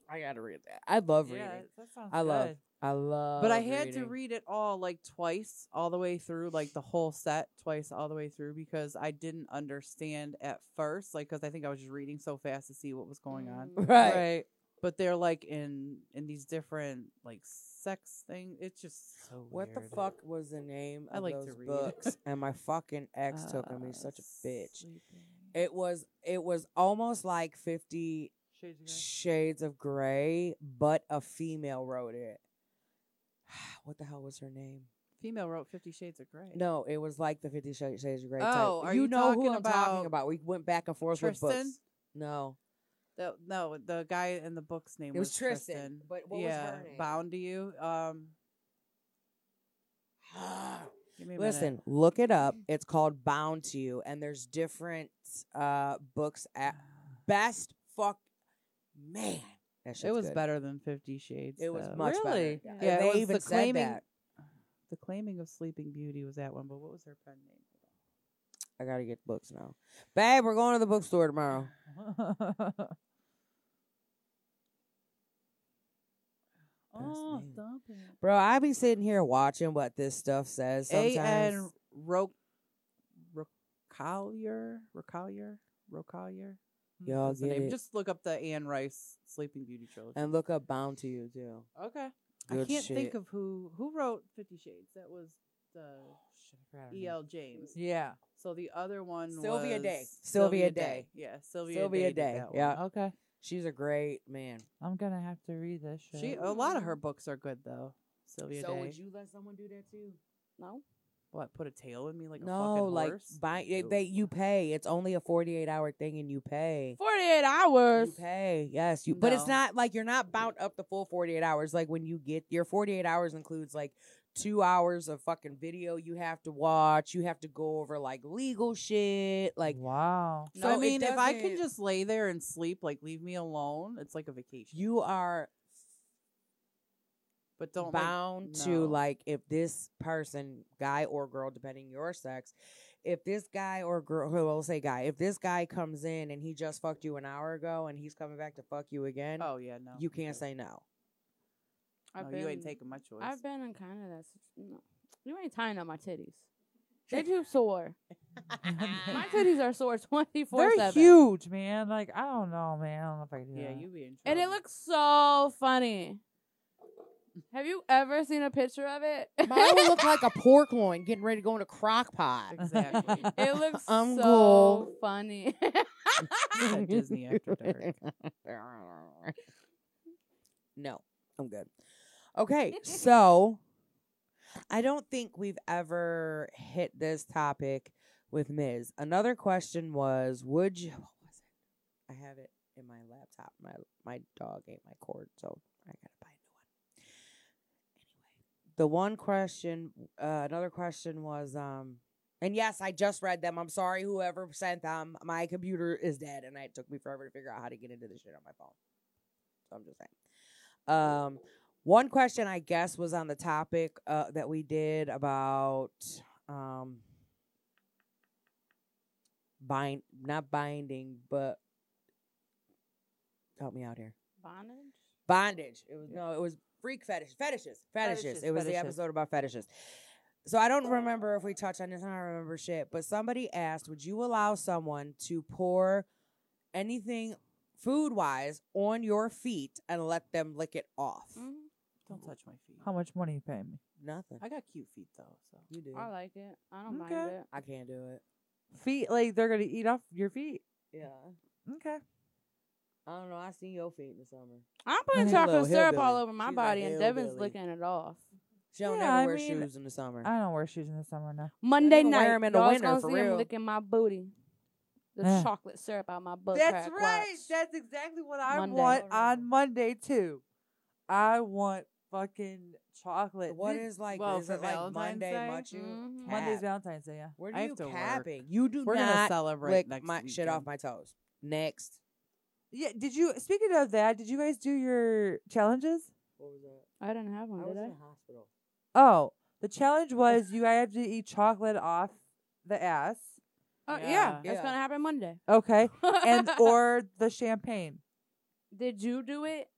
C: I gotta read that. I love reading.
A: Yeah, that sounds
C: I love.
A: good.
C: I love.
E: but I had to
C: reading.
E: read it all like twice, all the way through, like the whole set twice, all the way through, because I didn't understand at first, like because I think I was just reading so fast to see what was going on.
B: Mm.
C: Right.
E: But they're like in in these different like sex thing. It's just so
C: What the
E: weird.
C: fuck was the name
E: I
C: of
E: like to
C: those
E: read.
C: books? and my fucking ex took on me.
E: Uh,
C: Such a bitch.
E: Sleeping.
C: It was. It was almost like Fifty
E: Shades of Grey.
C: Shades of Grey, but a female wrote it. What the hell was her name?
E: Female wrote Fifty Shades of Grey.
C: No, it was like the Fifty Shades of Grey.
E: Oh,
C: type.
E: are
C: you,
E: you
C: know who
E: talking
C: I'm talking
E: about
C: about? We went back and forth with
E: Tristan?
C: books. No,
E: The, no, the guy in the book's name
C: It was
E: was,
C: Tristan, but what was her
E: yeah,
C: name?
E: Bound to you. Um, give me a minute.
C: Listen, look it up. It's called Bound to You, and there's different uh books at best. Fuck, man, that shit's
E: it was
C: good.
E: better than Fifty Shades.
C: It was
E: though.
C: much better.
E: really.
C: Yeah.
E: Yeah,
C: And
E: it
C: they
E: was
C: even
E: the
C: said
E: claiming.
C: that.
E: The claiming of Sleeping Beauty was that one, but what was her pen name?
C: I gotta get books now, babe. We're going to the bookstore tomorrow.
E: oh,
C: name.
E: stop it.
C: Bro, I be sitting here watching what this stuff says
E: A
C: sometimes.
E: N Ro Rocallier Rocallier Rocallier.
C: Y'all
E: That's the
C: get
E: name.
C: it.
E: Just look up the Anne Rice Sleeping Beauty trilogy.
C: and look up Bound to You too.
E: Okay. I
C: Good
E: can't
C: shit.
E: think of who who wrote Fifty Shades. That was the E. L. James.
A: Yeah.
E: So the other one
C: Sylvia
E: was
C: Day. Sylvia Day.
E: Yeah, Sylvia,
C: Sylvia
E: Day. did
C: Day,
E: that one.
C: yeah.
A: Okay.
C: She's a great man.
A: I'm gonna have to read this shit.
E: She a lot of her books are good though. Sylvia
C: Mm. so
E: Day.
C: would you let someone do that too?
B: No.
E: what put a tail in me like a
C: no,
E: fucking
C: like
E: horse?
C: buy they,
E: Nope.
C: they you pay. It's only a forty eight hour thing, and you pay.
B: 48
C: You
B: hours.
C: pay, yes. You, but it's
E: No.
C: not like you're not bound up the full 48 hours. Like when you get your 48 hours includes like two hours of fucking video you have to watch. You have to go over like legal shit. Like
A: wow.
E: So I
C: it
E: mean, if I can
C: doesn't-
E: just lay there and sleep, like leave me alone, it's like a vacation.
C: you are
E: but don't like,
C: bound to
E: no.
C: like if this person, guy or girl, depending your sex, if this guy or girl, who will say guy, if this guy comes in and he just fucked you an hour ago and he's coming back to fuck you again,
E: Oh yeah, no.
C: you can't say no. Oh,
E: no, you ain't taking my choice.
B: I've been in kind of that. situ- No, you ain't tying up my titties. They do sore. My titties are sore twenty four
A: They're
B: seven.
A: huge, man. Like I don't know, man. I don't know if I can do
E: yeah,
A: that.
E: you be in trouble.
B: and it looks so funny. Have you ever seen a picture of it?
C: Mine would look like a pork loin getting ready to go in a crock pot.
E: exactly
B: it looks
C: I'm
B: so
C: cool.
B: funny.
E: A Disney After Dark.
C: no, I'm good. Okay, so I don't think we've ever hit this topic with Ms. Another question was, would you? What was it? I have it in my laptop. My my dog ate my cord, so I gotta buy a new one. Anyway, the one question, uh, another question was, um, and yes, I just read them. I'm sorry, whoever sent them. My computer is dead, and it took me forever to figure out how to get into this shit on my phone. So I'm just saying. Um, one question I guess was on the topic uh, that we did about um, bind, not binding, but help me out here.
B: Bondage.
C: Bondage. It was no, it was freak fetish, fetishes, fetishes.
E: Fetishes,
C: it was the
E: fetishes.
C: episode about fetishes. So I don't remember if we touched on this. I don't remember shit. But somebody asked, would you allow someone to pour anything food wise on your feet and let them lick it off?
B: Mhm.
E: Don't touch my feet.
A: How much money you pay me?
C: Nothing.
E: I got cute feet though, so
C: you do.
B: I like it. I don't mind
A: Okay.
B: it.
C: I can't do it.
A: Feet, like they're gonna eat off your feet.
C: Yeah.
A: Okay.
C: I don't know. I seen your feet in the summer.
B: I'm
A: She's
B: putting
A: a
C: little
B: chocolate syrup all
C: hillbilly.
B: over my
C: She's a
B: body, and Devin's
C: hillbilly.
B: licking it off.
C: She don't
A: Yeah,
C: ever
A: I
C: wear
A: mean,
C: shoes in the summer.
A: I don't wear shoes in the summer now.
B: Monday
C: can wear
B: night,
C: 'em in the
B: y'all's
C: winter,
B: gonna
C: for
B: see him
C: real.
B: licking my booty. The
A: Yeah.
B: chocolate syrup out my butt.
A: That's
B: crack,
A: right.
B: watch.
A: That's exactly what I
B: Monday.
A: want
B: All right.
A: on Monday too. I want fucking chocolate.
C: What
A: This-
C: is like?
E: Well,
C: is
E: for
C: it like
E: Valentine's
C: Monday?
E: Day?
C: Much you
B: Mhm.
A: mm-hmm. Monday's
C: cap?
A: Valentine's Day? Yeah.
C: Where do
E: I
C: you
E: have to work.
C: capping? You do
E: we're gonna
C: not
E: celebrate
C: lick
E: next
C: my shit off
E: weekend.
C: my toes. Next.
A: Yeah. Did you? Speaking of that, did you guys do your challenges?
C: What was that?
B: I didn't have one, did I?
C: hospital.
A: Oh, the challenge was you had to eat chocolate off the ass.
B: Oh yeah,
E: Yeah.
B: it's
C: Yeah.
B: gonna happen Monday.
A: Okay. And or the champagne.
B: did you do it?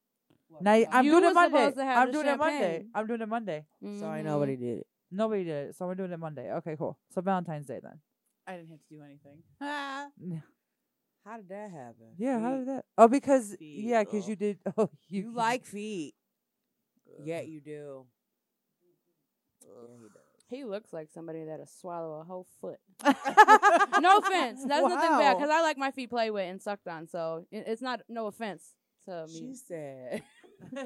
C: Look,
A: Now, I'm
B: You
A: doing it
B: was
A: Monday.
B: supposed to have
A: I'm
B: the
A: doing it Monday.
B: champagne.
A: I'm doing it Monday.
C: So I know what he did.
A: Nobody did it, so we're doing it Monday. Okay, cool. So Valentine's Day then.
E: I didn't have to do anything.
A: Yeah.
C: How did that happen?
A: Yeah, how
C: Feet.
A: did that? Oh, because yeah, because
E: Fecal.
A: you did. Oh, you,
C: you like feet? Yeah, you do.
B: He looks like somebody that'll swallow a whole foot. no offense. That's nothing bad because I like my feet played with and sucked on. So it- it's not no offense to me.
C: She said. She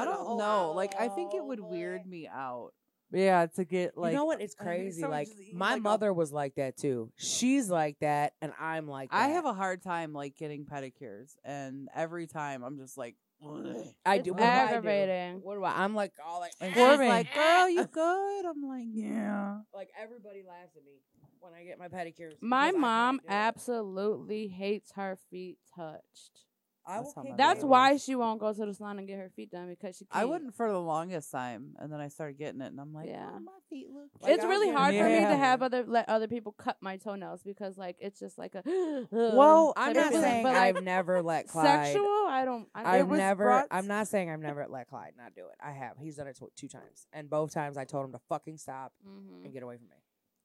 C: said a
E: don't
C: whole
E: know. Like I
C: lot.
E: think it would weird me out.
A: Yeah, to get like.
C: you know what? It's
E: I think
C: crazy.
E: someone
C: Like
E: just eat,
C: my
E: like, a-
C: mother was like that too. She's like that, and I'm like. That.
E: I have a hard time like getting pedicures, and every time I'm just like, "Ugh."
C: I
B: It's
C: do. What do I do?
B: aggravating.
C: What do I? I'm like all like.
A: And
E: and
A: for
E: she's
A: me.
E: like, "Girl, you good?" I'm like, "Yeah."
C: like everybody laughs at me when I get my pedicures.
B: My
C: because I can't
B: mom
C: do it.
B: absolutely hates her feet touched.
C: I
E: That's
C: will
E: how
C: kick
E: my
B: That's
E: mom
C: your
B: why
C: ass.
B: she won't go to the salon and get her feet done because she. Can't.
E: I wouldn't for the longest time, and then I started getting it, and I'm like,
B: Yeah.
E: "Oh, my feet look."
C: Like,
B: it's
C: I
B: really
C: would-
B: hard for me
A: Yeah.
B: to have other let other people cut my toenails because like it's just like a.
C: Well, I'm
B: type
C: not
B: of feeling,
C: saying
B: but, like,
C: I've never let Clyde.
B: sexual. I don't. I
C: I've
B: don't.
C: never.
A: brought-
C: I'm not saying I've never let Clyde not do it. I have. He's done it tw- two times, and both times I told him to fucking stop
B: Mhm.
C: and get away from me.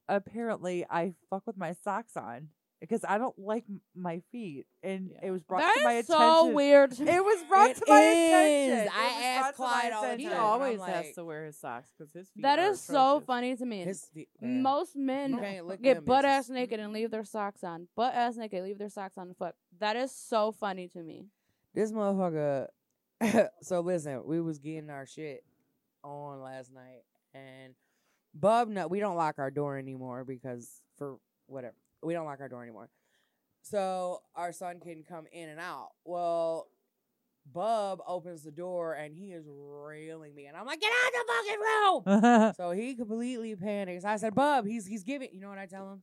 A: apparently, I fuck with my socks on because I don't like m- my feet, and
E: Yeah.
A: it was brought
B: That
A: to my
B: is
A: attention.
B: so weird. to me.
A: It was brought
C: It
A: to my
C: is.
A: attention. It
C: I
A: was
C: asked
A: brought to my
C: Clyde all the
E: He
A: attention.
C: time.
E: always
C: I'm
E: has
C: like-
E: to wear his socks because his feet.
B: That
E: are
B: is so
E: atrocious.
B: funny to me.
C: His feet, man.
B: Most
C: You
B: men
C: can't lick them
B: get butt ass
C: bitches.
B: naked and leave their socks on. Butt ass naked, leave their socks on the foot. That is so funny to me.
C: This motherfucker. so listen, we was getting our shit on last night, and Bub, no, we don't lock our door anymore because for whatever, we don't lock our door anymore. So our son can come in and out. Well, Bub opens the door and he is railing me, and I'm like, "Get out the fucking room!" So he completely panics. I said, Bub, he's he's giving. You know what I tell him?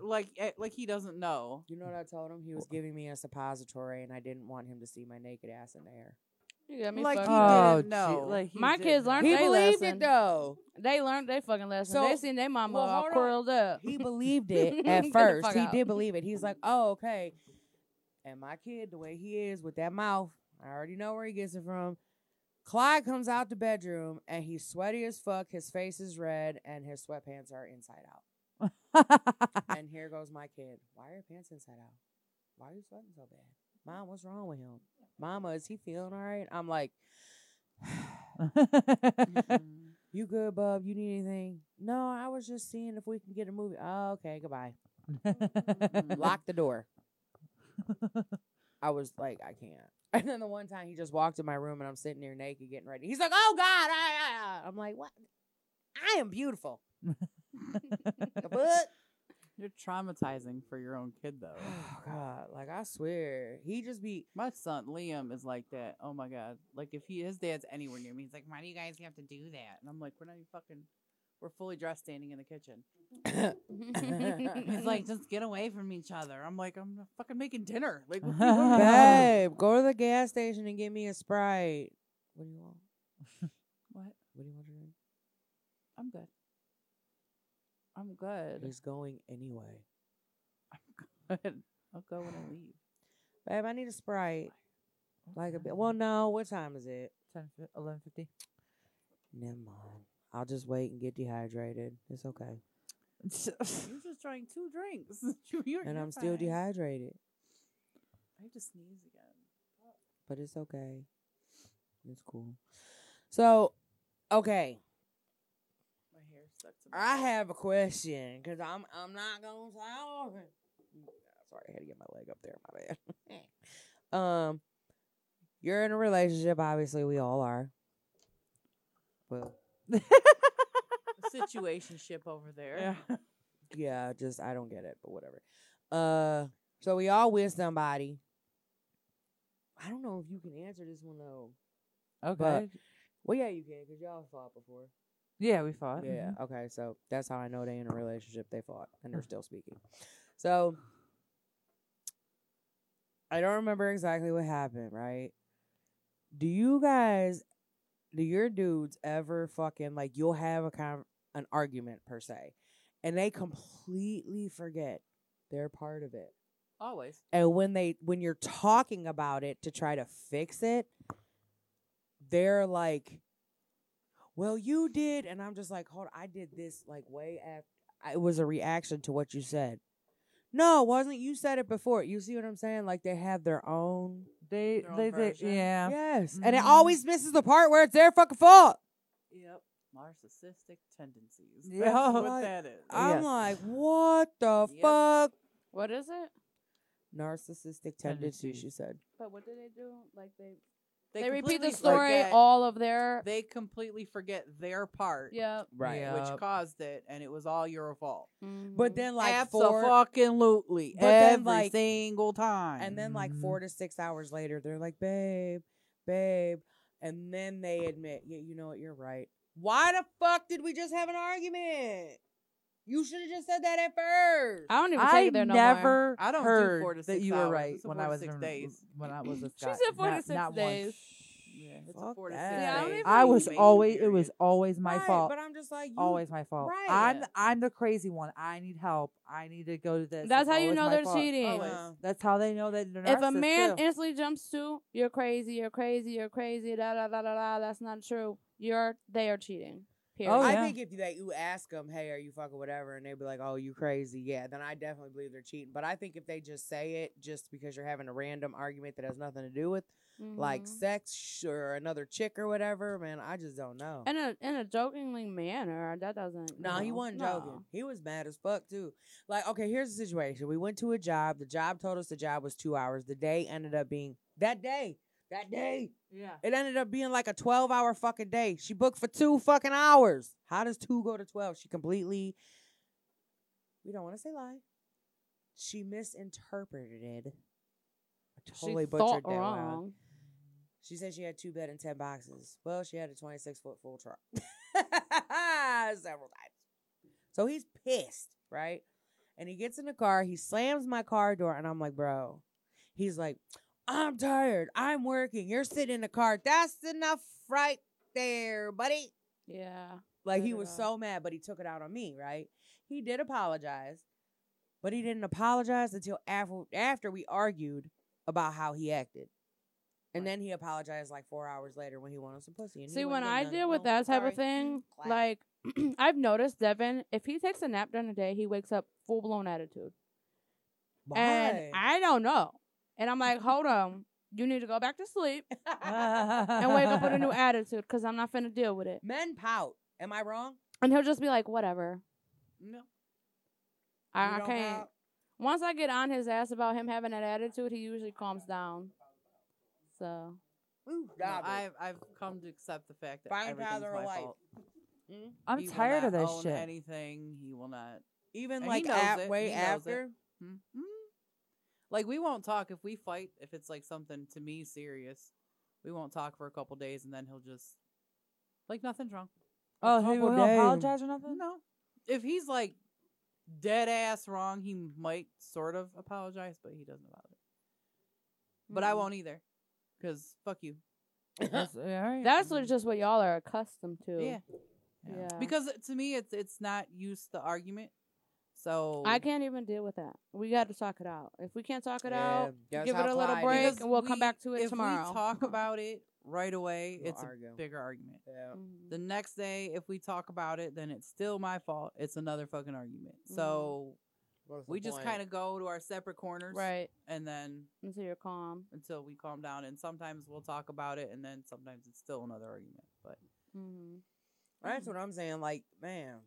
E: Like, eh, like he doesn't know.
C: You know what I told him? He was giving me a suppository, and I didn't want him to see my naked ass in the air.
B: You got me
E: Like
B: fucked
E: he
B: up.
A: Oh,
E: didn't
A: gee,
E: know.
A: like, he
B: My
A: did
B: kids
A: know.
B: learned
C: He
B: they
C: believed
B: lesson.
C: it though.
B: They learned they fucking lesson.
C: So-
B: they seen their mama
C: well,
B: all
C: hold on.
B: curled up.
C: He believed it
B: Get the
C: at first.
B: fuck
C: He
B: out.
C: did believe it. He's like, oh okay. And my kid, the way he is with that mouth, I already know where he gets it from. Clyde comes out the bedroom and he's sweaty as fuck. His face is red and his sweatpants are inside out. and here goes my kid. Why are your pants inside out? Why are you sweating so bad? Mom, what's wrong with him? Mama, is he feeling all right? I'm like,
E: Mhm.
C: you good, bub? You need anything? No, I was just seeing if we can get a movie. Oh, okay, goodbye. Lock the door. I was like, I can't. And then the one time he just walked in my room and I'm sitting there naked getting ready. He's like, oh God. I, I, I. I'm like, what? I am beautiful. The fuck?
E: You're traumatizing for your own kid, though.
C: Oh God. Like, I swear. He just be,
E: My son Liam is like that. Oh my god! Like if he his dad's anywhere near me, he's like, "Why do you guys have to do that?" And I'm like, "We're not even fucking. We're fully dressed, standing in the kitchen." He's like, "Just get away from each other." I'm like, "I'm fucking making dinner." Like, what do you want me to do?
C: babe, go to the gas station and get me a Sprite. What do you want?
E: what?
C: What do you want to drink?
E: I'm good. I'm good.
C: He's going anyway.
E: I'm good. I'll go when I leave.
C: Babe, I need a Sprite. Like a bit. Well, no. What time is it?
A: 10, 11, 50.
C: Never mind. I'll just wait and get dehydrated. It's okay.
E: You're just drank two drinks, You- you're-
C: And
E: you're
C: I'm still
E: fine.
C: dehydrated,
E: I have to sneeze again.
C: but it's okay. It's cool. So, okay,
E: My hair stuck to. My
C: I
E: face.
C: have a question because I'm I'm not gonna sound. Sorry, I had to get my leg up there. My bad. um, you're in a relationship. Obviously, we all are. Well,
E: situationship over there.
C: yeah, just I don't get it, but whatever. Uh, so we all with somebody. I don't know if you can answer this one though.
A: Okay.
C: Well, yeah, you can, cause y'all fought before.
A: yeah, we fought. Mm-hmm.
C: Yeah. Okay. So that's how I know they in a relationship. They fought and they're still speaking. So I don't remember exactly what happened, right? Do you guys, do your dudes ever fucking like you'll have a con- an argument per se, and they completely forget they're part of it,
E: Always.
C: and when they when you're talking about it to try to fix it, they're like, well, you did. And I'm just like, hold I did this like way after. It was a reaction to what you said. No, it wasn't. You said it before. You see what I'm saying? Like they have their own.
A: They
E: Their own
A: they, they
E: version.
A: yeah.
C: Yes. And it
A: Mhm.
C: always misses the part where it's their fucking fault.
E: Yep. Narcissistic tendencies.
A: Yeah.
E: That's what
C: Right.
E: that is.
C: I'm
A: Yes.
C: like, what the
E: Yep.
C: fuck?
B: What is it?
C: Narcissistic tendency, she
E: Tendencies.
C: said.
B: But what do they do? Like they
E: They,
B: repeat the
E: completely
B: story
E: forget-
B: all of their
E: They completely forget their part,
B: yeah.
A: Right.
E: which caused it, and it was all your fault.
C: But then like four
E: Absolutely,
C: but then,
E: every
C: like-
E: single time.
C: and then like
E: Mm-hmm.
A: Mhm.
C: four to six hours later, they're like, babe, babe. And then they admit, yeah, you know what, you're right. Why the fuck did we just have an argument? You should have just said that at first.
B: I don't even take
A: I
B: it there no more.
A: never
E: I don't do
A: heard
E: four to
A: that
E: six
A: you
E: hours.
A: were right
E: It's a
A: when
E: four
A: I
E: to
A: was
E: six
A: in-
E: days.
A: when I was a
B: She said
A: Scot.
B: four to
A: Not-
B: six
A: not
B: days.
A: Once.
E: yeah, it's a
C: Fuck
E: four to
C: that.
E: six
B: Yeah, I don't
E: days.
B: even
A: I
B: Really
A: was
B: amazing
A: always it was always my
C: Right,
A: fault.
C: But I'm just like, you,
A: Always my fault.
C: right.
A: I'm
E: Yeah.
A: I'm the crazy one. I need help. I need to go to this.
B: That's
A: It's
B: how you
A: always
B: know
A: my
B: they're
A: fault.
B: cheating.
E: Always.
C: Uh,
A: That's how they know that they're
B: If a
A: narcissists,
B: man
A: too.
B: instantly jumps to you're crazy, you're crazy, you're crazy, da da da da da, that's not true. You're they are cheating. Period.
A: Oh,
C: I
A: yeah.
C: think if you, that you ask them, hey, are you fucking whatever? And they'd be like, oh, you crazy. Yeah, then I definitely believe they're cheating. But I think if they just say it just because you're having a random argument that has nothing to do with
E: Mm-hmm.
C: like
B: Mhm.
C: sex sh- or another chick or whatever, man, I just don't know.
B: in a in a jokingly manner. That doesn't. you
C: No, he
B: know,
C: wasn't
B: no.
C: joking. He was mad as fuck too. Like, okay, here's the situation. We went to a job. The job told us the job was two hours. The day ended up being that day. That day.
E: Yeah.
C: It ended up being like a 12 hour fucking day. She booked for two fucking hours. How does two go to 12? She completely, we don't want to say lie. She misinterpreted. I totally
B: she
C: butchered
B: thought
C: that wrong.
B: wrong.
C: She said she had two bed and ten boxes. Well, she had a twenty six foot full truck several times. So he's pissed, right? And he gets in the car. He slams my car door, and I'm like, bro. He's like, I'm tired. I'm working. You're sitting in the car. That's enough right there, buddy.
B: Yeah.
C: Like he
B: Right
C: was
B: on.
C: so mad, but he took it out on me, right? He did apologize, but he didn't apologize until after after we argued about how he acted. And then he apologized like four hours later when he wanted some pussy. and he
B: See,
C: wasn't
B: when
C: getting
B: I
C: none.
B: deal with
C: Oh,
B: that type
C: sorry.
B: of thing,
C: Clap.
B: like I've noticed Devin, if he takes a nap during the day, he wakes up full blown attitude, and
C: Why?
B: I don't know. And I'm like, hold on, you need to go back to sleep and wake up with a new attitude because I'm not finna deal with it.
C: men pout. Am I wrong?
B: And he'll just be like, whatever,
E: No.
C: You
B: I, I
C: don't
B: can't.
C: pout?
B: Once I get on his ass about him having that attitude, he usually calms down. So
C: Ooh,
E: No,
C: gobble.
E: I've I've come to accept the fact that
C: Buying
E: everything's
C: powder
E: my
C: or life.
E: fault.
C: Mm.
A: I'm
E: He will
A: tired of
E: not
A: this
E: own
A: shit.
E: Anything he will not.
C: Even
E: And he
C: like
E: knows
C: at-
E: it.
C: way
E: He knows it.
C: after.
E: Mm, mm. Like we won't talk if we fight. If it's like something to me serious, we won't talk for a couple days, and then he'll just like nothing's wrong.
A: oh, he
C: Couple
A: won't
C: days.
A: apologize or nothing.
E: No, if he's like dead ass wrong, he might sort of apologize, but he doesn't apologize. But I
B: mm.
E: won't either, because fuck you.
A: That's, all right.
B: That's
C: Mm-hmm.
B: what, just what y'all are accustomed to.
E: Yeah.
A: Yeah.
B: yeah.
E: because to me it's it's not use the argument. So
B: I can't even deal with that. We got to talk it out. If we can't talk it out,
C: Yeah, that's
B: give
C: how
B: it a little
C: Clyde
B: break,
C: is.
E: Because
B: and we'll come
E: we-
B: back to it
E: if
B: tomorrow.
E: we talk about it right away,
C: We'll
E: it's
C: argue.
E: a bigger argument.
C: Yeah.
B: Mhm.
E: The next day, if we talk about it, then it's still my fault. It's another fucking argument.
B: Mm-hmm.
E: So
C: What's the
E: we just
C: point?
E: kind of go to our separate corners,
B: right
E: And then
B: until you're calm.
E: until we calm down, and sometimes we'll talk about it, and then sometimes it's still another argument. But
B: hmm
C: That's what I'm saying. Like, man,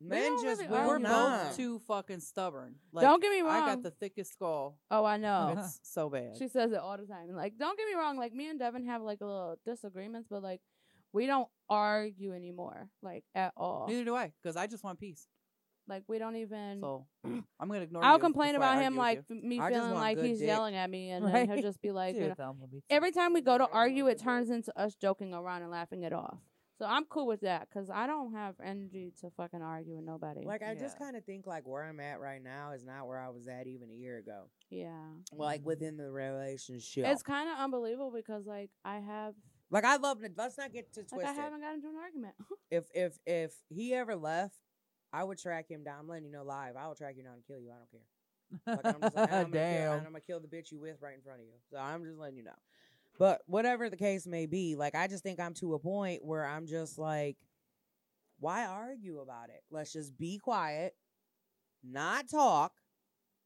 B: We
C: men
B: don't
C: just
B: really
C: will
E: we're
B: argue.
C: not.
E: both too fucking stubborn. Like,
B: don't get me wrong.
E: I got the thickest skull.
B: oh, I know.
E: It's so bad.
B: she says it all the time. Like, don't get me wrong. Like, me and Devin have like little disagreements, but like, we don't argue anymore, like at all.
E: Neither do I, because I just want peace.
B: Like, we don't even.
E: So I'm gonna ignore.
B: I'll
E: you
B: complain
E: before I
B: about him,
E: argue
B: like
E: with
B: f- me
C: I just
B: feeling
C: want
B: like
C: good
B: he's
C: dick.
B: yelling at me, and then he'll
A: Right.
B: just be like, you know,
A: Dude, that one would be-
B: every time we go to argue, it turns into us joking around and laughing it off. So I'm cool with that because I don't have energy to fucking argue with nobody.
C: Like, I just
E: Yeah.
C: kind of think like where I'm at right now is not where I was at even a year ago.
B: yeah, Mm-hmm.
C: Like within the relationship,
B: it's kind of unbelievable because like I have,
C: like I love. Let's not get too
B: like I
C: twisted.
B: haven't gotten into an argument.
C: if if if he ever left, I would track him down. I'm letting you know live. I will track you down and kill you. I don't care. Like, I'm just like, and I'm gonna kill, and
A: Damn.
C: I'm gonna kill the bitch you with right in front of you. So I'm just letting you know. But whatever the case may be, like I just think I'm to a point where I'm just like, why argue about it? Let's just be quiet, not talk,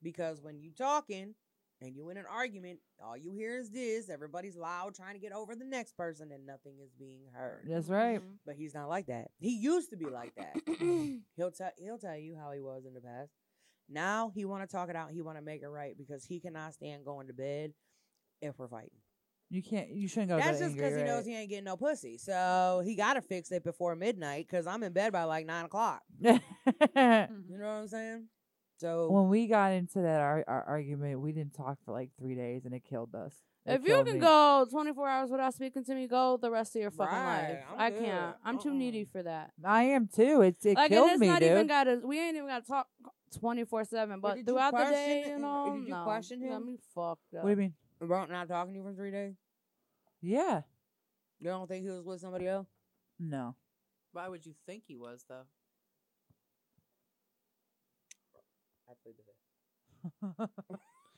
C: because when you talking and you in an argument, all you hear is this. Everybody's loud trying to get over the next person, and nothing is being heard.
A: That's right.
B: Mm-hmm.
C: But he's not like that. He used to be like that. he'll tell he'll tell you how he was in the past. Now he want to talk it out. He want to make it right because he cannot stand going to bed if we're fighting.
A: You can't. You shouldn't
B: Oh,
A: go.
C: That's
A: that
C: just because he knows he ain't getting no pussy. So he got to fix it before midnight because I'm in bed by like nine o'clock.
A: he.
C: You know what I'm saying? So
A: when we got into that ar- ar- argument, we didn't talk for like three days, and it killed us. It
B: If you
A: killed
B: can
A: me.
B: go 24 hours without speaking to me, go the rest of your fucking
C: Right,
B: life.
C: I'm
B: I
C: good.
B: can't. I'm too
C: Uh-uh.
B: needy for that.
A: I am too. It's it
B: like, and
A: killed
B: it's
A: me,
B: not
A: dude.
B: even gotta. We ain't even gotta talk 24 seven.
C: Well,
B: But
C: did you
B: throughout the
C: question
B: day,
C: it?
B: you know,
C: Did you
B: no,
C: question
B: Got
C: him?
B: me fucked
A: what
B: up.
A: do you mean?
C: about not talking to you for three days,
A: Yeah.
C: you don't think he was with somebody else?
A: No.
E: Why would you think he was though?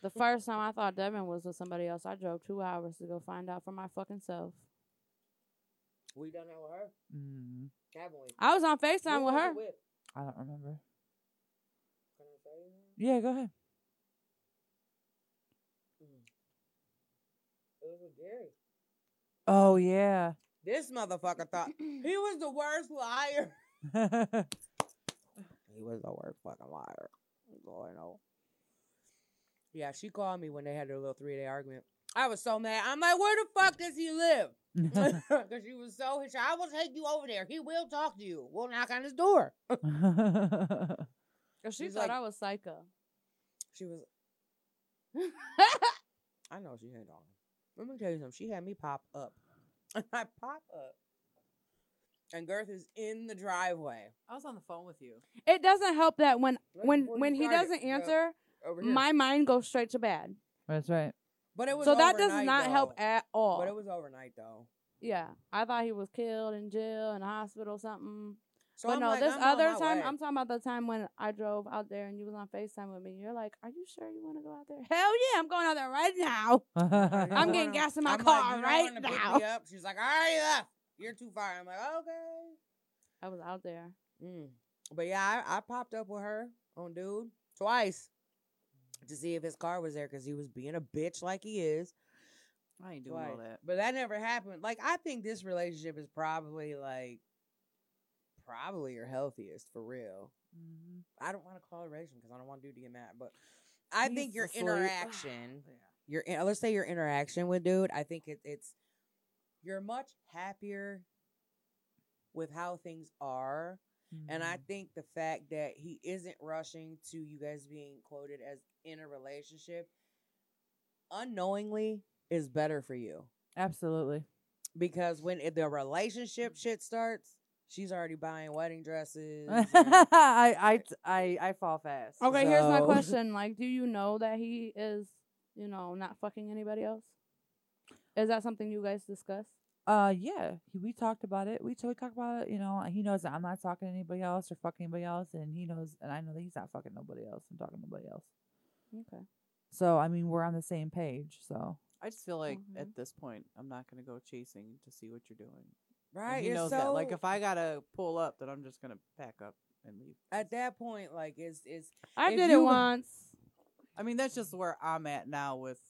B: The first time I thought Devin was with somebody else, I drove two hours to go find out for my fucking self.
C: We done that with her,
A: Mm,
C: haven't we?
B: I was on Facetime with her.
A: I don't remember. Yeah, go ahead.
C: Mm.
A: Oh yeah.
C: This motherfucker thought he was the worst liar. He was the worst fucking liar. Lord, no. Yeah, she called me when they had their little three day argument. I was so mad. I'm like, where the fuck does he live? Because she was so hitch. I will take you over there. He will talk to you. We'll knock on his door.
B: Cause she
C: She's
B: thought
C: like-
B: I was psycho.
C: She was. I know she had on. Let me tell you something. She had me pop up. I pop up. And Girth is in the driveway.
E: I was on the phone with you.
B: It doesn't help that when
C: Right
B: when
C: before you
B: when he
C: started,
B: doesn't
C: yeah,
B: answer,
C: Over here.
B: my mind goes straight to bad.
A: That's right.
C: but it was
B: So that does
C: overnight,
B: not help
C: though.
B: at all.
C: But it was overnight though.
B: yeah, I thought he was killed in jail in a hospital or something.
C: So
B: but
C: I'm
B: no,
C: like,
B: this
C: I'm on
B: other
C: my
B: time,
C: way.
B: I'm talking about the time when I drove out there and you was on Facetime with me. You're like, "Are you sure you want to go out there?" Hell yeah, I'm going out there right now. I'm getting gas in my
C: I'm like,
B: car
C: "You don't
B: right
C: wanna pick
B: now.
C: me up?" She's like, I already left. You're too far. I'm like, okay.
B: I was out there.
C: Mm. But yeah, I, I popped up with her on dude twice to see if his car was there because he was being a bitch like he is.
E: I ain't doing all
C: Twice.
E: that.
C: But that never happened. Like, I think this relationship is probably like, probably your healthiest for real.
A: Mm-hmm.
C: I don't want to call it relationship because I don't want dude to get mad, but I
E: He's
C: think your
E: asleep.
C: interaction. your in- let's say your interaction with dude i think it, it's you're much happier with how things are and
E: Mm-hmm.
C: i think the fact that he isn't rushing to you guys being quoted as in a relationship unknowingly is better for you
A: absolutely.
C: because when it, the relationship
E: Mm.
C: shit starts she's already buying wedding dresses and-
A: I, I t- I I fall fast.
B: Okay, here's my
C: So-
B: question: Like, do you know that he is, you know, not fucking anybody else? Is that something you guys discuss?
A: Uh, yeah, he, we talked about it. We, t- we talked about it. You know, he knows that I'm not talking to anybody else or fucking anybody else, and he knows, and I know that he's not fucking nobody else and talking to nobody else.
B: Okay.
A: So I mean, we're on the same page. So
E: I just feel like
C: Mm-hmm.
B: Mhm.
E: at this point, I'm not gonna go chasing to see what you're doing. And
C: right
E: he
C: it's
E: knows that. Like
C: so-
E: if I gotta pull up, then I'm just gonna pack up and leave.
C: at that point like it's it's
B: I
C: If
B: did
C: you-
B: it once.
E: I mean, that's just where I'm at now with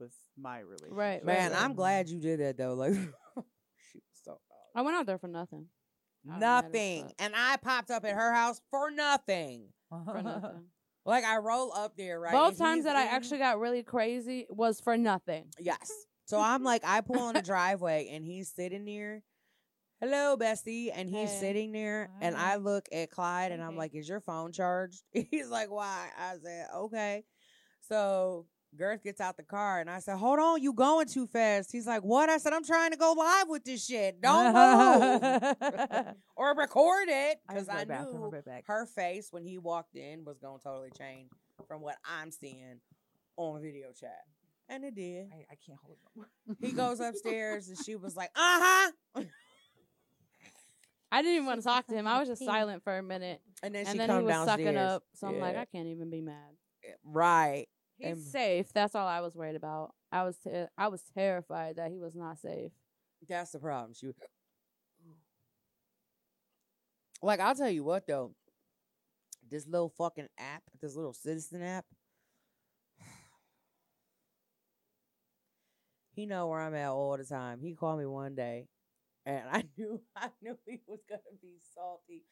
E: with my relationship.
B: Right,
C: man
B: right.
C: i'm glad you did that though like she was so
B: I went out there for nothing. I was mad as
C: nothing.
B: fuck.
C: And I popped up at her house for nothing.
B: For nothing.
C: Like I roll up there, right?
B: Both
C: and
B: times
C: he's
B: that I
C: in-
B: actually got really crazy was for nothing.
C: Yes. So I'm like, I pull in the driveway and he's sitting there. Hello, bestie. And he's
B: Hey.
C: sitting there and I
B: Hi.
C: look at Clyde and I'm
B: Hey.
C: like, Is your phone charged? He's like, Why? I said, Okay. So Girth gets out the car and I said, Hold on, you going too fast. He's like, What? I said, I'm trying to go live with this shit. Don't move. or record it. Because I, knew her face when he walked in was going to totally change from what I'm seeing on video chat. And it did.
A: I, I can't hold it.
C: He goes upstairs and she was like, uh huh.
B: I didn't even want to talk to him. I was just
D: Hey.
B: silent for a minute,
C: And then
B: and,
C: she
B: then
C: come
B: he was
C: downstairs.
B: sucking up. So I'm like,
C: Yeah.
B: I can't even be mad.
C: Right.
B: He's
C: And-
B: safe. That's all I was worried about. I was ter- I was terrified that he was not safe.
C: That's the problem. She Like I'll tell you what though. This little fucking app, this little citizen app. He know where I'm at all the time. He called me one day and I knew I knew he was gonna be salty.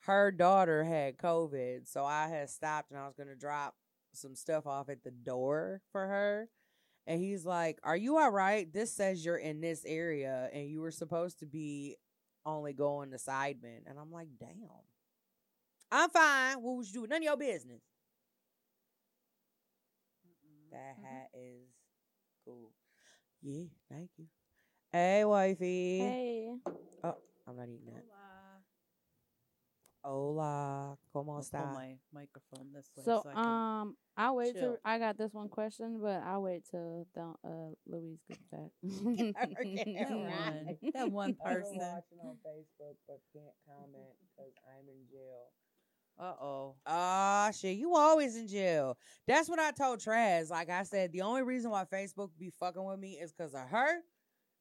C: Her daughter had COVID, so I had stopped and I was gonna drop some stuff off at the door for her. And he's like, Are you all right? This says you're in this area and you were supposed to be only going to Sidemen. And I'm like, Damn. I'm fine. What was you doing? None of your business. That hat is cool. Yeah, thank you. Hey, wifey.
B: Hey,
C: Oh, I'm not eating that. Hola. ¿Cómo
E: Let's pull
C: está?
E: Oh my microphone this way.
B: so
E: I can-
B: um, I wait
E: chill.
B: till I got this one question, but I wait till the, uh Louise gets back.
E: that one, that one person.
C: on Facebook but can't comment because I'm in jail.
E: Uh oh.
C: Ah, shit. You always in jail. That's what I told Traz. Like I said, the only reason why Facebook be fucking with me is because of her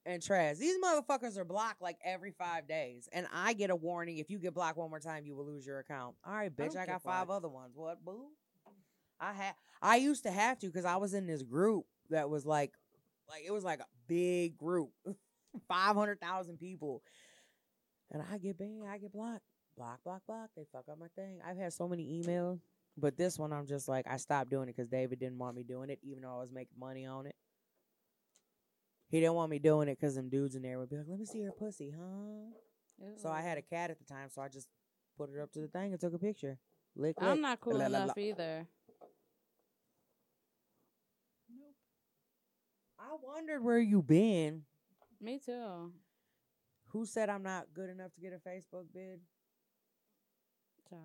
C: and Traz. These motherfuckers are blocked like every five days. And I get a warning. If you get blocked one more time, you will lose your account. All right, bitch.
E: don't
C: I, got
E: get
C: five
E: blocked.
C: other ones. What, boo? I had I used to have to because I was in this group that was like like it was like a big group. Five hundred thousand people. And I get banned, I get blocked. Block, block, block. They fuck up my thing. I've had so many emails. But this one, I'm just like, I stopped doing it because David didn't want me doing it, even though I was making money on it. He didn't want me doing it because them dudes in there would be like, let me see her pussy, huh? So I had a cat at the time, so I just put it up to the thing and took a picture. Lick, lick.
B: I'm not cool
C: la, la,
B: enough
C: la.
B: either.
C: I wondered where you been.
B: Me too.
C: Who said I'm not good enough to get a Facebook bid?
B: Josh.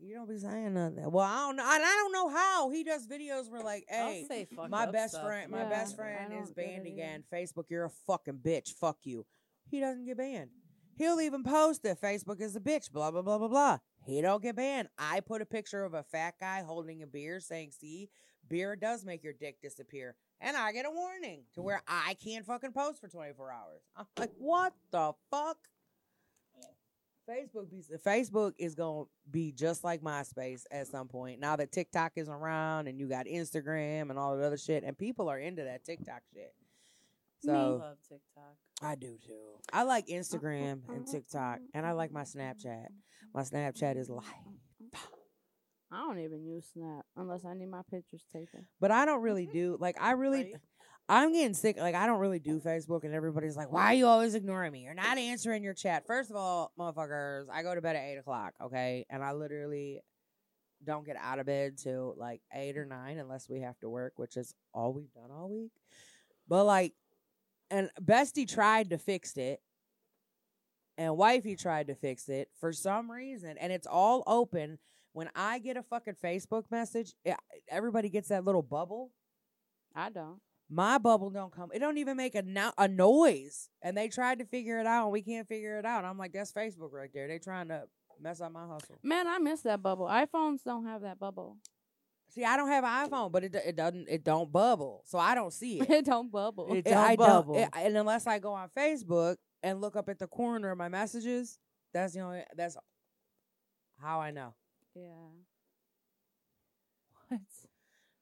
C: You don't be saying nothing. Well, I don't know. And I don't know how. He does videos where like, hey,
E: I'll say fuck
C: my
E: up
C: best
E: stuff
C: friend,
E: and
C: my
B: Yeah,
E: whatever.
C: best friend
B: I
C: is
B: don't get it
C: banned
B: either.
C: again. Facebook, you're a fucking bitch. Fuck you. He doesn't get banned. He'll even post that Facebook is a bitch. Blah blah blah blah blah. He don't get banned. I put a picture of a fat guy holding a beer, saying, "See, beer does make your dick disappear," and I get a warning to where I can't fucking post for 24 hours. I'm like, what the fuck? Facebook be Facebook is gonna be just like MySpace at some point. Now that TikTok is around and you got Instagram and all that other shit, and people are into that TikTok shit.
B: Me.
E: I
C: So
E: love TikTok.
C: I do too. I like Instagram and TikTok, and I like my Snapchat. My Snapchat is live,
B: I don't even use Snap unless I need my pictures taken.
C: but I don't really do like I really.
E: Right?
C: I'm getting sick. Like I don't really do Facebook, and everybody's like, "Why are you always ignoring me? You're not answering your chat." First of all, motherfuckers, I go to bed at eight o'clock, okay, and I literally don't get out of bed till like eight or nine unless we have to work, which is all we've done all week. But like, and Bestie tried to fix it, and Wifey tried to fix it for some reason, and it's all open. When I get a fucking Facebook message, e- everybody gets that little bubble
B: I don't.
C: my bubble don't come. It don't even make a no- a noise. And they tried to figure it out, and we can't figure it out. I'm like, that's Facebook right there. They trying to mess up my hustle.
B: Man, I miss that bubble. iPhones don't have that bubble.
C: See, I don't have an iPhone, but it do- it doesn't it don't bubble, so I don't see it.
B: It don't bubble.
A: It
C: It- I
A: don't bubble.
C: it- and unless I go on Facebook and look up at the corner of my messages, that's the only that's how I know.
B: yeah.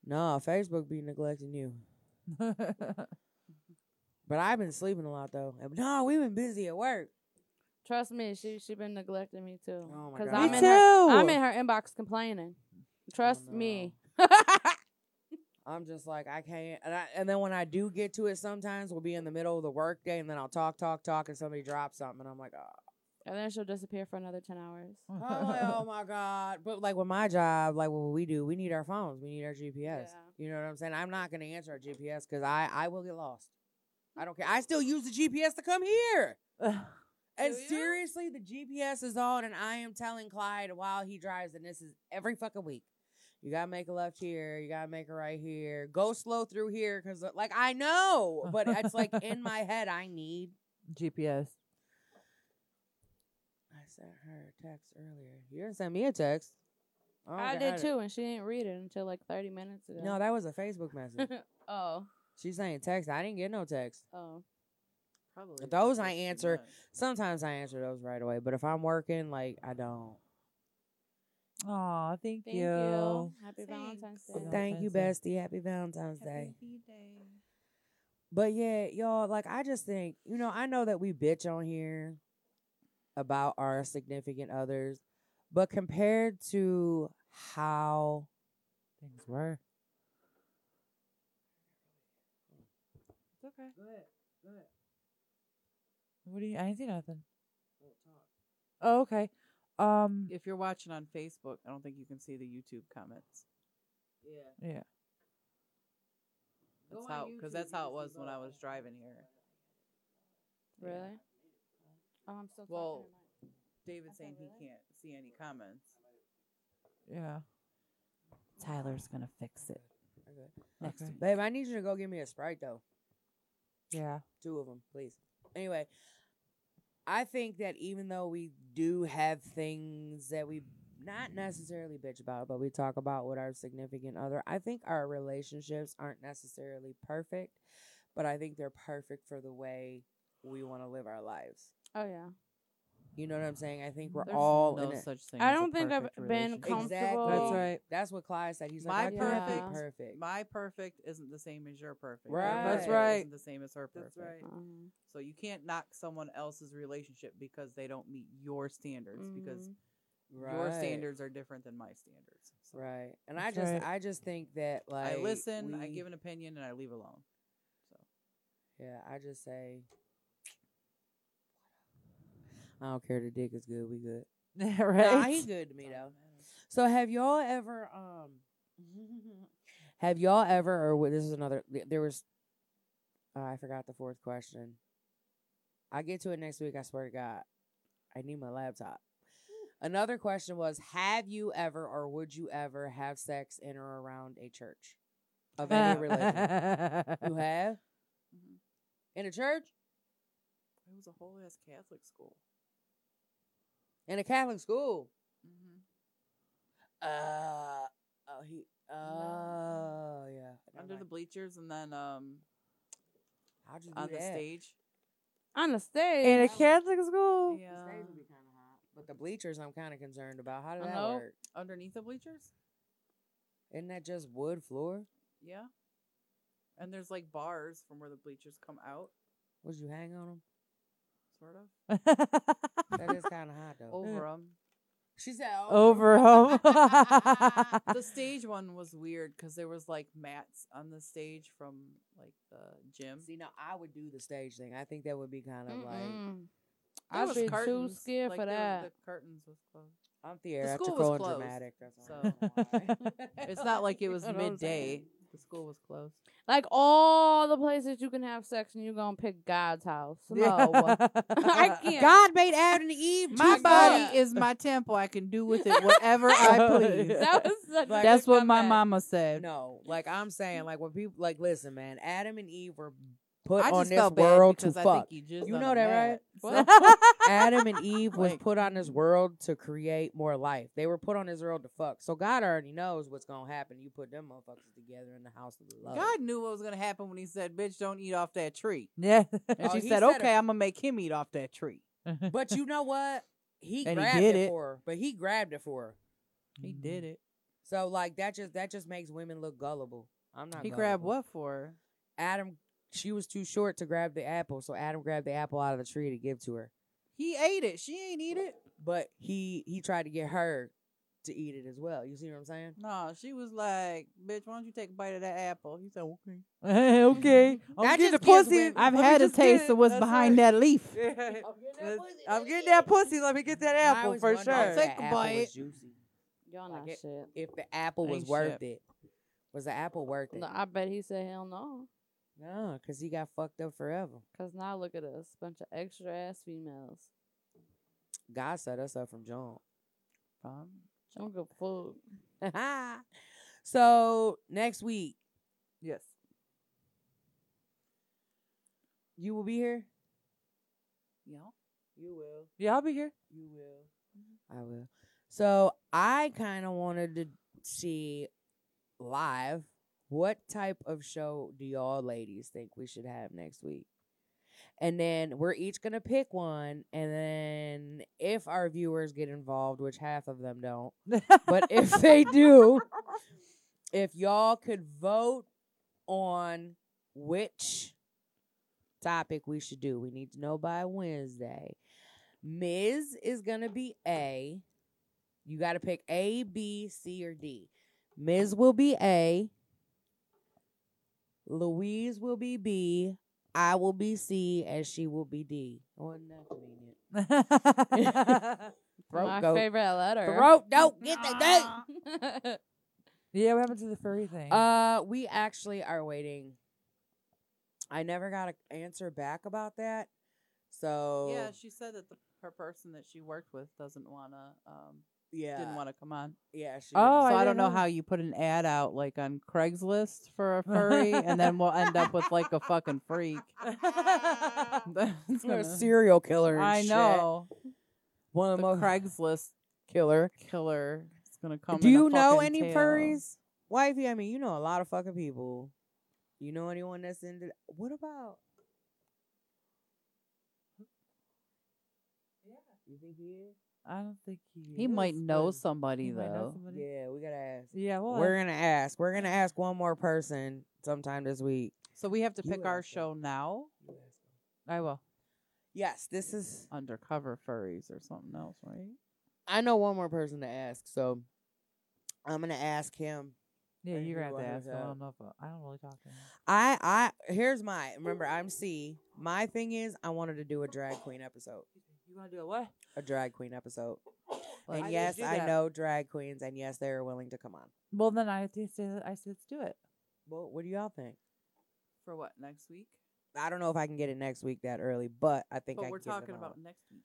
C: No, Facebook be neglecting you.
A: What?
C: But I've been sleeping a lot though. And No, we've been busy at work.
B: Trust me, she she been neglecting me too.
C: Oh my
B: 'Cause
C: God.
B: I'm
C: Me
B: in her,
A: too.
B: I'm in her inbox complaining. Trust
C: Oh, no.
B: me.
C: I'm just like I can't, and, I, and then when I do get to it, sometimes we'll be in the middle of the work day, and then I'll talk, talk, talk, and somebody drops something, and I'm like, oh,
B: And then she'll disappear for another ten hours.
C: I'm like, oh my god! But like with my job, like what we do, we need our phones, we need our GPS.
B: Yeah.
C: You know what I'm saying? I'm not gonna answer our GPS because I I will get lost. I don't care. I still use the GPS to come here. And
E: Do ya?
C: seriously, the GPS is on, and I am telling Clyde while he drives, and this is every fucking week. You gotta make a left here. You gotta make a right here. Go slow through here, cause uh, like I know, but it's like in my head. I need.
A: GPS.
C: I sent her a text earlier. You didn't send me a text. don't
B: I
C: think d-
B: did too, and she didn't read it until like 30 minutes ago.
C: No, that was a Facebook message.
B: oh,
C: She's saying text. I didn't get no text.
B: oh.
E: Probably.
C: Those
E: because
C: I
E: she
C: answer.
E: might.
C: Sometimes I answer those right away, but if I'm working, like I don't.
A: Aw, thank,
B: Thank
A: you.
B: you. Happy
D: Thanks.
B: Valentine's Day.
A: Well, Yeah.
C: Thank you,
A: Valentine's
C: bestie. Happy Valentine's Day.
D: Happy day.
C: But yeah, y'all, like I just think, you know, I know that we bitch on here about our significant others, but compared to how
A: Things were.
E: It's okay.
A: What do you? I didn't see nothing. Oh, okay. Um.
E: If you're watching on Facebook, I don't think you can see the YouTube comments.
A: Yeah.
E: That's how, because that's how it was when I was driving here. Yeah.
B: Really? Oh, I'm still
E: Well,
B: talking. to my-
E: David
B: Okay,
E: saying he
B: really?
E: can't see any comments.
A: Yeah. Tyler's gonna fix it.
C: Next.
A: Okay.
C: Babe, I need you to go get me a Sprite though.
A: Yeah.
C: Two of them, please. Anyway, I think that even though we do have things that we not necessarily bitch about, but we talk about with our significant other, I think our relationships aren't necessarily perfect, but I think they're perfect for the way we want to live our lives.
B: Oh yeah.
C: You know what I'm saying? I think we're
E: There's
C: all
E: no
C: in it.
E: such thing.
B: I
E: as a
B: don't think I've been
E: perfect relationship.
B: comfortable.
C: Exactly.
A: That's right.
C: That's what Clyde said. He's
E: My
C: like, I can't be
B: perfect-
C: perfect.
E: My perfect isn't the same as your perfect. Your
C: Right. That's
E: perfect
A: right.
E: Isn't the same as her perfect.
A: That's right.
B: Um,
E: So you can't knock someone else's relationship because they don't meet your standards because
B: mhm.
E: your
C: Right.
E: standards are different than my standards. So
C: Right. And
A: That's
C: I just
A: right.
C: I just think that like
E: I listen, I
C: we-
E: give an opinion, and I leave alone. So
C: Yeah, I just say I don't care the dick is good, we good. Nah,
A: right.
C: he good to me though. So have y'all ever um have y'all ever or wait, this is another th- there was uh, I forgot the fourth question. I get to it next week, I swear to God. I need my laptop. Another question was have you ever or would you ever have sex in or around a church of any religion? You have?
E: Mhm.
C: In a church?
E: it was a whole ass Catholic school.
C: In a Catholic school.
E: Mm-hmm.
C: Uh oh he oh yeah. Never
E: Under the
C: mind.
E: bleachers, and then um
C: How'd you do
E: on the
C: that?
E: stage.
B: On the stage.
A: In a Catholic school.
E: Yeah.
C: The stage would be kind of hot, but the bleachers I'm kind of concerned about. How did
E: I
C: that
E: know.
C: work?
E: Underneath the bleachers.
C: Isn't that just wood floor?
E: Yeah. And there's like bars from where the bleachers come out,
C: Would you hang on
E: sort of,
C: them? That is kind of hot though. Mm.
E: over them.
C: She said
A: Over home.
E: the stage one was weird because there was like mats on the stage from like the gym.
C: See, now I would do the stage thing. I think that would be kind of like
B: Mm-mm.
E: There
B: I'd
E: was
B: be too
E: curtains,
B: scared
E: like,
B: for
E: there
B: that.
E: was- The curtains was closed.
C: I'm
E: school
C: theatrical
E: was
C: and
E: closed,
C: dramatic. That's all.
E: It's not like it was
C: know what I'm
E: midday.
C: saying?
E: The school was closed.
B: Like all the places you can have sex and you're gonna pick God's house. No. I can't.
C: God made Adam and Eve.
E: My
C: Jesus.
E: body is my temple. I can do with it whatever I please.
B: That was
C: Like,
B: such
A: That's
C: That's
A: what my
B: back.
A: mama said.
C: No, like I'm saying, like when people like listen, man, Adam and Eve were put
E: I
C: on
E: just
C: this
E: felt bad
C: world to
E: because I
C: fuck.
E: think he jizzed
C: You
E: on
C: know
E: a
C: that,
E: mat.
C: right?
E: What?
C: Adam and Eve was
E: Like-
C: put on this world to create more life. They were put on this world to fuck. So God already knows what's gonna happen. You put them motherfuckers together in the house of
A: Uh,
C: love.
E: God knew what was gonna happen when he said, "Bitch, don't eat off that tree."
A: Yeah.
E: And
C: Oh,
E: she
C: he
E: said,
C: said
E: "Okay, i am I'm gonna make him eat off that tree."
C: But you know what? He
A: And he
C: grabbed
A: did
C: it,
A: it.
C: for her. But he grabbed it for her.
E: He did it.
C: So like that just that just makes women look gullible. I'm Mm. not.
E: He
C: gullible.
E: grabbed what for? her?
C: Adam. She was too short to grab the apple, so Adam grabbed the apple out of the tree to give to her.
E: He ate it. She ain't eat it.
C: but he he tried to get her to eat it as well. You see what I'm saying?
E: No, she was like, "Bitch, why don't you take a bite of that apple?" He said, "Okay."
A: okay. I'm
C: That
A: getting
C: just
A: the
C: gives
A: pussy.
C: women-
A: Let
E: I've
A: me
E: had a
A: just get
E: taste
A: it.
E: of what's
A: That's
E: behind
A: right.
E: that leaf.
A: Let's- I'm getting that pussy. Let me get that
C: I
A: apple
C: always
A: for
C: wondered if
A: sure.
E: I'll take
C: the
E: a
C: apple
E: bite.
C: was juicy.
B: Y'all
C: Like
B: not
C: it-
B: shit.
C: If the apple was
E: Ain't
C: worth
E: shit.
C: it, was the apple worth it?
B: No, I bet he said hell no.
C: No, because he got fucked up forever.
B: Cause now look at us, bunch of extra ass females.
C: God set us up from jump.
B: Don't give a fuck.
C: so next week
A: Yes.
C: you will be here.
E: Yeah.
C: You will.
A: Yeah, I'll be here.
C: You will. I will. So I kind of wanted to see live what type of show do y'all ladies think we should have next week? And then we're each going to pick one. And then if our viewers get involved, which half of them don't, but if they do, if y'all could vote on which topic we should do, we need to know by Wednesday. Ms. is going to be A. You got to pick A, B, C, or D. Ms. will be A. Louise will be B. I will be C, and she will be D. Oh, not convenient. Throat
B: My
C: goat.
B: favorite letter.
C: Throat don't get the date.
B: date.
A: yeah, what happened to the furry thing?
C: Uh, we actually are waiting. I never got an answer back about that. So
E: Yeah, she said that the, her person that she worked with doesn't want to, um,
C: yeah,
E: didn't want to come on.
C: yeah. She
A: Oh,
E: so
A: I
E: I, don't
A: didn't
E: know
A: know.
E: how you put an ad out like on Craigslist for a furry, and then we'll end up with like a fucking freak. That's
C: didn't- You're a
E: gonna-
C: serial killer. and
E: I
C: shit.
E: know
C: one
E: the
C: of the most
E: Craigslist
C: killer.
E: killer is gonna come.
C: Do
E: in a
C: you know
E: fucking
C: any
E: tail.
C: furries, wifey? I mean, you know a lot of fucking people. You know anyone that's into? What about? Yeah, you think he is?
A: I don't think he.
E: He might
A: is,
E: know
A: but
E: somebody
A: he might know
E: though.
A: somebody.
C: Yeah, we gotta ask.
A: Yeah, well,
C: We're gonna ask. We're gonna ask one more person sometime this week.
E: So we have to
C: You
E: pick our
C: ask him.
E: show now.
A: I will.
C: Yes, this is.
E: Undercover furries or something else, right?
C: I know one more person to ask, so I'm gonna ask him.
A: Yeah,
C: Or
A: you're
C: you
A: gonna have to
C: wanna
A: ask. him. I
C: have-
A: don't know. If I, I don't really talk to him.
C: I I here's my remember I'm C. My thing is I wanted to do a drag queen episode,
A: You want to do a what?
C: a drag queen episode,
A: Well,
C: and
A: I
C: yes,
A: just do
C: I
A: that.
C: know drag queens, and yes, they are willing to come on.
A: Well, then I think say I said let's do it.
C: Well, what do y'all think?
E: For what next week?
C: I don't know if I can get it next week that early, but I think I
E: But we're
C: can get them
E: talking about
C: on.
E: next week.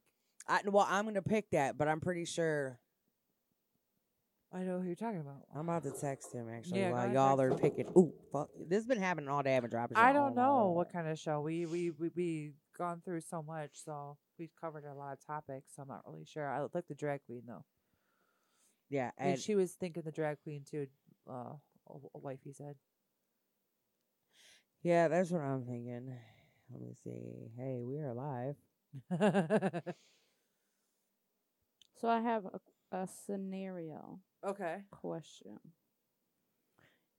C: I, well, I'm gonna pick that, but I'm pretty sure
A: I know who you're talking about.
C: I'm about to text him actually
A: Yeah, go
C: while
A: ahead,
C: y'all are
A: text him.
C: picking. Ooh, fuck! This has been happening all day. I've been dropping. shit
A: I
C: all
A: don't know
C: day.
A: what kind of show we we we we gone through so much, so we've covered a lot of topics. So I'm not really sure. I like the drag queen though,
C: Yeah,
A: and,
C: and
A: she was thinking the drag queen too. Uh, a, a wifey said.
C: yeah, that's what I'm thinking. Let me see. Hey, we are live.
B: so I have a, a scenario
A: okay.
B: question.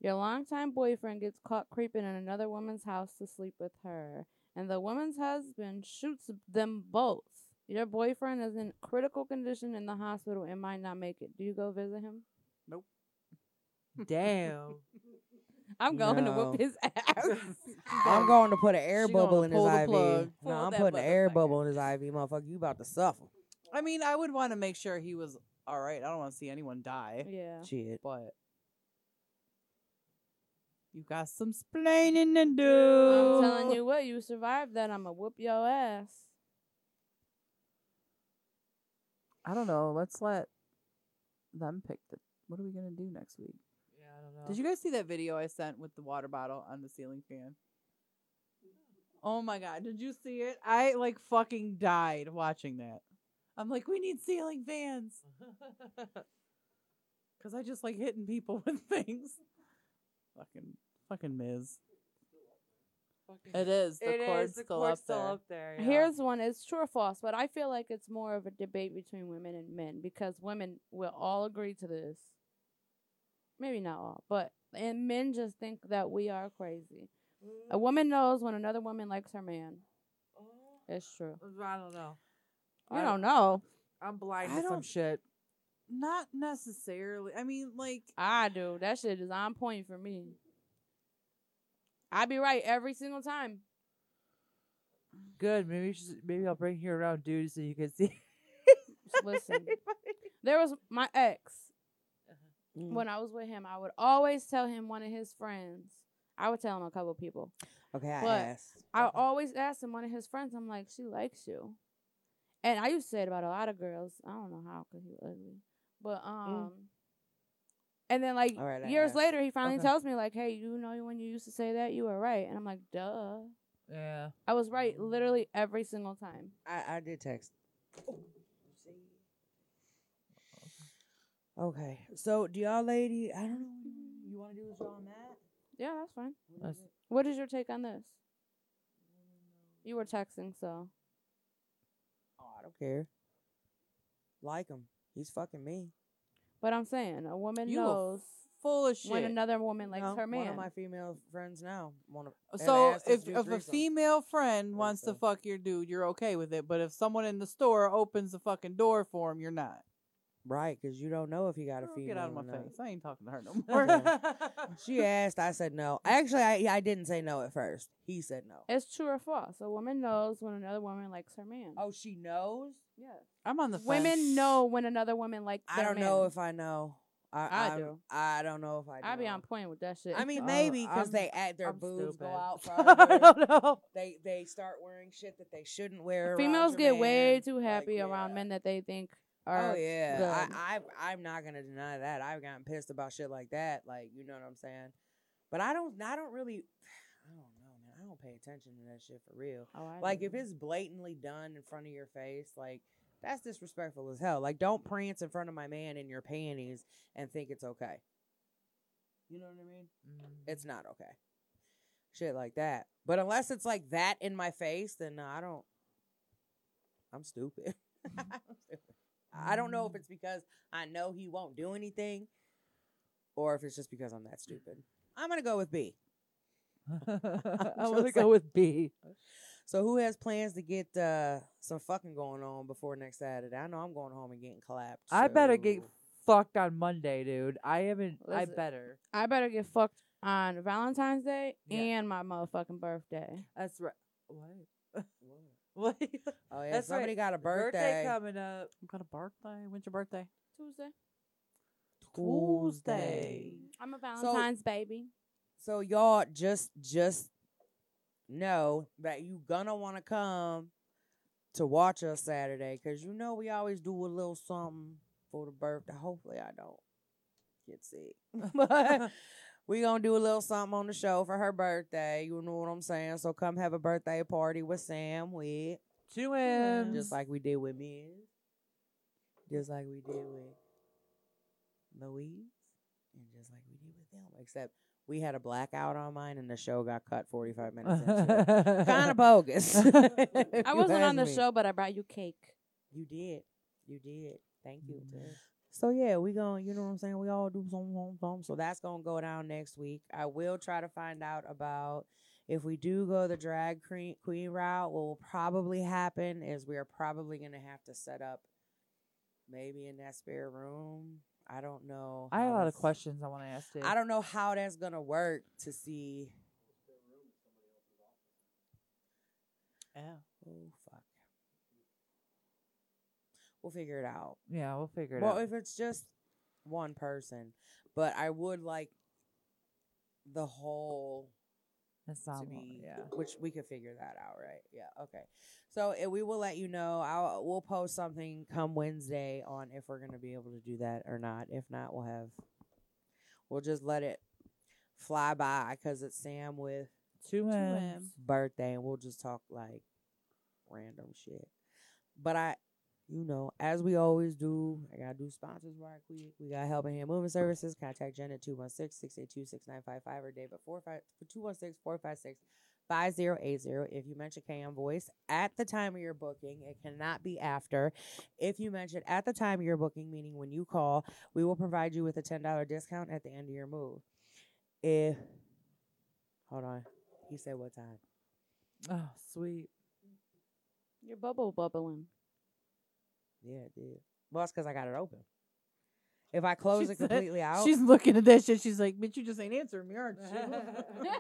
B: Your longtime boyfriend gets caught creeping in another woman's house to sleep with her, and the woman's husband shoots them both. Your boyfriend is in critical condition in the hospital and might not make it. Do you go visit him?
A: Damn.
B: I'm going to
C: No.
B: whoop his ass.
C: I'm going to put an air
E: She
C: bubble
E: gonna
C: in his
E: pull the
C: IV.
E: plug.
C: No,
E: Pull
C: I'm
E: that
C: putting an air
E: motherfucker.
C: bubble in his IV, motherfucker. You about to suffer?
E: I mean, I would want to make sure he was all right. I don't want to see anyone die,
B: yeah.
C: Shit.
E: but you got some splaining to do.
B: I'm telling you what, you survived that. I'm going to whoop your ass.
E: I don't know. Let's let them pick the. What are we gonna do next week?
A: Yeah, I don't know.
E: Did you guys see that video I sent with the water bottle on the ceiling fan? Oh my god, did you see it? I like fucking died watching that. I'm like, we need ceiling fans. Cause I just like hitting people with things. Fucking fucking Miz. It is. The cord's still up there.
A: there.
B: Here's one. It's true or false, but I feel like it's more of a debate between women and men because women will all agree to this. Maybe not all, but and men just think that we are crazy. A woman knows when another woman likes her man. It's true.
A: Oh, I don't know.
B: You don't know.
A: I'm blind
E: I
A: to some
E: don't-
A: shit.
E: Not necessarily. I mean, like
B: I do. That shit is on point for me. I be right every single time.
A: Good. Maybe you should, maybe I'll bring you around, dude, so you can see.
B: Listen, there was my ex.
C: Mm.
B: When I was with him, I would always tell him one of his friends. I would tell him a couple people.
C: Okay, I
B: But
C: asked.
B: I always asked him one of his friends. I'm like, she likes you, and I used to say it about a lot of girls. I don't know how because he was ugly, but um, and then like
C: Mm. All right, I
B: years
C: asked.
B: later, he finally
A: Okay.
B: tells me like, hey, you know when you used to say that, you were right, and I'm like, duh,
A: Yeah.
B: I was right literally every single time.
E: Oh,
C: I, I did text. Okay. So do y'all lady I don't know you wanna do a draw on that?
B: Yeah, that's fine.
C: What is
A: Let's-
C: it?
B: What is your take on this? You were texting, so
C: Oh, I don't care. Like him. He's fucking me.
B: but I'm saying a woman
E: You a
B: knows
E: full of shit.
B: when another woman likes
C: No,
B: her man.
C: One of my female friends now. One of and
E: so
C: asked us
E: if
C: to do
E: if a
C: threesomes.
E: female friend wants to
C: Threesome.
E: fuck your dude, you're okay with it. But if someone in the store opens the fucking door for him, you're not.
C: Right, because you don't know if you got a
E: Girl,
C: female.
E: get out of
C: or
E: my
C: not.
E: face. I ain't talking to her no more.
C: She asked, I said no. Actually I I didn't say no at first. He said no.
B: it's true or false. A woman knows when another woman likes her man.
C: Oh, she knows?
B: yeah.
E: I'm on the fence.
B: Women know when another woman likes.
C: I
B: their
C: don't know
B: man.
C: if I know. I,
B: I
C: I'm-
B: do.
C: I don't know if I. Do.
B: I be on uh, point with that shit.
C: I mean,
A: Oh,
C: maybe
A: I'm-
C: because they act their
A: I'm
C: boobs
A: stupid.
C: go out
A: I
C: farther.
A: don't know.
C: they they start wearing shit that they shouldn't wear. around
B: females
C: your
B: get way
C: man.
B: too
C: Like,
B: happy around
C: yeah.
B: men that they think are.
C: Oh yeah, I,
B: good.
C: I I'm not gonna deny that. I've gotten pissed about shit like that. Like you know what I'm saying. But I don't. I don't really. I don't know, man. I don't pay attention to that shit for real.
B: Oh, I
C: Like
B: do.
C: if it's blatantly done in front of your face, like that's disrespectful as hell. Like don't prance in front of my man in your panties and think it's okay. You know what I mean? Mm. It's
B: Mm-hmm.
C: not okay. Shit like that. But unless it's like that in my face, then no, I don't. I'm stupid.
B: Mm-hmm.
C: I'm stupid. I don't know if it's because I know he won't do anything, or if it's just because I'm that stupid. I'm gonna go with B.
A: I
C: just
A: want to go with B.
C: So who has plans to get uh, some fucking going on before next Saturday? I know I'm going home and getting clapped.
A: I better get
C: so-
A: fucked on Monday, dude. I haven't. I
B: Listen.
A: better.
B: I better get fucked on Valentine's Day
A: Yeah.
B: and my motherfucking birthday.
A: That's right. What? What?
C: Oh yeah,
A: That's right.
C: somebody got a birthday.
A: Birthday coming up.
E: I've got a birthday. When's your birthday?
B: Tuesday.
C: Tuesday.
B: I'm a Valentine's baby.
C: So y'all just just know that you gonna want to come to watch us Saturday because you know we always do a little something for the birthday. Hopefully I don't get sick. But we gonna do a little something on the show for her birthday. You know what I'm saying? So come have a birthday party with Sam with
A: Two M's.
C: just like we did with Miz, just like we did with Louise, and just like we did with them. Except we had a blackout on mine, and the show got cut forty five minutes into it. Kind of bogus. if
B: I
C: you
B: wasn't on
C: ask
B: the
C: me.
B: show, but I brought you cake.
C: You did. You did. Thank you.
A: Mm-hmm.
C: So yeah, we going you know what I'm saying. We all do some, some, some. So that's gonna go down next week. I will try to find out about if we do go the drag queen queen route. What will probably happen is we are probably gonna have to set up maybe in that spare room. I don't know.
A: I have
C: how
A: a lot of
C: that's-
A: questions I want to ask. Dave.
C: I don't know how that's gonna work to see.
E: Yeah.
C: Oh fuck. We'll figure it out.
A: Yeah, we'll figure it
C: well,
A: out.
C: if it's just one person, but I would like the whole
A: That's
C: to
A: not more-
C: be,
A: yeah.
C: which we could figure that out, right? Yeah, okay. So eh, we will let you know. I'll we'll post something come Wednesday on if we're gonna be able to do that or not. If not, we'll have we'll just let it fly by because it's Sam with
A: Two
E: M's.
A: M's.
C: birthday and we'll just talk like random shit. But I, you know, as we always do, I gotta do sponsors right quick. We got Help and Hand Movement Services. Contact Jen at 216-682-6955 or Dave at 216-456-5080. If you mention KM Voice at the time of your booking, it cannot be after. If you mention at the time of your booking, meaning when you call, we will provide you with a $10 discount at the end of your move. If, hold on, he said what time?
A: Oh, sweet.
B: Your bubble bubbling.
C: Yeah, it did. Well, it's because I got it open. If I close
E: She
C: it
E: said-
C: completely out,
E: She's looking at that shit. She's like, bitch, you just ain't answering me, aren't you?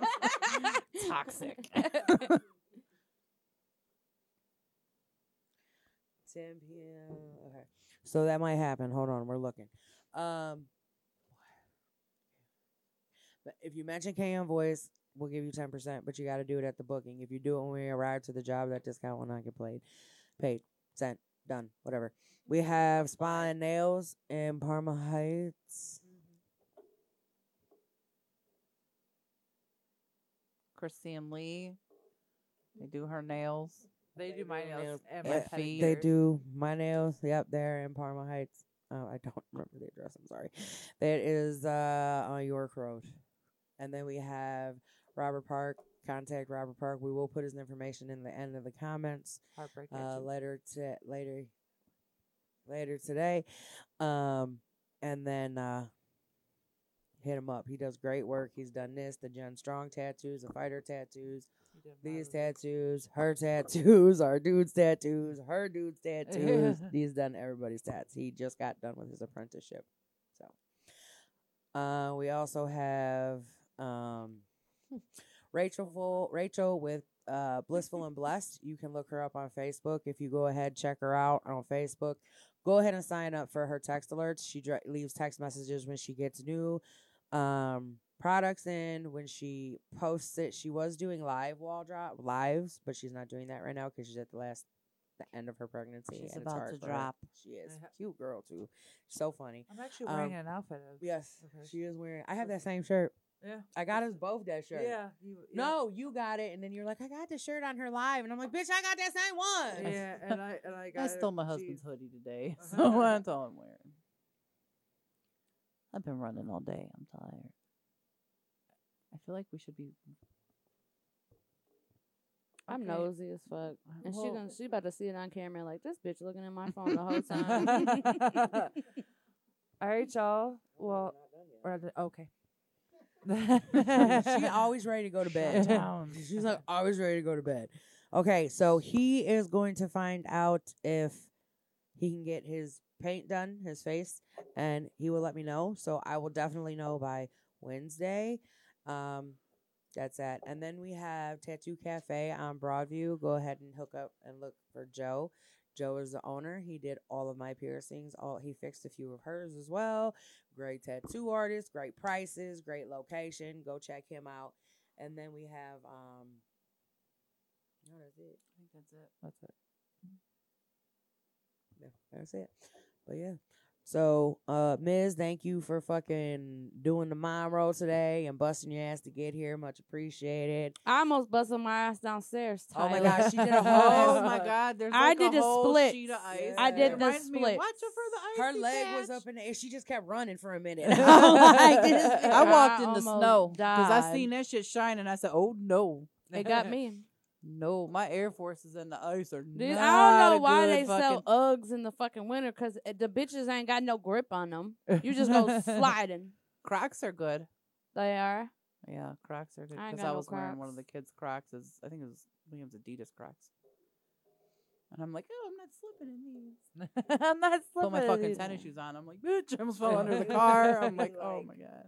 B: Toxic.
C: 10 p.m. Okay. So that might happen. Hold on, we're looking. Um, but if you mention KM Voice, we'll give you 10%, but you got to do it at the booking. If you do it when we arrive to the job, that discount will not get played. Paid, sent, done, whatever. We have Spa and Nails in Parma Heights.
E: Christine Lee. They do her nails.
A: They do my nails and
E: my
A: my
C: Eh,
E: feet.
C: They do my nails. Yep, they're in Parma Heights. Oh, I don't remember the address. I'm sorry. That is uh, on York Road. And then we have Robert Park. Contact Robert Park. We will put his information in the end of the comments
E: Heartbreak.
C: uh,
E: Mansion.
C: later to later later today, um, and then uh, hit him up. He does great work. He's done this, the Jen Strong tattoos, the fighter tattoos,
E: You did
C: these
E: marvelous.
C: tattoos, her tattoos, our dude's tattoos, her dude's tattoos. He's done everybody's tats. He just got done with his apprenticeship. So uh, we also have um, Rachel Full, Rachel with uh, Blissful and Blessed. You can look her up on Facebook. If you go ahead, check her out on Facebook. Go ahead and sign up for her text alerts. She dri- leaves text messages when she gets new um products in when she posts it she was doing live wall drop lives but she's not doing that right now because she's at the last the end of her pregnancy
D: She's
C: and it's
D: about
C: hard
D: to
C: for her.
D: drop.
C: she is
E: Uh-huh.
C: cute girl too so funny
A: I'm actually
C: Um,
A: wearing an outfit of.
C: yes
A: of hers.
C: she is wearing i have that same shirt
A: Yeah.
C: i got us both that shirt
A: Yeah. you- yeah.
C: no you got it and then you're like i got this shirt on her live and i'm like bitch i got that same one
A: Yeah, and I and I got
E: I
A: it-
E: stole my
A: she-
E: husband's hoodie today, so that's all I'm wearing. I've been running all day. I'm tired. I feel like we should be.
B: I'm
E: Okay.
B: nosy as
A: Uh,
B: fuck, and she
E: Well-
B: gonna she about to see it on camera. Like this bitch looking at my phone the whole time.
A: All right, y'all. Well, we're at the- okay.
C: she always ready to go to bed
A: down.
C: She's like always ready to go to bed. Okay, so he is going to find out if he can get his paint done, his face, and he will let me know. So I will definitely know by Wednesday. Um, that's that. And then we have Tattoo Cafe on Broadview. Go ahead and hook up and look for Joe. Joe is the owner. He did all of my piercings. All he fixed a few of hers as well. Great tattoo artist, great prices, great location. Go check him out. And then we have um no, that's it.
E: I think that's it.
A: That's it.
C: Yeah, that's it. But yeah. So, uh, Miz, thank you for fucking doing the mom roll today and busting your ass to get here. Much appreciated.
B: I almost busted my ass downstairs.
C: Oh my
B: Tyler.
C: gosh, she did a whole
E: Oh
C: ass-
E: my god! There's
B: I
E: like
B: did
E: a
B: the
E: whole
B: splits.
E: sheet of ice.
C: I
E: that
C: did the
E: reminds me,
B: splits.
E: Watch out for the ice.
C: Her leg was up in the air. She just kept running for a minute.
D: I'm like, this bitch-
E: Oh I walked
B: I
E: in the
B: almost
E: snow because I
B: died.
E: seen that shit shine, and I said, "Oh no!"
B: It got me.
E: No, my Air Forces and the ice are
B: Dude,
E: not.
B: I
E: a
B: don't know why
E: good
B: they
E: fucking...
B: sell Uggs in the fucking winter because the bitches ain't got no grip on them. You just go sliding.
E: Crocs are good.
B: They are.
E: Yeah, Crocs are good
B: I ain't
E: because
B: got
E: I,
B: no
E: was wearing one of the
B: Crocs.
E: kids' Crocs. Is I think it was Williams Adidas Crocs, and I'm like, oh, I'm not slipping in these.
A: I'm not slipping.
E: Put my fucking tennis shoes on. I'm like, bitch, I almost fell under the car. I'm like, oh my
C: Like-
E: god.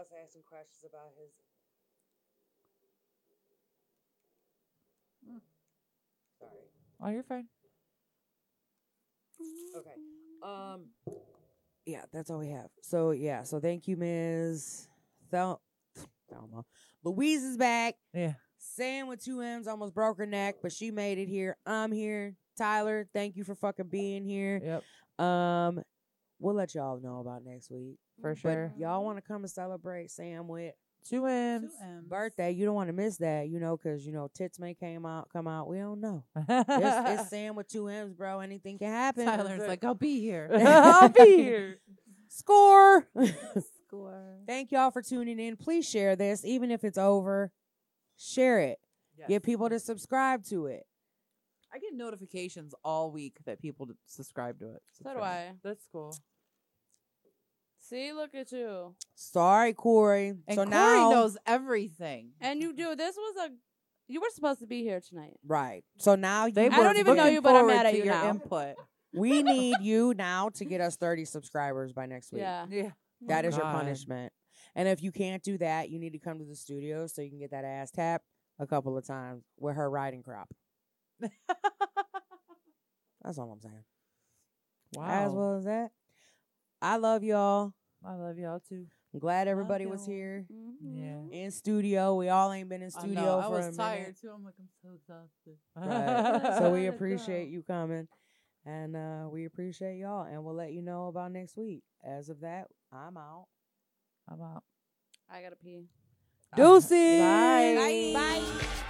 C: Us asking questions about his Sorry.
A: Oh, you're fine.
C: Okay. Um. Yeah, that's all we have. So yeah, so thank you, Ms. Thel- Thelma. Louise is back.
A: Yeah.
C: Sam with two M's almost broke her neck, but she made it here. I'm here. Tyler, thank you for fucking being here.
A: Yep.
C: Um, we'll let y'all know about next week.
A: For
C: But
A: sure.
C: y'all want to come and celebrate Sam with
A: Two M's.
C: birthday? You don't want to miss that, you know, because you know tits may came out come out. We don't know. It's, it's Sam with two M's, bro. Anything can happen.
E: Tyler's like, I'll be here.
A: I'll be here.
C: score.
E: Score.
C: Thank y'all for tuning in. Please share this, even if it's over. Share it. Get people to subscribe to it.
E: I get notifications all week that people d- subscribe to it.
B: So do I.
A: That's cool.
B: See, look at you.
C: Sorry, Corey.
E: And
C: so
E: Corey
C: now,
E: knows everything.
B: And you do. This was a. You were supposed to be here tonight.
C: right. So now you,
E: They
B: I
E: were
B: don't even know
E: looking
B: you, but I'm
E: forward
B: mad at
E: to
B: you
E: your
B: now.
E: Input.
C: we need you now to get us 30 subscribers by next week. Oh
B: Yeah.
A: Yeah.
C: That is your
E: God.
C: punishment. And if you can't do that, you need to come to the studio so you can get that ass tapped a couple of times with her riding crop. That's all I'm saying.
A: Wow.
C: As well as that, I love y'all.
A: I love y'all too.
C: I'm glad everybody was
E: y'all.
C: here.
B: Mm-hmm.
A: Yeah.
C: in studio. We all ain't been in
E: I
C: studio
E: know, I
C: for
E: was
C: a
E: tired too. I'm like, I'm so exhausted.
C: minute. Right. so we
E: Gotta
C: appreciate
E: go.
C: you coming. And uh, we appreciate y'all. And we'll let you know about next week. As of that, I'm out.
A: I'm out.
B: I gotta pee.
C: Deuces.
A: Bye.
D: Bye.